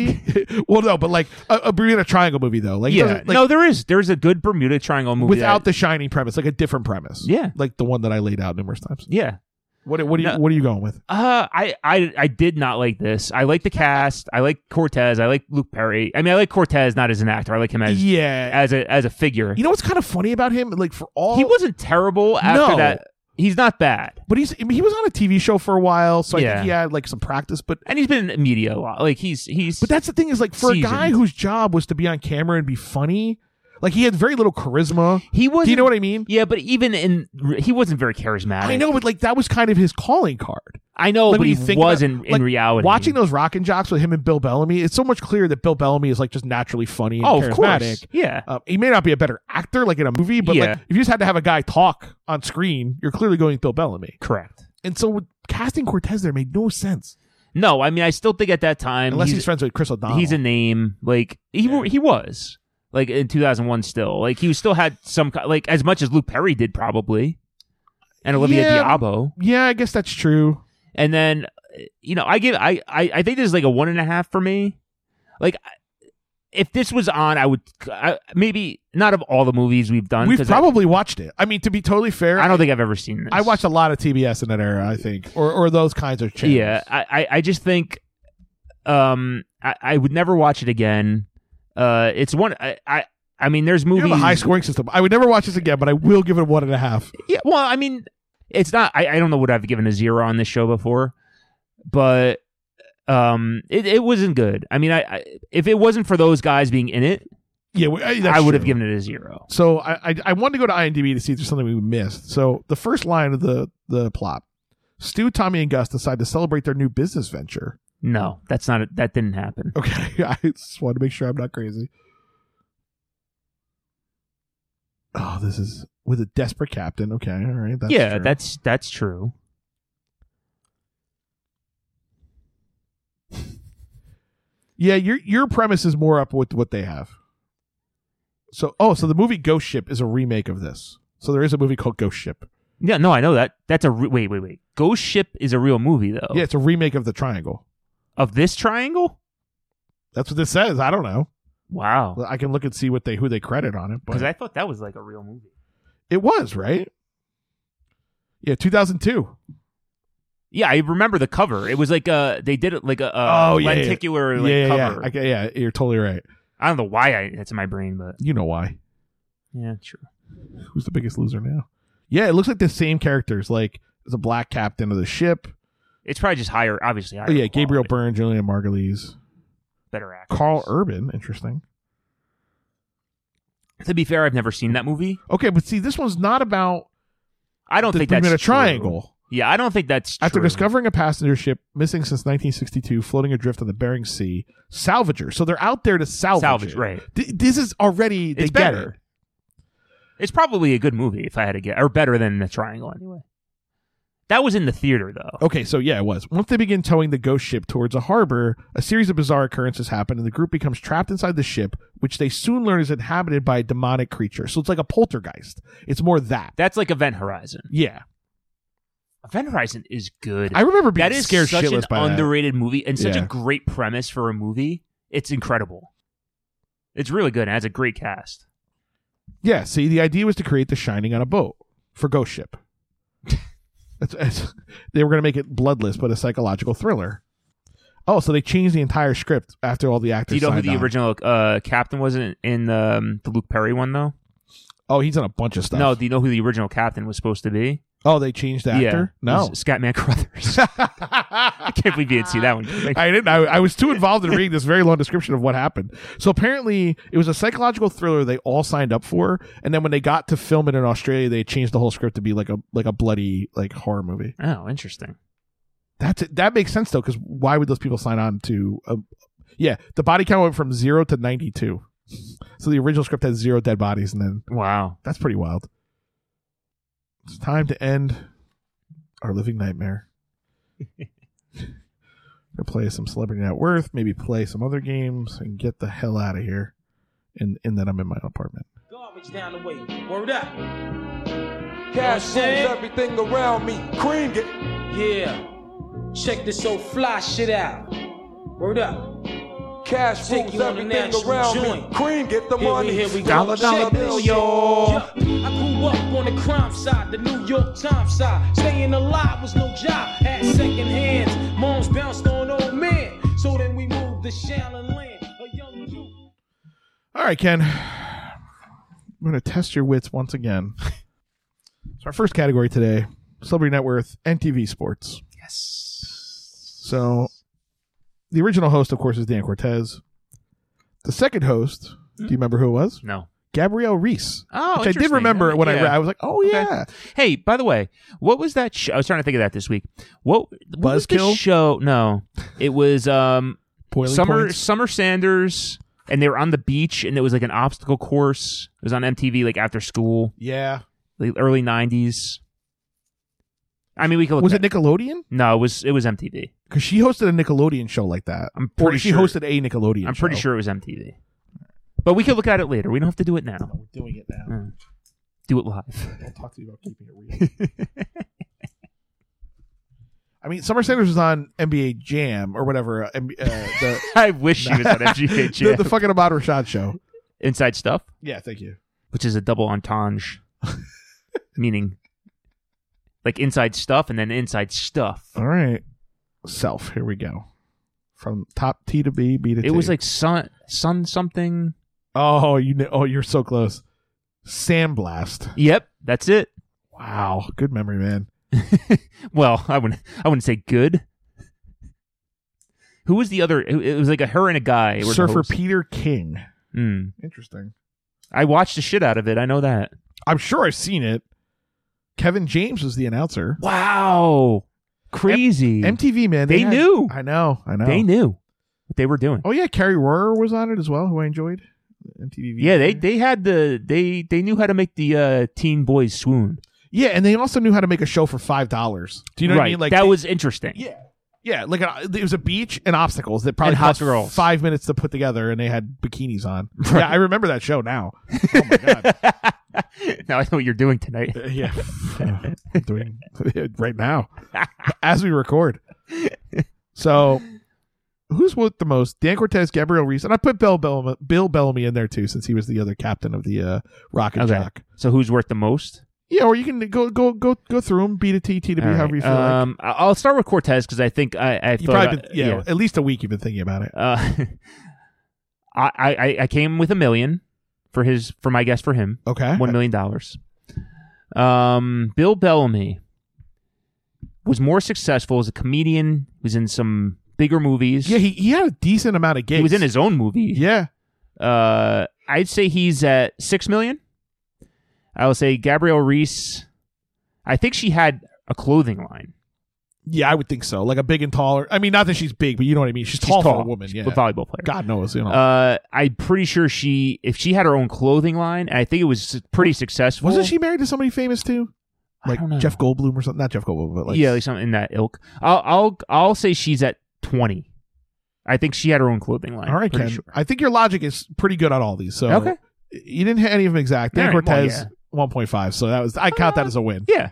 A: movie. well, no, but like a, a Bermuda Triangle movie though. Like it
B: yeah.
A: doesn't- like,
B: no, there is. There's a good Bermuda Triangle movie
A: without
B: that-
A: the shining premise, like a different premise.
B: Yeah.
A: like the one that I laid out numerous times.
B: Yeah.
A: What what are you
B: No.
A: what are you going with?
B: Uh, I, I I did not like this. I like the cast. I like Cortez. I like Luke Perry. I mean, I like Cortez not as an actor. I like him as
A: yeah,
B: as a as a figure.
A: you know what's kind of funny about him? Like for all
B: he wasn't terrible after
A: No.
B: that. He's not bad,
A: but he's I mean, he was on a TV show for a while, so I
B: Yeah.
A: think he had like some practice, but.
B: and he's been in media a lot. Like he's he's.
A: But that's the thing is like for a guy
B: Seasoned.
A: whose job was to be on camera and be funny, like he had very little charisma.
B: he was.
A: Do you know what I mean?
B: Yeah, but even in he wasn't very charismatic.
A: I know, but like that was kind of his calling card.
B: I know,
A: Like,
B: but
A: when
B: he
A: you think
B: was
A: about-
B: in, in
A: like,
B: reality.
A: Watching those rockin' jocks with him and Bill Bellamy, it's so much clearer that Bill Bellamy is like just naturally funny and
B: oh, of
A: charismatic.
B: course, yeah.
A: Um, he may not be a better actor, like in a movie, but
B: Yeah.
A: like if you just had to have a guy talk on screen, you're clearly going with Bill Bellamy.
B: Correct.
A: And so casting Cortez there made no sense
B: No, I mean, I still think at that time,
A: unless he's,
B: he's,
A: friends with Chris O'Donnell.
B: he's a name. Like he wa- he was like in 2001 still. Like he still had some ki- like as much as Luke Perry did probably, and Olivia
A: Yeah.
B: Diabo.
A: yeah, I guess that's true.
B: And then you know I give I, I I think this is like a one and a half for me. Like I- if this was on, I would I, maybe not of all the movies we've done.
A: We've
B: 'cause I-
A: probably watched it. I mean, to be totally fair,
B: I, don't think I've ever seen this.
A: I watched a lot of TBS in that era, I think, or or those kinds of channels.
B: Yeah, I, I, I just think um I, I would never watch it again. Uh, it's one I I, I mean there's
A: You
B: movies.
A: have a high scoring system. I would never watch this again, but I will give it one and a half.
B: Yeah, well, I mean, it's not. I, I don't know what I've given a zero on this show before, but um, it, it wasn't good. I mean, I, I if it wasn't for those guys being in it,
A: Yeah, we- I, that's
B: I would have
A: true.
B: given it a zero.
A: So I, I I wanted to go to IMDb to see if there's something we missed. So the first line of the the plot: Stu, Tommy, and Gus decide to celebrate their new business venture.
B: No, that's not. it. that didn't happen.
A: Okay, I just want to make sure I'm not crazy. Oh, this is with a desperate captain. Okay, all right. That's
B: yeah,
A: true.
B: that's that's true.
A: yeah. Your your premise is more up with what they have. So oh, so the movie Ghost Ship is a remake of this. So there is a movie called Ghost Ship.
B: Yeah, no, I know that. That's a re- wait, wait, wait. Ghost Ship is a real movie though.
A: Yeah, it's a remake of the Triangle.
B: Of this triangle.
A: That's what this says. I don't know.
B: Wow.
A: I can look and see what they who they credit on it, but
B: Because I thought that was like a real movie.
A: It was, right? Yeah, 2002.
B: Yeah, I remember the cover. It was like uh they did it like a, a
A: Oh, yeah, yeah.
B: lenticular like
A: yeah, yeah,
B: cover.
A: yeah. Okay, yeah, you're totally right.
B: I don't know why I, that's in my brain, but
A: You know why.
B: yeah, true.
A: Who's the biggest loser now? Yeah, it looks like the same characters. Like, the black captain of the ship.
B: It's probably just higher, obviously higher.
A: Oh, yeah, Gabriel
B: quality,
A: Byrne, Julian Margulies.
B: better actor.
A: Carl Urban, interesting.
B: To be fair, I've never seen that movie.
A: Okay, but see, this one's not about
B: I don't
A: the
B: think
A: three
B: that's
A: minute
B: true.
A: triangle.
B: Yeah, I don't think that's
A: After
B: true.
A: discovering a passenger ship missing since 1962, floating adrift on the Bering Sea, salvagers. So they're out there to salvage.
B: salvage,
A: it.
B: right?
A: Th- this is already they
B: It's
A: get
B: better.
A: it.
B: It's probably a good movie if I had to get, or better than the triangle anyway. That was in the theater though.
A: Okay, so yeah, it was. Once they begin towing the ghost ship towards a harbor, a series of bizarre occurrences happen, and the group becomes trapped inside the ship, which they soon learn is inhabited by a demonic creature. So it's like a poltergeist. It's more that.
B: That's like Event Horizon.
A: yeah,
B: Event Horizon is good.
A: I remember being
B: that is
A: scared
B: such an
A: shitless by that.
B: underrated movie and such a
A: Yeah.
B: great premise for a movie. It's incredible. It's really good and has a great cast.
A: Yeah, see, the idea was to create the shining on a boat for ghost ship. That's- that's- they were going to make it bloodless, but a psychological thriller. Oh, so they changed the entire script after all the actors.
B: Do you know who
A: signed
B: the
A: on.
B: original uh, captain was in, in um, the Luke Perry one though?
A: Oh, he's on a bunch of stuff.
B: No, do you know who the original captain was supposed to be?
A: oh, they changed the
B: Yeah,
A: actor.
B: It
A: No,
B: was Scatman Crothers. I can't believe you didn't see that one. coming.
A: I didn't. I, I was too involved in reading this very long description of what happened. So apparently, it was a psychological thriller they all signed up for, and then when they got to film it in Australia, they changed the whole script to be like a like a bloody like horror movie.
B: oh, interesting.
A: That's it. That makes sense though, because why would those people sign on to? A, yeah, the body count went from zero to ninety two. So the original script had zero dead bodies, and then
B: Wow.
A: that's pretty wild. It's time to end our living nightmare. Gonna play some celebrity net worth, maybe play some other games, and get the hell out of here. And and then I'm in my apartment.
G: Garbage down the way. Word up.
E: Cash
G: You know what I'm
E: rules
G: saying?
E: everything around me. Cream get
G: Yeah. Check this old fly shit out. Word up.
E: cash
G: Take
E: rules
G: you on the
E: everything
G: natural
E: around
G: joint.
E: me. Cream get the
G: Here we-
E: money.
G: here we go.
A: Dollar, dollar
G: Check
A: bill,
G: this
A: yo.
G: shit. Yeah. I grew up on the crime side, the New York Times side. Staying alive was no job. Had second hands. Moms bounced on old men. So then we moved to Shallon Land. A young youth.
A: All right, Ken. I'm gonna test your wits once again. so our first category today: celebrity net worth, NTV Sports.
B: Yes.
A: So the original host, of course, is Dan Cortez. The second host, do you remember who it was?
B: No.
A: Gabrielle Reese.
B: Oh,
A: which I did
B: interesting.
A: remember
B: Okay,
A: when I
B: yeah.
A: read. I was like, oh
B: Okay.
A: yeah,
B: Hey, by the way, what was that? Sh- I was trying to think of that this week. What, what was the
A: Buzzkill?
B: show? No, it was um
A: Boiling
B: Summer
A: Points.
B: Summer Sanders, and they were on the beach, and it was like an obstacle course. It was on MTV like after school,
A: Yeah,
B: like early nineties. I mean, we could look.
A: was
B: that-
A: it Nickelodeon?
B: No, it was it was MTV.
A: Because she hosted a Nickelodeon show like that.
B: I'm
A: Or
B: pretty
A: she
B: sure-
A: hosted a Nickelodeon.
B: I'm pretty
A: show.
B: sure it was MTV. But we could look at it later. We don't have to do it now.
A: We're doing it now.
B: Do it live.
A: I'll talk to you about keeping it real. I mean, Summer Sanders was on NBA Jam or whatever. Uh, M- uh, the,
B: I wish she was on MGK
A: the the fucking Ahmad Rashad show.
B: Inside Stuff,
A: Yeah, thank you.
B: which is a double entendre, meaning like inside stuff and then inside stuff.
A: All right, self. Here we go. From top T to B, B to T.
B: It was like sun sun something.
A: oh, you know, oh, you're so close. Sandblast.
B: Yep, that's it.
A: Wow, good memory, man.
B: Well, I wouldn't I wouldn't say good. Who was the other? It it was like a her and a guy. were the
A: Surfer
B: hosts.
A: Peter King.
B: Mm.
A: Interesting.
B: I watched the shit out of it. I know that.
A: I'm sure I've seen it. Kevin James was the announcer.
B: Wow, crazy.
A: MTV man,
B: They
A: had-
B: knew.
A: I know. I know.
B: They knew what they were doing.
A: Oh yeah, Carrie Rohrer was on it as well, who I enjoyed. MTV.
B: Yeah, they
A: did.
B: they had the they they knew how to make the uh, teen boys swoon.
A: Yeah, and they also knew how to make a show for five dollars. Do you know
B: right.
A: what I mean? Like
B: that was interesting.
A: Yeah. Yeah, like a, it was a beach and obstacles that probably
B: And hot
A: cost
B: girls.
A: five minutes to put together, and they had bikinis on. Yeah, I remember that show now. Oh my god!
B: now I know what you're doing tonight.
A: Uh, yeah, I'm doing it right now as we record. So, who's with the most? Dan Cortez, Gabriel Reese, and I put Bill Bellamy, Bill Bellamy in there too, since he was the other captain of the uh, Rocket
B: Okay.
A: Jock.
B: So who's worth the most?
A: Yeah, or you can go go go go through them, B to T, T to B,
B: All
A: however
B: right.
A: you feel like.
B: um, I- I'll start with Cortez because I think I I
A: You
B: thought
A: probably
B: about-
A: been, yeah, at least a week you've been thinking about it.
B: Uh, I, I I came with a million for his for my guess for him
A: Okay,
B: one million dollars. Um, Bill Bellamy was more successful as a comedian. He was in some bigger movies.
A: Yeah, he, he had a decent amount of gigs.
B: he was in his own movie.
A: Yeah,
B: Uh, I'd say he's at six million. I will say Gabrielle Reese. I think she had a clothing line.
A: yeah, I would think so. Like a big and taller. I mean, not that she's big, but you know what I mean. She's, tall, for a woman.
B: She's
A: Yeah,
B: a volleyball player.
A: God knows. You know,
B: Uh, I'm pretty sure she, if she had her own clothing line, and I think it was s- pretty successful.
A: wasn't she married to somebody famous too?
B: I
A: Like
B: don't know.
A: Jeff Goldblum or something? Not Jeff Goldblum, but like
B: yeah, like something in that ilk. I'll, I'll, I'll say she's at 20. I think she had her own clothing line.
A: all right,
B: pretty
A: Ken.
B: sure.
A: I think your logic is pretty good on all these. So
B: Okay.
A: you didn't hit any of them exact. Dan
B: All right, well,
A: Cortez
B: yeah.
A: one point five. So that was I count that as a win.
B: Yeah.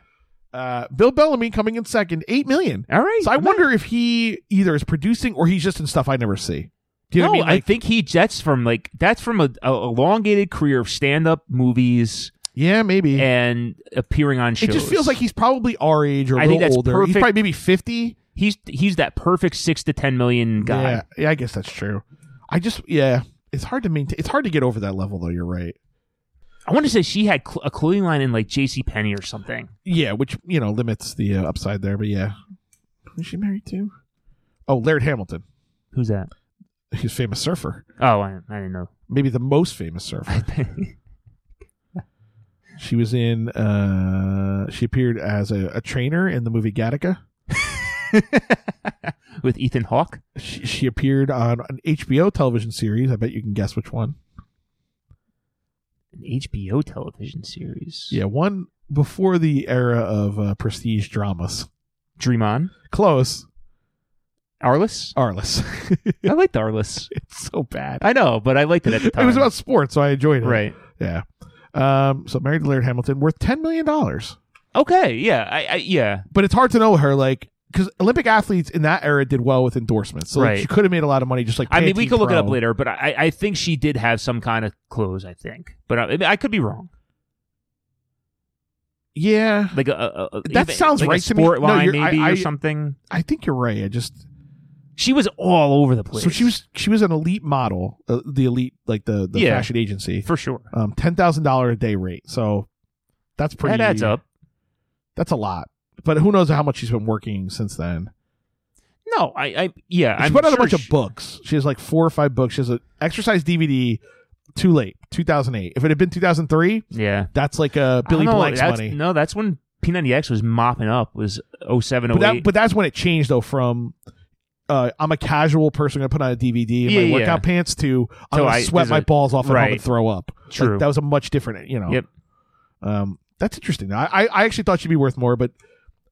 A: Uh, Bill Bellamy coming in second, eight million.
B: All right.
A: So I
B: I'm
A: wonder if he either is producing or he's just in stuff I never see. Do you
B: no,
A: know what I mean? Like,
B: think he that's from like that's from a, a elongated career of stand up movies
A: yeah, maybe.
B: and appearing on shows.
A: It just feels like he's probably our age or a
B: I
A: little
B: think that's
A: older. He's
B: perfect.
A: probably maybe fifty.
B: he's he's that perfect six to ten million guy.
A: Yeah, yeah, I guess that's true. I just yeah, it's hard to maintain. It's hard to get over that level though. You're right.
B: I want to say she had cl- a clothing line in like J.C. Penney or something.
A: Yeah, which you know limits the uh, upside there. But yeah, who's she married to? Oh, Laird Hamilton.
B: Who's that?
A: He's a famous surfer.
B: Oh, I, I didn't know.
A: Maybe the most famous surfer. She was in. uh She appeared as a, a trainer in the movie Gattaca.
B: With Ethan Hawke.
A: She, she appeared on an HBO television series. I bet you can guess which one.
B: an HBO television series.
A: Yeah, one before the era of uh, prestige dramas.
B: Dream On.
A: Close.
B: Arliss.
A: Arliss.
B: I liked Arliss.
A: it's so bad.
B: I know, but I liked it at the time.
A: It was about sports, so I enjoyed it.
B: right.
A: Yeah. Um, so married to Laird Hamilton, worth ten million dollars.
B: Okay. Yeah. I, I yeah.
A: But it's hard to know her, like, because Olympic athletes in that era did well with endorsements. So like,
B: Right.
A: she could have made a lot of money, just like
B: I mean, we
A: Pantene
B: could look
A: Pro.
B: it up later, but I, I think she did have some kind of clothes. I think, but uh, I, I could be wrong.
A: Yeah,
B: Like a, a, a-
A: That
B: even-
A: sounds
B: like a
A: right to me.
B: sport
A: No,
B: line,
A: you're-
B: maybe
A: I- I-
B: or something.
A: I think you're right. I just
B: She was all over the place.
A: so she was she was an elite model, uh, the elite like the the
B: Yeah.
A: fashion agency,
B: for sure.
A: um, ten thousand dollar a day rate. So that's pretty.
B: that adds up.
A: That's a lot. But who knows how much she's been working since then?
B: No, I, I yeah.
A: She
B: I'm
A: put out
B: sure
A: a bunch
B: she-
A: of books. She has like four or five books. She has an exercise DVD, too late. 2008. If it had been 2003,
B: Yeah.
A: that's like a Billy
B: I don't know,
A: Blank's
B: that's-
A: money.
B: No, that's when P90X was mopping up. Was 07,
A: but
B: 08.
A: that, but that's when it changed though from. Uh, I'm a casual person. gonna put on a DVD in
B: Yeah, yeah.
A: my workout pants. To I'm
B: So
A: gonna
B: I-
A: sweat
B: there's
A: my
B: a-
A: balls off at home
B: right.
A: and throw up. Like,
B: True.
A: that was a much different. You know.
B: Yep.
A: Um, that's interesting. I, I I actually thought she'd be worth more, but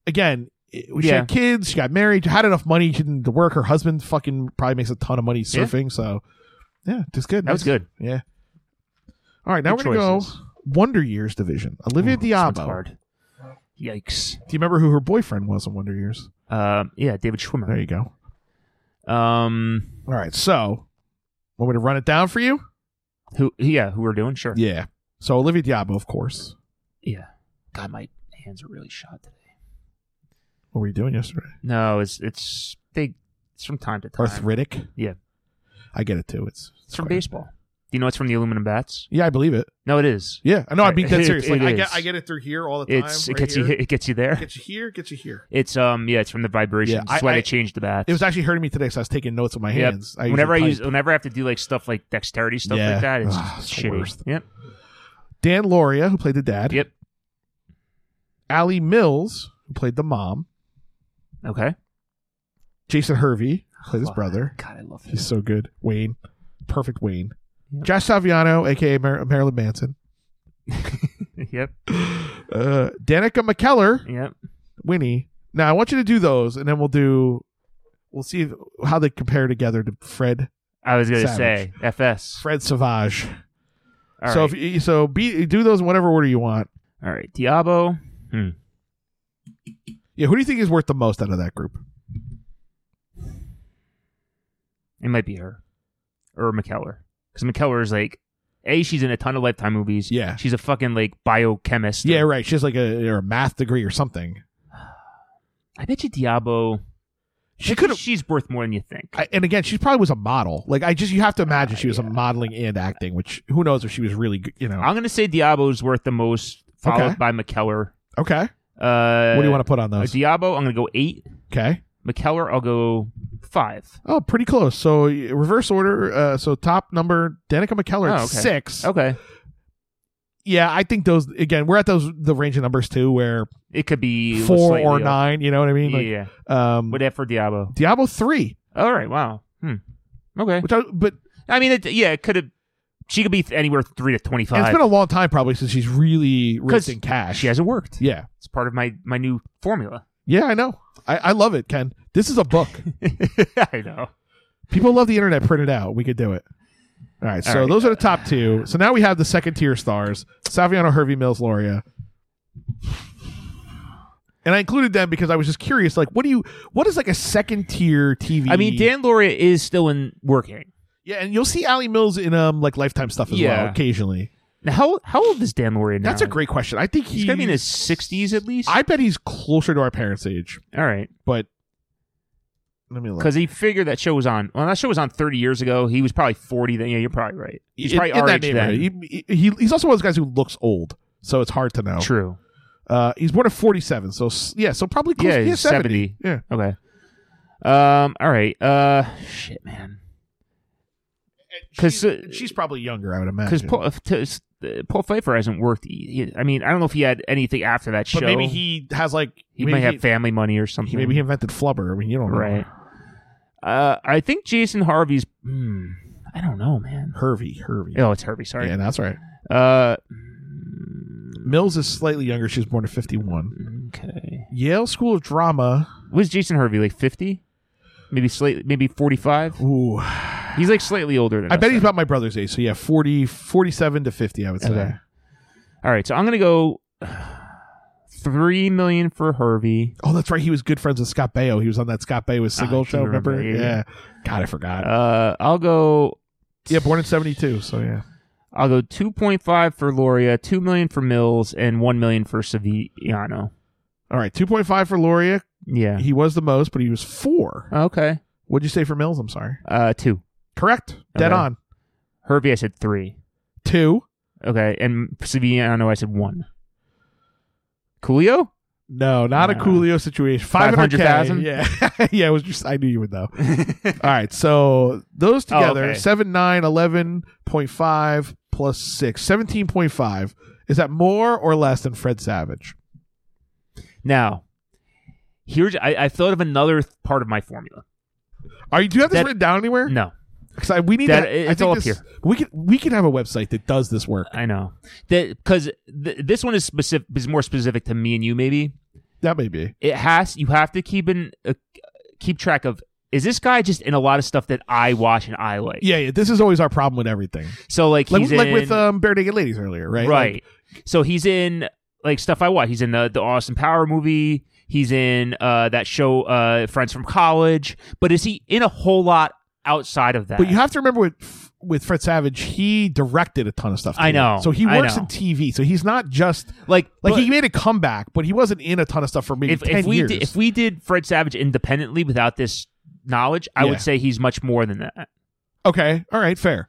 A: again, it- she
B: Yeah.
A: had kids. She got married. Had enough money. She didn't work. Her husband fucking probably makes a ton of money
B: Yeah.
A: surfing. So, yeah, just good.
B: That was
A: Nice.
B: good.
A: Yeah. All right, now
B: Good
A: we're gonna
B: choices.
A: go Wonder Years division. Olivia
B: Ooh, this one's
A: Diabo. Do
B: hard. Oh, Yikes.
A: you remember who her boyfriend was in Wonder Years?
B: Um, yeah, David
A: There
B: Schwimmer.
A: you go.
B: Um,
A: All right, so want me to run it down for you?
B: who? Yeah, who we're doing? Sure.
A: Yeah. So Olivia Diabo, of course.
B: Yeah. God, my hands are really shot today.
A: What were you doing yesterday?
B: No, it's it's they. It's from time to time.
A: Arthritic.
B: Yeah.
A: I get it too. It's,
B: It's from baseball. Do you know it's from the aluminum bats?
A: Yeah, I believe it.
B: No, it is.
A: Yeah, I know. I'm being dead
B: It-
A: serious.
B: it
A: Like I
B: is.
A: get, I get it through here all the time.
B: It's it
A: right
B: gets
A: here.
B: you it gets you there.
A: Gets you here. Gets you here.
B: It's um yeah, it's from the vibration.
A: Yeah,
B: That's
A: I-
B: why
A: I-
B: they changed the bats.
A: It was actually hurting me today, so I was taking notes with my
B: Yep.
A: hands.
B: whenever I
A: usually
B: use,
A: type.
B: whenever I have to do like stuff like dexterity stuff
A: Yeah.
B: like that, it's
A: Ugh,
B: just
A: it's the
B: shitty.
A: worst.
B: Yep,
A: Dan Loria, who played the dad.
B: yep,
A: Allie Mills, who played the mom.
B: okay.
A: Jason Hervey played his brother.
B: Oh, God, I love him.
A: He's so good. Wayne. Perfect Wayne.
B: Yep.
A: Josh Saviano, aka Mar- Marilyn Manson.
B: yep,
A: Uh, Danica McKellar,
B: yep.
A: Winnie. Now I want you to do those, and then we'll do. We'll see if, how they compare together to Fred
B: I was gonna
A: Savage.
B: say FS.
A: Fred Savage.
B: All right,
A: so if you, so, be, do those in whatever order you want.
B: all right, Diablo. Hmm.
A: Yeah, who do you think is worth the most out of that group?
B: It might be her or McKellar because McKellar is like, a she's in a ton of Lifetime movies.
A: Yeah.
B: she's a fucking like biochemist.
A: Yeah, right. She has like a or a math degree or something.
B: I bet you Diablo.
A: She could have.
B: She's worth more than you think.
A: And again, she probably was a model. Like I just, you have to imagine she was a modeling and acting. Which who knows if she was really, g- you know.
B: I'm gonna say Diablo's worth the most, followed
A: Okay.
B: by McKellar.
A: okay.
B: Uh,
A: What do you want to put on
B: Uh,
A: those?
B: Diablo, I'm gonna go eight.
A: Okay.
B: McKellar, I'll go five.
A: Oh, pretty close. So y- reverse order. Uh, so top number, Danica McKellar at
B: Oh, okay.
A: six.
B: Okay,
A: Yeah, I think those again. We're at those the range of numbers too, where
B: it could be
A: four
B: slightly
A: or
B: up.
A: nine. You know what I mean?
B: Yeah,
A: Like,
B: yeah.
A: Um,
B: What for Diablo?
A: Diablo three,
B: All right. Wow. Hmm. Okay.
A: which I, but
B: I mean, it, yeah, it could have. She could be th- anywhere three to
A: and it's
B: twenty-five.
A: been a long time probably since she's really
B: 'Cause
A: raised in cash.
B: she hasn't worked.
A: Yeah.
B: It's part of my my new formula.
A: Yeah, I know. I, I love it, Ken. This is a book.
B: I know.
A: People love the internet printed out. We could do it. All right.
B: All
A: So
B: right.
A: those are the top two. So now we have the second tier stars: Saviano, Hervey, Mills, Loria. And I included them because I was just curious. Like, what do you? What is like a second tier TV?
B: I mean, Dan Loria is still in working.
A: Yeah, and you'll see Allie Mills in um like Lifetime stuff as
B: Yeah.
A: well occasionally.
B: Now, how how old is Dan Loria now?
A: That's a great question. I think
B: He's
A: he.
B: gonna be in his sixties at least.
A: I bet he's closer to our parents' age,
B: All right,
A: but let me look.
B: because he figured that show was on. Well, that show was on thirty years ago. He was probably forty then. Yeah, you're probably right. He's
A: in-
B: probably
A: in
B: our
A: that
B: age then.
A: neighborhood. He, he- he's also one of those guys who looks old, so it's hard to know.
B: True.
A: Uh, he's born at 47, so s- yeah, so probably close
B: Yeah,
A: yeah,
B: he's
A: 70.
B: 70.
A: Yeah.
B: Okay. Um. All right. Uh. Shit, man.
A: Because
B: 'Cause,
A: she's,
B: uh,
A: and she's probably younger, I would imagine.
B: Because Paul, if t- s- uh, Paul Pfeiffer hasn't worked. e- he- I mean, I don't know if he had anything after that show.
A: but maybe he has like
B: He
A: maybe
B: might have
A: he-
B: family money or something.
A: he, maybe he invented flubber. I mean, you don't know.
B: right. Uh, I think Jason Harvey's. Hmm, I don't know, man.
A: Hervey, Hervey.
B: Oh, it's Harvey. Sorry.
A: Yeah, that's right.
B: Uh,
A: Mills is slightly younger. She was born at 51.
B: okay.
A: Yale School of Drama.
B: Was Jason Harvey like fifty? Maybe slightly, maybe forty-five.
A: Ooh,
B: He's like slightly older than
A: I
B: us,
A: bet he's
B: then.
A: about my brother's age. So yeah, 40, 47 to 50, I would say.
B: Okay. All right, so I'm gonna go three million for Harvey.
A: Oh, that's right. He was good friends with Scott Baio. He was on that Scott Baio with
B: I
A: Single
B: do
A: show. Remember?
B: remember, yeah,
A: Yeah. God, I forgot.
B: Uh, I'll go.
A: yeah, born in '72. So yeah.
B: I'll go two point five for Loria, two million for Mills, and one million for Saviano.
A: All right, 2.5 for Loria.
B: Yeah.
A: He was the most, but he was four.
B: Okay.
A: What'd you say for Mills? I'm sorry.
B: Uh, two.
A: Correct. Dead
B: Okay.
A: on.
B: Harvey, I said three.
A: Two.
B: Okay, and Saviano, I said one. Coolio.
A: No, not a
B: No.
A: Coolio situation.
B: 500,000?
A: 500,000? Yeah. yeah, it was just, I knew you would know. All right. So those
B: Oh,
A: together,
B: okay.
A: 7, 9, 11.5 plus 6, 17.5. Is that more or less than Fred Savage?
B: Now, here's I, I thought of another th- part of my formula.
A: Are you, do you have this
B: That-
A: written down anywhere?
B: No,
A: Because I, we need
B: That-
A: to, I
B: it's
A: think
B: all up
A: this-
B: here.
A: We could, we could have a website that does this work.
B: I know that because th- this one is specific is more specific to me and you. Maybe
A: That may be.
B: it has you have to keep in uh, keep track of. Is this guy just in a lot of stuff that I watch and I like?
A: Yeah, yeah. This is always our problem with everything.
B: So like
A: Like,
B: he's
A: like
B: in,
A: with um, Bare Naked Ladies earlier, right?
B: right. so he's in like stuff I watch. He's in the the Austin Power movie. He's in uh, that show uh, Friends from College. But is he in a whole lot outside of that?
A: But you have to remember with with Fred Savage, he directed a ton of stuff.
B: I
A: too.
B: know,
A: So he
B: I
A: works
B: know.
A: in TV. So he's not just
B: like
A: like
B: but
A: he made a comeback, but he wasn't in a ton of stuff for maybe
B: if,
A: ten
B: if we
A: years.
B: Did, if we did Fred Savage independently without this knowledge, I
A: Yeah.
B: would say he's much more than that. Uh,
A: okay, all right, fair.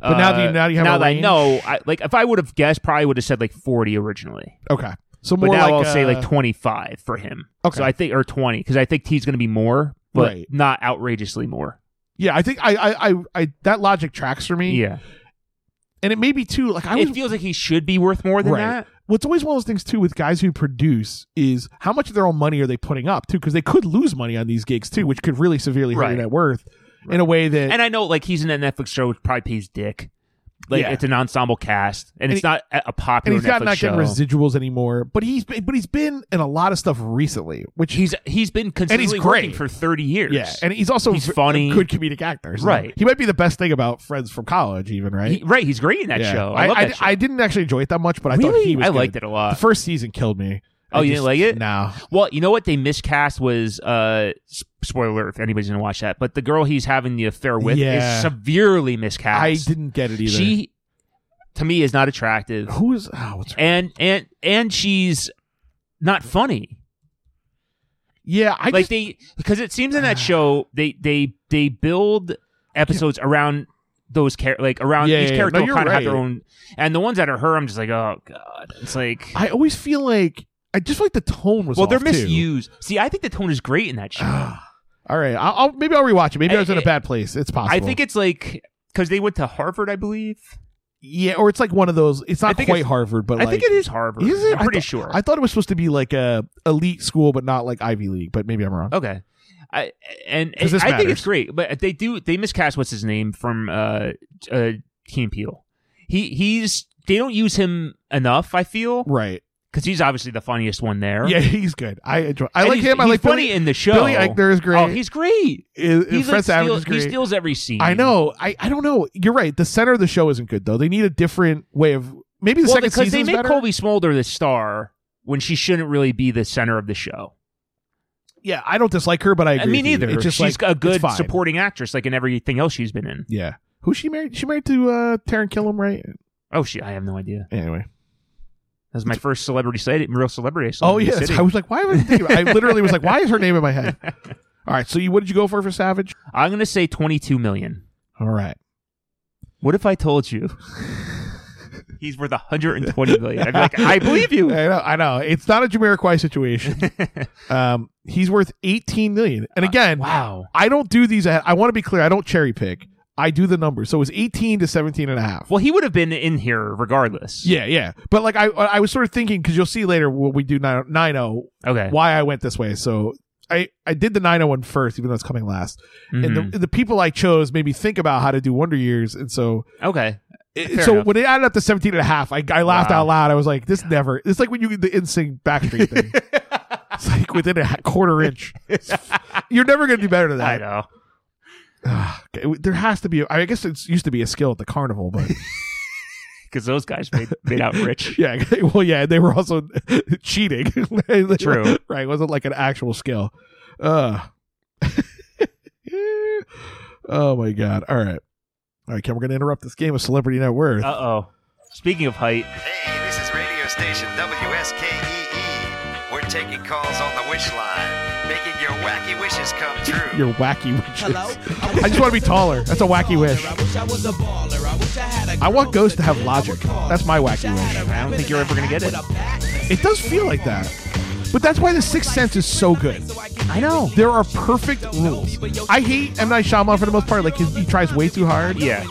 A: But now that you- now you have
B: now
A: a
B: that I
A: range?
B: know, I, like if I would have guessed, probably would have said like forty originally.
A: Okay, so
B: But
A: more
B: now
A: like
B: I'll say
A: uh,
B: like twenty five for him.
A: Okay.
B: so I think or twenty because I think he's going to be more, but
A: Right.
B: not outrageously more.
A: yeah. I think I, I I I that logic tracks for me.
B: Yeah,
A: and it may be too like I was
B: it feels like he should be worth more than
A: right.
B: that.
A: What's always one of those things too with guys who produce is how much of their own money are they putting up too? Because they could lose money on these gigs too, which could really severely hurt
B: Right.
A: your net worth in a way that
B: And I know like he's in a Netflix show, which probably pays dick. Like
A: Yeah.
B: it's an ensemble cast, and,
A: And
B: it's
A: he-
B: not a a
A: and
B: popular
A: he's got
B: Netflix
A: not
B: show.
A: getting residuals anymore. But he's been, but he's been in a lot of stuff recently, which
B: he's he's been consistently working
A: great.
B: for thirty years.
A: yeah, and he's also
B: He's
A: v-
B: funny.
A: a good comedic actor. so
B: Right.
A: he might be the best thing about Friends from college, even right.
B: He- right, he's great in that
A: Yeah.
B: show. I, love
A: I,
B: that show.
A: I didn't actually enjoy it that much, but I thought
B: Really?
A: he was.
B: I
A: good.
B: liked it a lot.
A: The first season killed me.
B: Oh,
A: I
B: you didn't
A: just-
B: like it?
A: No.
B: well, you know what they miscast was uh s- spoiler alert if anybody's gonna watch that, but the girl he's having the affair with
A: Yeah.
B: is severely miscast.
A: I didn't get it either.
B: She to me is not attractive.
A: who is oh, what's her-
B: And and and she's not funny.
A: yeah, I
B: like
A: just, Ah.
B: they because it seems in that show they they they build episodes around those char- like around
A: Yeah,
B: each
A: yeah, yeah.
B: character
A: No,
B: will
A: you're
B: kind of have their
A: right.
B: own and the ones that are her I'm just like oh god it's like
A: I always feel like I just feel like the tone was
B: well they're
A: off, too.
B: misused see I think the tone is great in that show
A: Ah, All right, I'll, I'll maybe I'll rewatch it. Maybe I,
B: I-
A: was in a
B: I-
A: bad place. It's possible.
B: I think it's like because they went to Harvard I believe
A: yeah, or it's like one of those. It's
B: I
A: not
B: think
A: quite
B: it's-
A: Harvard, but
B: I
A: like,
B: think it is Harvard
A: Is it?
B: I'm
A: I
B: pretty
A: thought-
B: sure
A: I thought it was supposed to be like a elite school, but not like Ivy League. But maybe I'm wrong.
B: okay I and,
A: 'Cause this
B: I think
A: matters.
B: it's great but they do they miscast what's his name from uh uh Keen Peele he he's they don't use him enough I feel
A: Right?
B: because he's obviously the funniest one there.
A: Yeah, he's good. I enjoy. I
B: And
A: like
B: he's-
A: him. I
B: he's
A: like
B: funny
A: Billy,
B: in the show.
A: Billy Eichner is great.
B: Oh, he's great.
A: Is-
B: He's
A: Fred
B: like
A: Savage
B: steal-
A: is great.
B: He steals every scene.
A: I know. I, I don't know. You're right. The center of the show isn't good though. They need a different way of maybe the
B: well,
A: second
B: because
A: season
B: they
A: is
B: make
A: better.
B: Colby Smolder the star when she shouldn't really be the center of the show.
A: yeah, I don't dislike her, but I agree.
B: I mean,
A: with you.
B: either.
A: It's just
B: she's
A: like,
B: a
A: it's
B: good
A: fine.
B: supporting actress, like in everything else she's been in.
A: Yeah. Who's she married? She married to uh Taron Killam, right?
B: Oh shit, I have no idea.
A: Anyway.
B: That was my first celebrity city, real celebrity. I saw
A: Oh
B: in the
A: yes.
B: city.
A: I was like, why am I thinking? about- I literally was like, why is her name in my head? All right. So you, what did you go for for Savage?
B: I'm gonna say 22 million.
A: All right.
B: What if I told you he's worth 120 million? I'd be like, I believe
A: I
B: you.
A: know. I know. It's not a Jamiroquai situation. um, he's worth 18 million. And again,
B: Uh, wow.
A: I don't do these. At, I want to be clear. I don't cherry pick. I do the numbers. So it was 18 to 17 and a half.
B: Well, he would have been in here regardless.
A: Yeah, yeah. But like I I was sort of thinking because you'll see later when we do 9 90
B: Okay.
A: why I went this way. So I I did the 901 first even though it's coming last.
B: Mhm.
A: And the, the people I chose made me think about how to do Wonder Years and so
B: Okay.
A: it,
B: Fair
A: so
B: enough.
A: when it added up to 17 and a half, I I laughed
B: Wow.
A: out loud. I was like this never. It's like when you get the NSYNC Backstreet thing. it's like within a ha- quarter inch. You're never going to do better than
B: I
A: that.
B: know.
A: Okay, There has to be I guess it used to be a skill at the carnival, but
B: Because those guys made, made out rich.
A: Yeah, well, yeah, they were also cheating. They were-
B: True.
A: right? It wasn't like an actual skill. Uh. oh my god! All right, all right, Ken, we're gonna interrupt this game of Celebrity Net Worth.
B: Uh oh. Speaking of height,
H: Hey, this is radio station WSKEE. E We're taking calls on the wish line, making your wacky wishes come true.
A: Your wacky wishes. I just want to be taller. That's a wacky wish. I want Ghost to have logic. That's my wacky wish.
B: I don't think you're ever going to get it.
A: It does feel like that. But that's why The Sixth Sense is so good.
B: I know.
A: There are perfect rules. I hate M. Night Shyamalan for the most part. Like, he, he tries way too hard.
B: Yeah.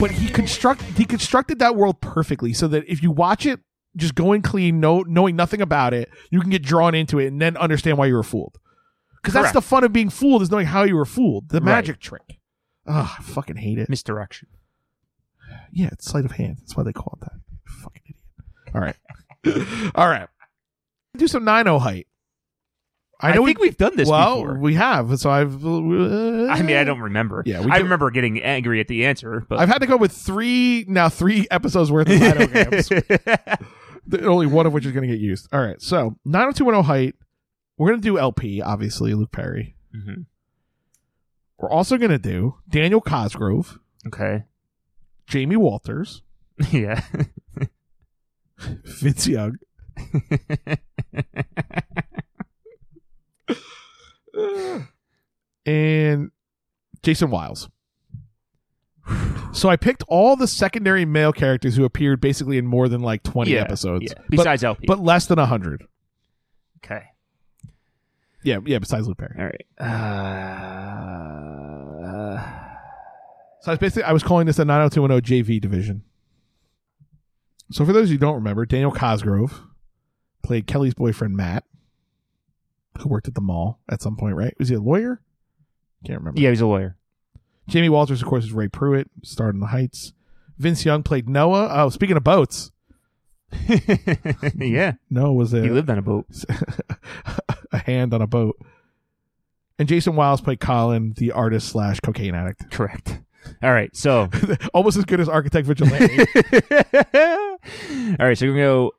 A: But he construct he constructed that world perfectly so that if you watch it just going clean, no knowing nothing about it, you can get drawn into it and then understand why you were fooled. Because that's
B: Correct.
A: the fun of being fooled is knowing how you were fooled. The
B: Right.
A: magic trick. Ugh, I fucking hate it.
B: Misdirection.
A: Yeah, it's sleight of hand. That's why they call it that. Fucking idiot. All right. All right. Do some 90 height.
B: I think we've done this
A: well,
B: before.
A: we have. So I've.
B: I mean, I don't remember.
A: Yeah, we
B: I
A: did-
B: remember getting angry at the answer, but
A: I've had to go with three now three episodes worth of oh nanograms. The- only one of which is going to get used. All right. So 90210 height. We're going to do LP, obviously, Luke Perry.
B: Mhm.
A: We're also going to do Daniel Cosgrove,
B: okay.
A: Jamie Walters,
B: Yeah.
A: Vince Young, and Jason Wiles. So I picked all the secondary male characters who appeared basically in more than like 20
B: Yeah,
A: episodes.
B: yeah.
A: But-
B: Besides LP.
A: but less than 100.
B: okay.
A: Yeah, yeah, besides Luke Perry.
B: All right. Uh,
A: So I was basically I was calling this oh the 90210 JV division. So for those who don't remember, Daniel Cosgrove played Kelly's boyfriend Matt, who worked at the mall at some point, right? Was he a lawyer? Can't remember.
B: yeah, he's a lawyer.
A: Jamie Walters, of course, is Ray Pruitt, starred in the Heights. Vince Young played Noah. Oh, speaking of boats,
B: yeah.
A: Noah was a
B: He lived on a boat.
A: a hand on a boat. And Jason Wiles played Colin, the artist slash cocaine addict.
B: Correct. All right. So
A: Almost as good as Architect Vigilante.
B: All right, so we're gonna go.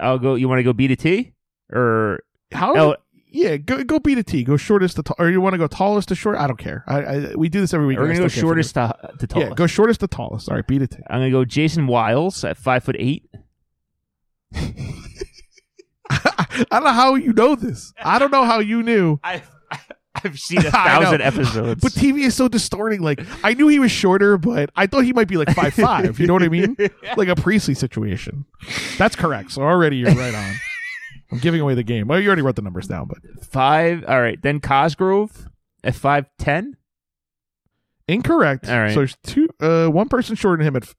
B: I'll go. You want to go B to T or
A: How?
B: L-
A: yeah, go go B to T. Go shortest to tall, or you want to go tallest to short? I don't care. I, I we do this every week.
B: we're
A: and I
B: gonna go
A: still can't
B: shortest to, to
A: figure it out.
B: tallest?
A: Yeah, go shortest to tallest. All right, B to T.
B: I'm gonna go Jason Wiles at five foot eight.
A: I don't know how you know this. I don't know how you knew.
B: I've I've seen a
A: I know.
B: thousand episodes.
A: But TV is so distorting. Like I knew he was shorter, but I thought he might be like five five. You know what I mean? Like a Priestley situation. That's correct. So already you're right on. I'm giving away the game. Well, you already wrote the numbers down, but
B: five. All right, then Cosgrove at five ten.
A: incorrect.
B: All right.
A: So there's two, uh, one person shorter than him at, f-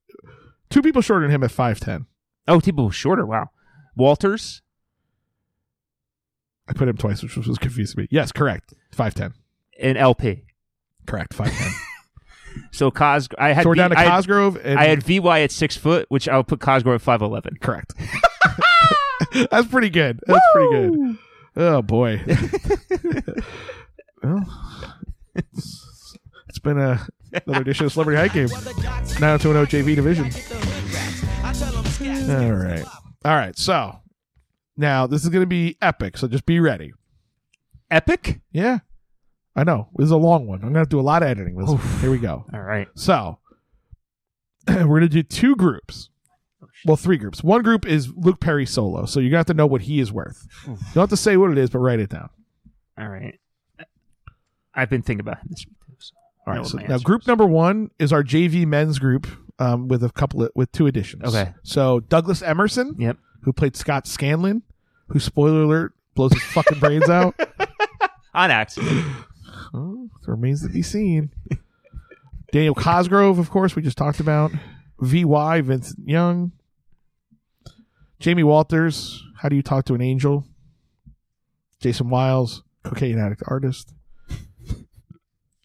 A: two people shorter than him at five ten.
B: Oh, people shorter. Wow. Walters.
A: I put him twice, which was confusing me. Yes, correct. Five ten.
B: And LP.
A: Correct. Five ten.
B: So Cos, I had
A: so we're
B: V-
A: down to
B: I had-
A: Cosgrove and
B: I had VY at six foot, which I'll put Cosgrove at five eleven.
A: correct. That's pretty good. That's pretty good. Oh boy. well, it's- it's been a another edition of Celebrity High Game. 90210 JV division. All right. All right. So now this is going to be epic. So just be ready.
B: Epic.
A: Yeah. I know. This is a long one. I'm going to have to do a lot of editing. This Here we go.
B: All right.
A: So we're gonna do two groups. Well, three groups. One group is Luke Perry solo, so you got to know what he is worth. You don't have to say what it is, but write it down.
B: All right. I've been thinking about this. week, too, so I
A: All
B: know
A: right.
B: what
A: So
B: my
A: now,
B: answer
A: group
B: is.
A: number one is our JV men's group um, with a couple of, with two additions.
B: Okay.
A: So Douglas Emerson,
B: Yep.
A: who played Scott Scanlon, who spoiler alert blows his fucking brains out,
B: On accident.
A: Oh, remains to be seen. Daniel Cosgrove, of course, we just talked about. VY, Vincent Young. Jamie Walters, How Do You Talk to an Angel? Jason Wiles, Cocaine Addict Artist.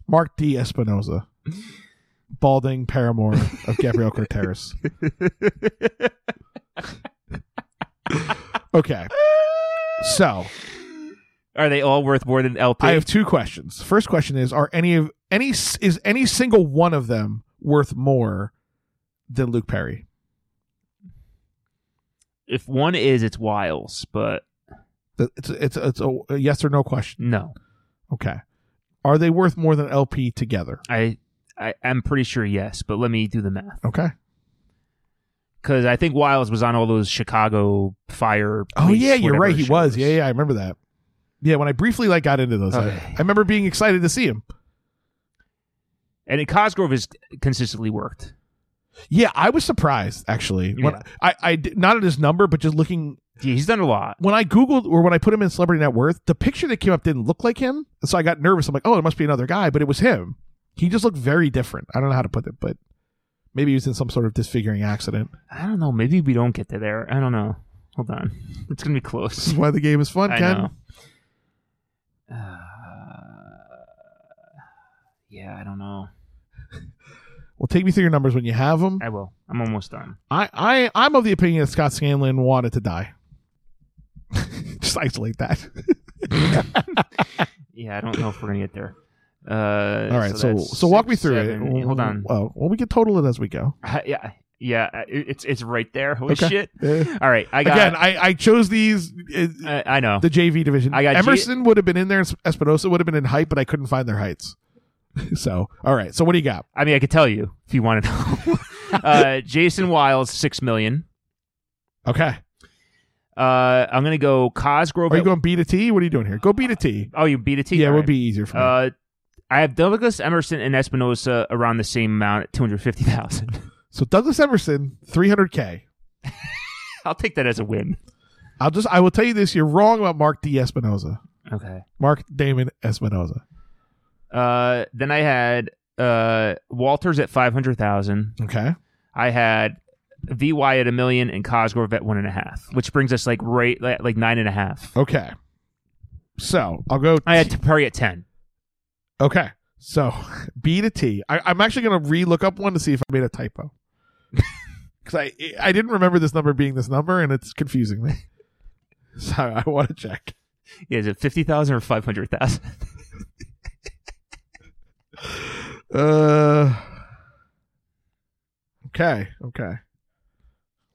A: Mark D. Espinoza, Balding Paramour of Gabriel Corteris. okay. So.
B: Are they all worth more than LP?
A: I have two questions. First question is: Are any of any s- is any single one of them worth more than Luke Perry?
B: if one is, it's Wiles, but
A: Th- It's it's it's a, a yes or no question.
B: no.
A: Okay, are they worth more than LP together?
B: I, I I'm pretty sure yes, but let me do the math
A: Okay.
B: because I think Wiles was on all those Chicago fire.
A: Oh
B: police,
A: yeah, you're
B: whatever
A: right. He was.
B: shows.
A: Yeah, yeah, I remember that. Yeah, when I briefly like got into those, I-
B: Okay.
A: I, remember being excited to see him.
B: And Cosgrove has consistently worked.
A: Yeah, I was surprised actually. When
B: Yeah.
A: I, I did- not at his number, but just looking
B: Yeah, he's done a lot.
A: when I googled or when I put him in celebrity net worth, the picture that came up didn't look like him, And so I got nervous. I'm like, oh, it must be another guy, but it was him. He just looked very different. I don't know how to put it, but maybe he was in some sort of disfiguring accident.
B: I don't know. Maybe we don't get to there. I don't know. Hold on. It's gonna be close.
A: That's why the game is fun,
B: I
A: Ken.
B: know. Uh, yeah, I don't know.
A: Well, take me through your numbers when you have them.
B: I will. I'm almost done.
A: I, I, I'm of the opinion that Scott Scanlon wanted to die. just isolate that.
B: Yeah, I don't know if we're gonna get there. Uh,
A: All right, so so,
B: that's
A: walk
B: six,
A: me through
B: seven,
A: it.
B: eight. Hold on.
A: Well, well, we can total it as we go.
B: Uh, yeah, yeah. uh, it- It's it's right there. Holy
A: Okay.
B: shit!
A: Eh.
B: All right, I got.
A: Again, I, I chose these uh,
B: I, I know.
A: the JV division.
B: I got G-
A: Emerson would have been in there. and Espinosa would have been in height, but I couldn't find their heights. so all right. So what do you got?
B: I mean, I could tell you if you want to know. uh, Jason Wiles, six million.
A: Okay.
B: Uh, I'm gonna go Cosgrove.
A: Are you
B: at-
A: going B to T? What are you doing here? Go B to T.
B: oh, you beat a T.
A: Yeah, it
B: All
A: would
B: right.
A: be easier for me.
B: Uh, I have Douglas Emerson and Espinosa around the same amount at two hundred fifty thousand.
A: so Douglas Emerson, 300k.
B: I'll take that as a win.
A: I'll just I will tell you this. You're wrong about Mark D Espinosa.
B: Okay.
A: Mark Damon Espinosa.
B: Uh, then I had uh Walters at five hundred thousand.
A: Okay.
B: I had VY at a million and Cosgrove at one and a half, which brings us like right like like nine and a half.
A: Okay. So I'll go.
B: I had Perry at ten.
A: Okay. So B to T. I, I'm actually going to re-look up one to see if I made a typo. Because I I didn't remember this number being this number, and it's confusing me. So I want to check.
B: Yeah, is it fifty thousand or five hundred thousand?
A: Uh. Okay. Okay.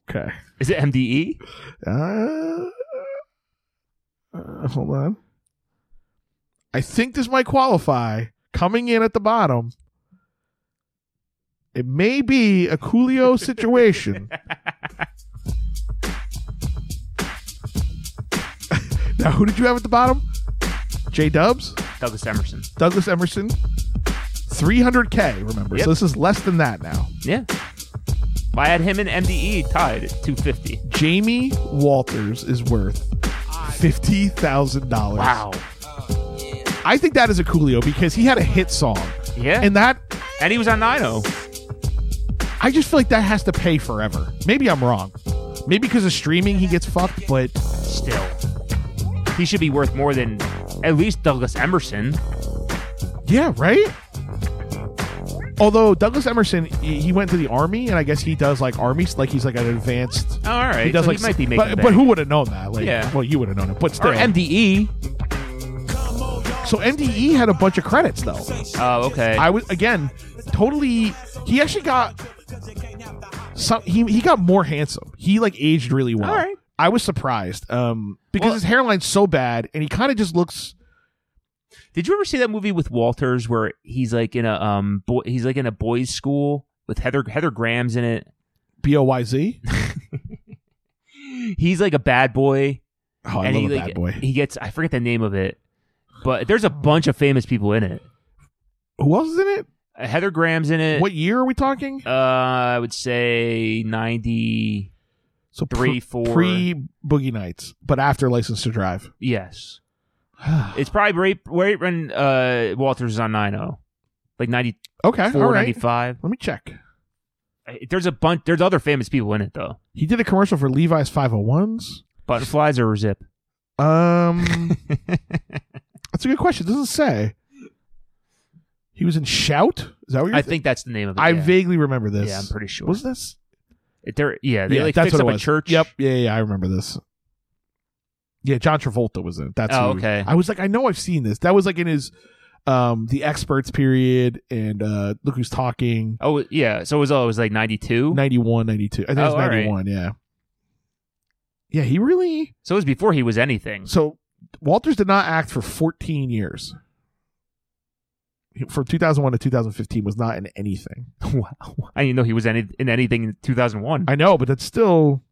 A: Okay.
B: Is it E? MDE?
A: Uh, uh, hold on. I think this might qualify. Coming in at the bottom, it may be a Coolio situation. now, who did you have at the bottom? J Dubs,
B: Douglas Emerson.
A: Douglas Emerson, 300K, remember.
B: Yep.
A: So this is less than that now.
B: Yeah. I had him and MDE tied at two fifty.
A: Jamie Walters is worth $50,000. I think that is a Coolio because he had a hit song,
B: Yeah.
A: and
B: And,
A: that
B: he was on oh. 9
A: I just feel like that has to pay forever. Maybe I'm wrong. Maybe because of streaming he gets fucked, but
B: still. He should be worth more than at least Douglas Emerson.
A: yeah, right. Although Douglas Emerson, he he went to the army, and I guess he does like armies, like he's like an advanced.
B: All right.
A: He does
B: so
A: like,
B: he might be making
A: but,
B: bank.
A: but who would have known that? Like,
B: Yeah.
A: well, you would have known it, but still.
B: or MDE.
A: so MDE had a bunch of credits though.
B: Oh, okay.
A: I was again totally. He actually got some. He he got more handsome. He like aged really well.
B: All right.
A: I was surprised um, because
B: Well-
A: his hairline's so bad, and he kind of just looks.
B: Did you ever see that movie with Walters where he's like in a um boy, he's like in a boys' school with Heather Heather Graham's in it.
A: B O Y Z.
B: He's like a bad boy,
A: Oh, I
B: and
A: love
B: he
A: a
B: like
A: bad boy.
B: he gets I forget the name of it, but there's a bunch of famous people in it.
A: Who else is in it?
B: Uh, Heather Graham's in it.
A: What year are we talking?
B: Uh, I would say ninety.
A: So
B: three, four.
A: pre Boogie Nights, but after License to Drive.
B: Yes, it's probably right right when uh Walters is on nine zero, like 94,
A: Okay, all right.
B: 95.
A: Let me check.
B: There's a bunch. There's other famous people in it though.
A: He did a commercial for Levi's 501s.
B: Butterflies or zip.
A: Um, that's a good question. It doesn't say. He was in Shout. Is that what you're?
B: I think that's the name of it.
A: I
B: yeah.
A: vaguely remember this.
B: Yeah, I'm pretty sure.
A: Was this?
B: They're, yeah, they
A: yeah,
B: like
A: that's
B: fixed
A: what
B: up
A: it
B: a
A: was.
B: church.
A: Yep. Yeah, yeah, I remember this. Yeah, John Travolta was in. it. That's
B: Oh,
A: who-
B: okay.
A: I was like, I know I've seen this. That was like in his, um, the experts period and uh, look who's talking.
B: Oh yeah. So it was oh, it was like ninety two.
A: 91, 92. I think
B: Oh,
A: it's
B: all right.
A: 91. Yeah. Yeah, he really.
B: So it was before he was anything.
A: So Walters did not act for 14 years. He- From 2001 to 2015 was not in anything.
B: wow. I didn't know he was any in anything in two thousand one.
A: I know, but that's still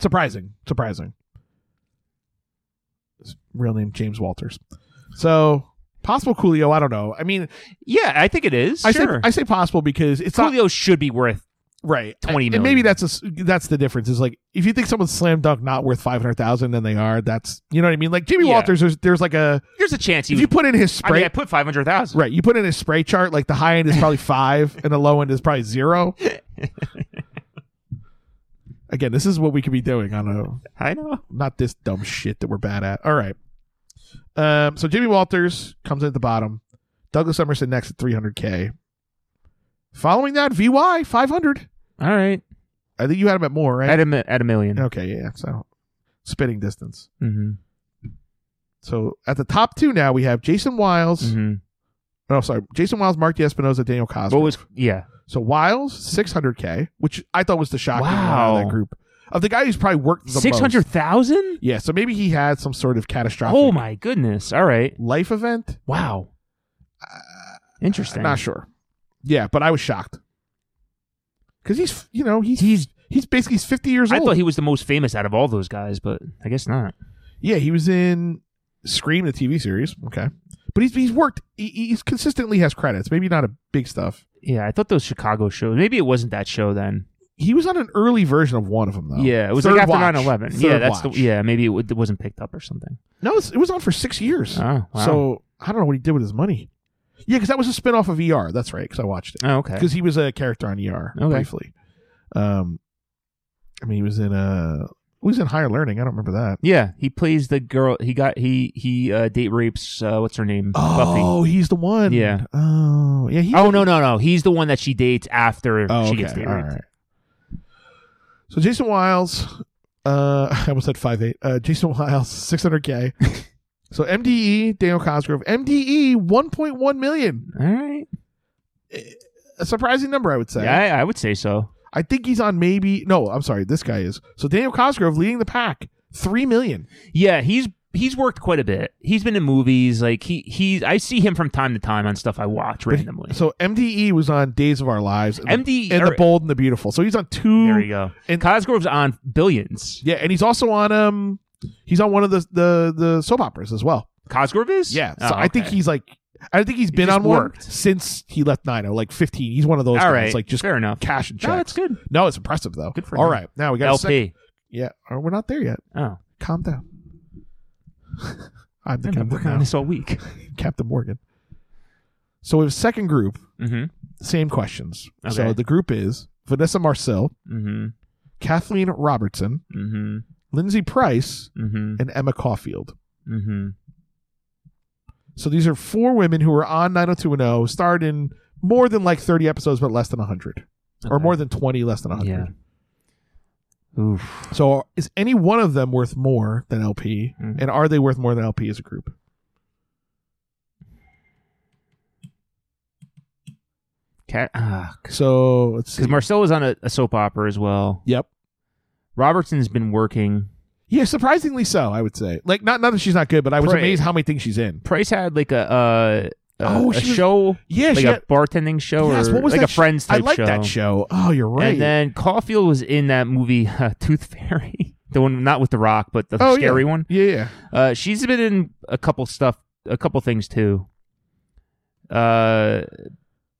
A: surprising. Surprising. His real name James Walters. So Possible Coolio, I don't know. I mean,
B: Yeah, I think it is.
A: I say
B: sure.
A: I say possible because it's not
B: Coolio should be worth.
A: right
B: 20
A: And maybe
B: million.
A: that's a s that's the difference. Is like if you think someone's slam dunk not worth five hundred thousand, then they are. That's you know what I mean. Like Jimmy
B: Yeah.
A: Walters, there's there's like a
B: Here's a chance he
A: if
B: was,
A: you put in his
B: I
A: spray
B: mean, I put five hundred thousand.
A: right, you put in his spray chart. Like the high end is probably five, and the low end is probably zero. Again, this is what we could be doing on a
B: I know.
A: not this dumb shit that we're bad at. All right. Um, so Jimmy Walters comes in at the bottom. Douglas Emerson next at 300K. Following that, VY 500.
B: All right.
A: I think you had him at more, right?
B: At a mi- at a 1000000
A: okay, yeah. So spitting distance.
B: Mm-hmm.
A: So at the top two now, we have Jason Wiles.
B: Mm-hmm.
A: Oh, sorry. Jason Wiles, Mark Espinosa, Daniel Cosby.
B: What was? Yeah.
A: so Wiles, 600K, which I thought was the shocking one out of
B: Wow.
A: that group. Of the guy who's probably worked the most.
B: Six hundred thousand.
A: Yeah, so maybe he had some sort of catastrophic
B: Oh my goodness. All right.
A: life event.
B: Wow. Interesting.
A: Uh, I'm not sure. Yeah, but I was shocked because he's you know he's
B: He's.
A: he's basically he's 50 years
B: I
A: old.
B: thought he was the most famous out of all those guys, but I guess not.
A: yeah, he was in Scream, the TV series. Okay, but he's he's worked. He, he's consistently has credits. Maybe not a big stuff.
B: Yeah, I thought those Chicago shows. Maybe it wasn't that show then.
A: He was on an early version of one of them though.
B: Yeah, it was
A: Oh. Third
B: like after
A: Watch.
B: 9 11.
A: Third
B: Yeah, that's
A: Watch.
B: the. Yeah, maybe it, w- it wasn't picked up or something.
A: No, it's- it was on for six years.
B: Oh, wow.
A: So I don't know what he did with his money. Yeah, because that was a spinoff of ER. That's right. Because I watched it.
B: Oh, okay.
A: because he was a character on ER
B: Okay.
A: briefly. Um, I mean, he was in uh he was in Higher Learning. I don't remember that.
B: Yeah, he plays the girl. He got he he uh, date rapes. Uh, what's her name?
A: Oh, he's the one.
B: Yeah.
A: Oh, yeah. He,
B: Buffy. Oh no no no! He's the one that she dates after
A: Oh,
B: she
A: okay.
B: gets date
A: All
B: raped.
A: right. So Jason Wiles, uh, I almost said five eight. Uh, Jason Wiles, six hundred k. So MDE, Daniel Cosgrove, MDE, one point one million.
B: All right.
A: A surprising number, I would say.
B: Yeah, I, I would say so.
A: I think he's on maybe. No, I'm sorry. This guy is. So Daniel Cosgrove leading the pack, three million.
B: Yeah, he's he's worked quite a bit. He's been in movies. Like he he's I see him from time to time on stuff I watch randomly.
A: So MDE was on Days of Our Lives, and,
B: MDE
A: and the
B: or-
A: Bold and the Beautiful. So he's on two.
B: E, there you go.
A: and-
B: Cosgrove's on Billions.
A: Yeah, and he's also on um, he's on one of the the the soap operas as well.
B: Cosgrove is.
A: Yeah, so
B: Oh,
A: I think
B: okay.
A: he's like, I think he's been
B: just
A: on one
B: worked.
A: since he left Nino, like fifteen. He's one of those
B: All
A: guys,
B: right.
A: like just
B: fair enough.
A: cash and checks.
B: No, that's good.
A: No, it's impressive though.
B: Good for
A: All
B: him.
A: right, now we got
B: LP.
A: A sec- yeah, or we're not there yet.
B: oh,
A: Calm down. I'm the
B: I've been
A: captain
B: working
A: now.
B: on this all week.
A: Captain Morgan. So we have a second group.
B: mm-hmm.
A: Same questions. So
B: Okay.
A: the group is Vanessa Marcel,
B: Mm-hmm.
A: Kathleen Robertson,
B: Mm-hmm.
A: Lindsay Price,
B: Mm-hmm.
A: and Emma Caulfield.
B: Mm-hmm.
A: So these are four women who were on 90210, starred in more than like 30 episodes, but less than 100. Or
B: Okay.
A: more than 20, less than 100.
B: Yeah. Oof.
A: So is any one of them worth more than LP?
B: Mhm.
A: And are they worth more than LP as a group?
B: Cat. Ah,
A: So let's see.
B: because Marcel was on a, a soap opera as well.
A: yep.
B: Robertson's been working.
A: Yeah, surprisingly so, I would say. Like, not, not that she's not good, but I was
B: Right.
A: amazed how many things she's in.
B: Price had like a uh, a,
A: Oh,
B: a
A: she was-
B: show,
A: Yeah,
B: like
A: she
B: a
A: had-
B: bartending show,
A: Yes,
B: or
A: what was
B: like
A: that
B: a Friends
A: sh- I
B: type
A: like
B: show.
A: that show. Oh, you're right.
B: And then Caulfield was in that movie uh, Tooth Fairy, the one not with the Rock, but the
A: Oh,
B: scary one.
A: yeah, yeah.
B: Uh, she's been in a couple stuff, a couple things too. Uh,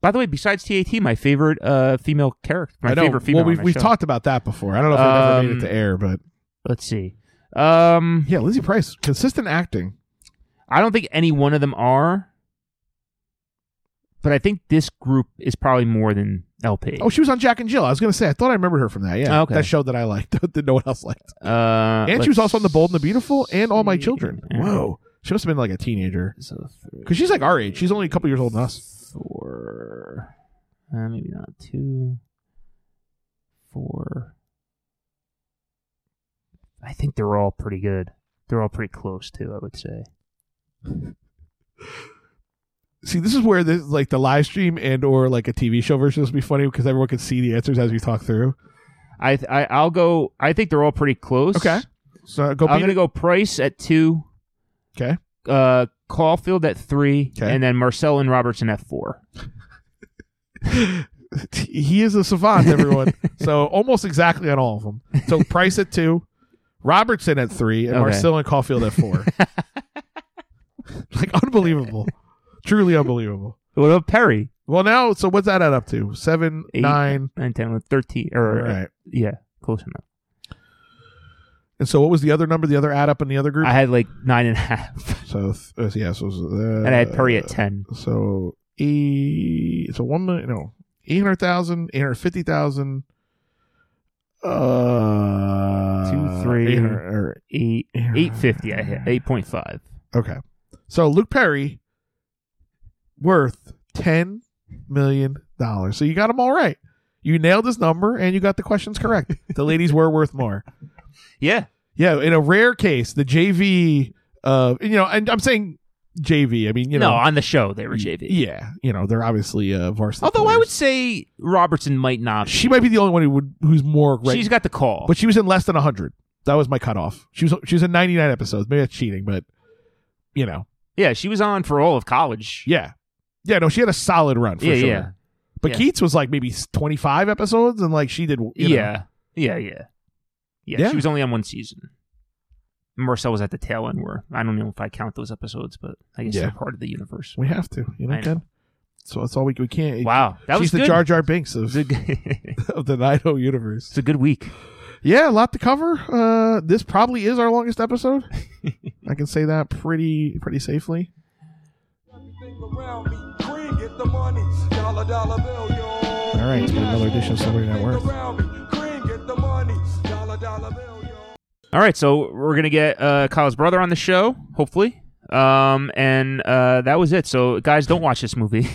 B: by the way, besides TAT, my favorite uh female character, my
A: I know.
B: favorite female.
A: Well, we've,
B: on that
A: we've
B: show.
A: talked about that before. I don't know if I ever made
B: Um,
A: it to air, but
B: Let's see. Um,
A: yeah, Lizzie Price, consistent acting.
B: I don't think any one of them are, but I think this group is probably more than LP.
A: Oh, she was on Jack and Jill. I was going to say, I thought I remembered her from that. Yeah,
B: Oh, okay.
A: that show that I liked that no one else liked.
B: uh,
A: and she was also on The Bold and the Beautiful and All My
B: see.
A: Children.
B: All right.
A: Whoa, she must have been like a teenager
B: So three,
A: because she's like our age. She's only a couple years older than us.
B: four, uh, maybe not two, four. I think they're all pretty good. They're all pretty close too. I would say.
A: See, this is where this like the live stream and or like a TV show version would be funny because everyone could see the answers as we talk through.
B: I, th- I I'll go. I think they're all pretty close.
A: Okay, so go.
B: I'm
A: beat
B: gonna
A: it.
B: go Price at two.
A: Okay,
B: uh, Caulfield at three,
A: Okay.
B: and then Marcel and Robertson at four.
A: he is a savant, everyone. so almost exactly on all of them. So Price at two, Robertson at three, and
B: Okay.
A: Marcel and Caulfield at four. like unbelievable. Truly unbelievable.
B: What about Perry?
A: Well, now, so what's that add up to? Seven,
B: Eight.
A: nine.
B: 9, 10, 11, 13. Or,
A: All right.
B: Yeah, close enough.
A: And so, what was the other number? The other add up in the other group?
B: I had like nine and a half,
A: so, th- uh, yeah. So, uh,
B: and I had Perry at 10.
A: So, e- so one million, no, 800,000, 850,000, uh,
B: Two, three.
A: 800 or-
B: Eight, 850 I hit, 8.5.
A: okay. So, Luke Perry worth $10 million. So, you got them all right. You nailed his number and you got the questions correct. The ladies were worth more.
B: Yeah.
A: Yeah, in a rare case, the JV, uh, you know, and I'm saying JV. I mean, you
B: no,
A: know,
B: on the show, they were JV.
A: yeah, you know, they're obviously uh, varsity.
B: Although
A: players.
B: I would say Robertson might not.
A: she might be the only one who would who's more right,
B: She's got the call.
A: but she was in less than hundred. That was my cutoff. She was she was in 99 episodes. Maybe that's cheating, but you know,
B: yeah, she was on for all of college.
A: yeah, yeah. No, she had a solid run for
B: yeah,
A: sure.
B: yeah,
A: But
B: yeah.
A: Keats was like maybe 25 episodes, and like she did, you know.
B: yeah, yeah, yeah, yeah.
A: Yeah.
B: She was only on one season. Marcel was at the tail end where I don't know if I count those episodes, but I guess
A: Yeah.
B: they're part of the universe.
A: We have to, you know,
B: I know.
A: Ken. So that's all we we can't.
B: Wow, that
A: she's
B: was
A: the
B: good.
A: Jar Jar Binks
B: It
A: of,
B: was a good-
A: of the Nido universe.
B: it's a good week.
A: Yeah, a lot to cover. Uh, this probably is our longest episode. I can say that pretty pretty safely. All right, it's been another edition of Celebrity Net Worth.
B: All right, so we're gonna get uh, Kyle's brother on the show, hopefully. Um, and uh, that was it. So guys, don't watch this movie.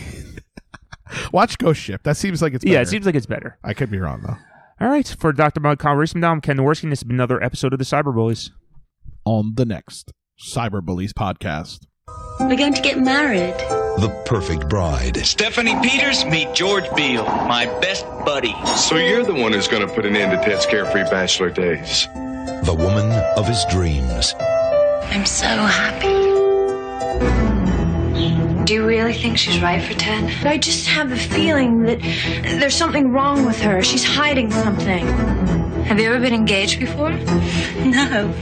A: Watch Ghost Ship. That seems like it's
B: yeah, it
A: better.
B: seems like it's better.
A: I could be wrong though.
B: All right, for Dr. Mug Conversation, I'm Ken Norsky, and this has been another episode of the Cyberbullies.
A: On the next Cyber Bullies podcast.
I: We're going to get married.
J: The perfect bride.
K: Stephanie Peters, meet George Beal, my best buddy.
E: So you're the one who's going to put an end to Ted's carefree bachelor days.
J: The woman of his dreams.
I: I'm so happy. Do you really think she's right for Ted? I just have a feeling that there's something wrong with her. She's hiding something. Have you ever been engaged before? No.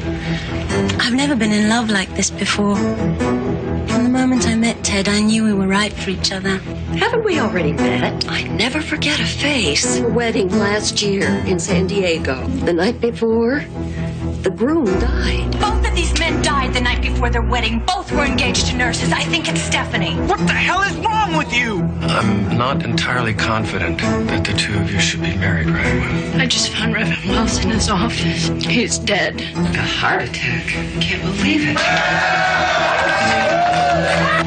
I: I've never been in love like this before. From the moment I met Ted, I knew we were right for each other. Haven't we already met? I never forget a face. The wedding last year in San Diego. The night before, the groom died. Both of these men died the night before their wedding. Both were engaged to nurses. I think it's Stephanie.
K: What the hell is wrong with you?
G: I'm not entirely confident that the two of you should be married right away.
I: I just found Reverend Wells in his office. He's dead. A heart attack. Can't believe it.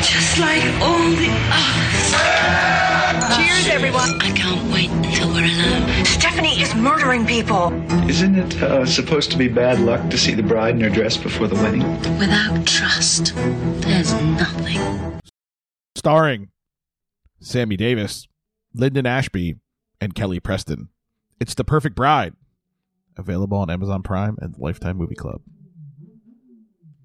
I: Just like all the others. Cheers, everyone. I can't wait until we're alone. Stephanie is murdering people.
K: Isn't it uh, supposed to be bad luck to see the bride in her dress before the wedding?
I: Without trust, there's nothing.
A: starring Sammy Davis, Lyndon Ashby, and Kelly Preston. It's The Perfect Bride, available on Amazon Prime and Lifetime Movie Club.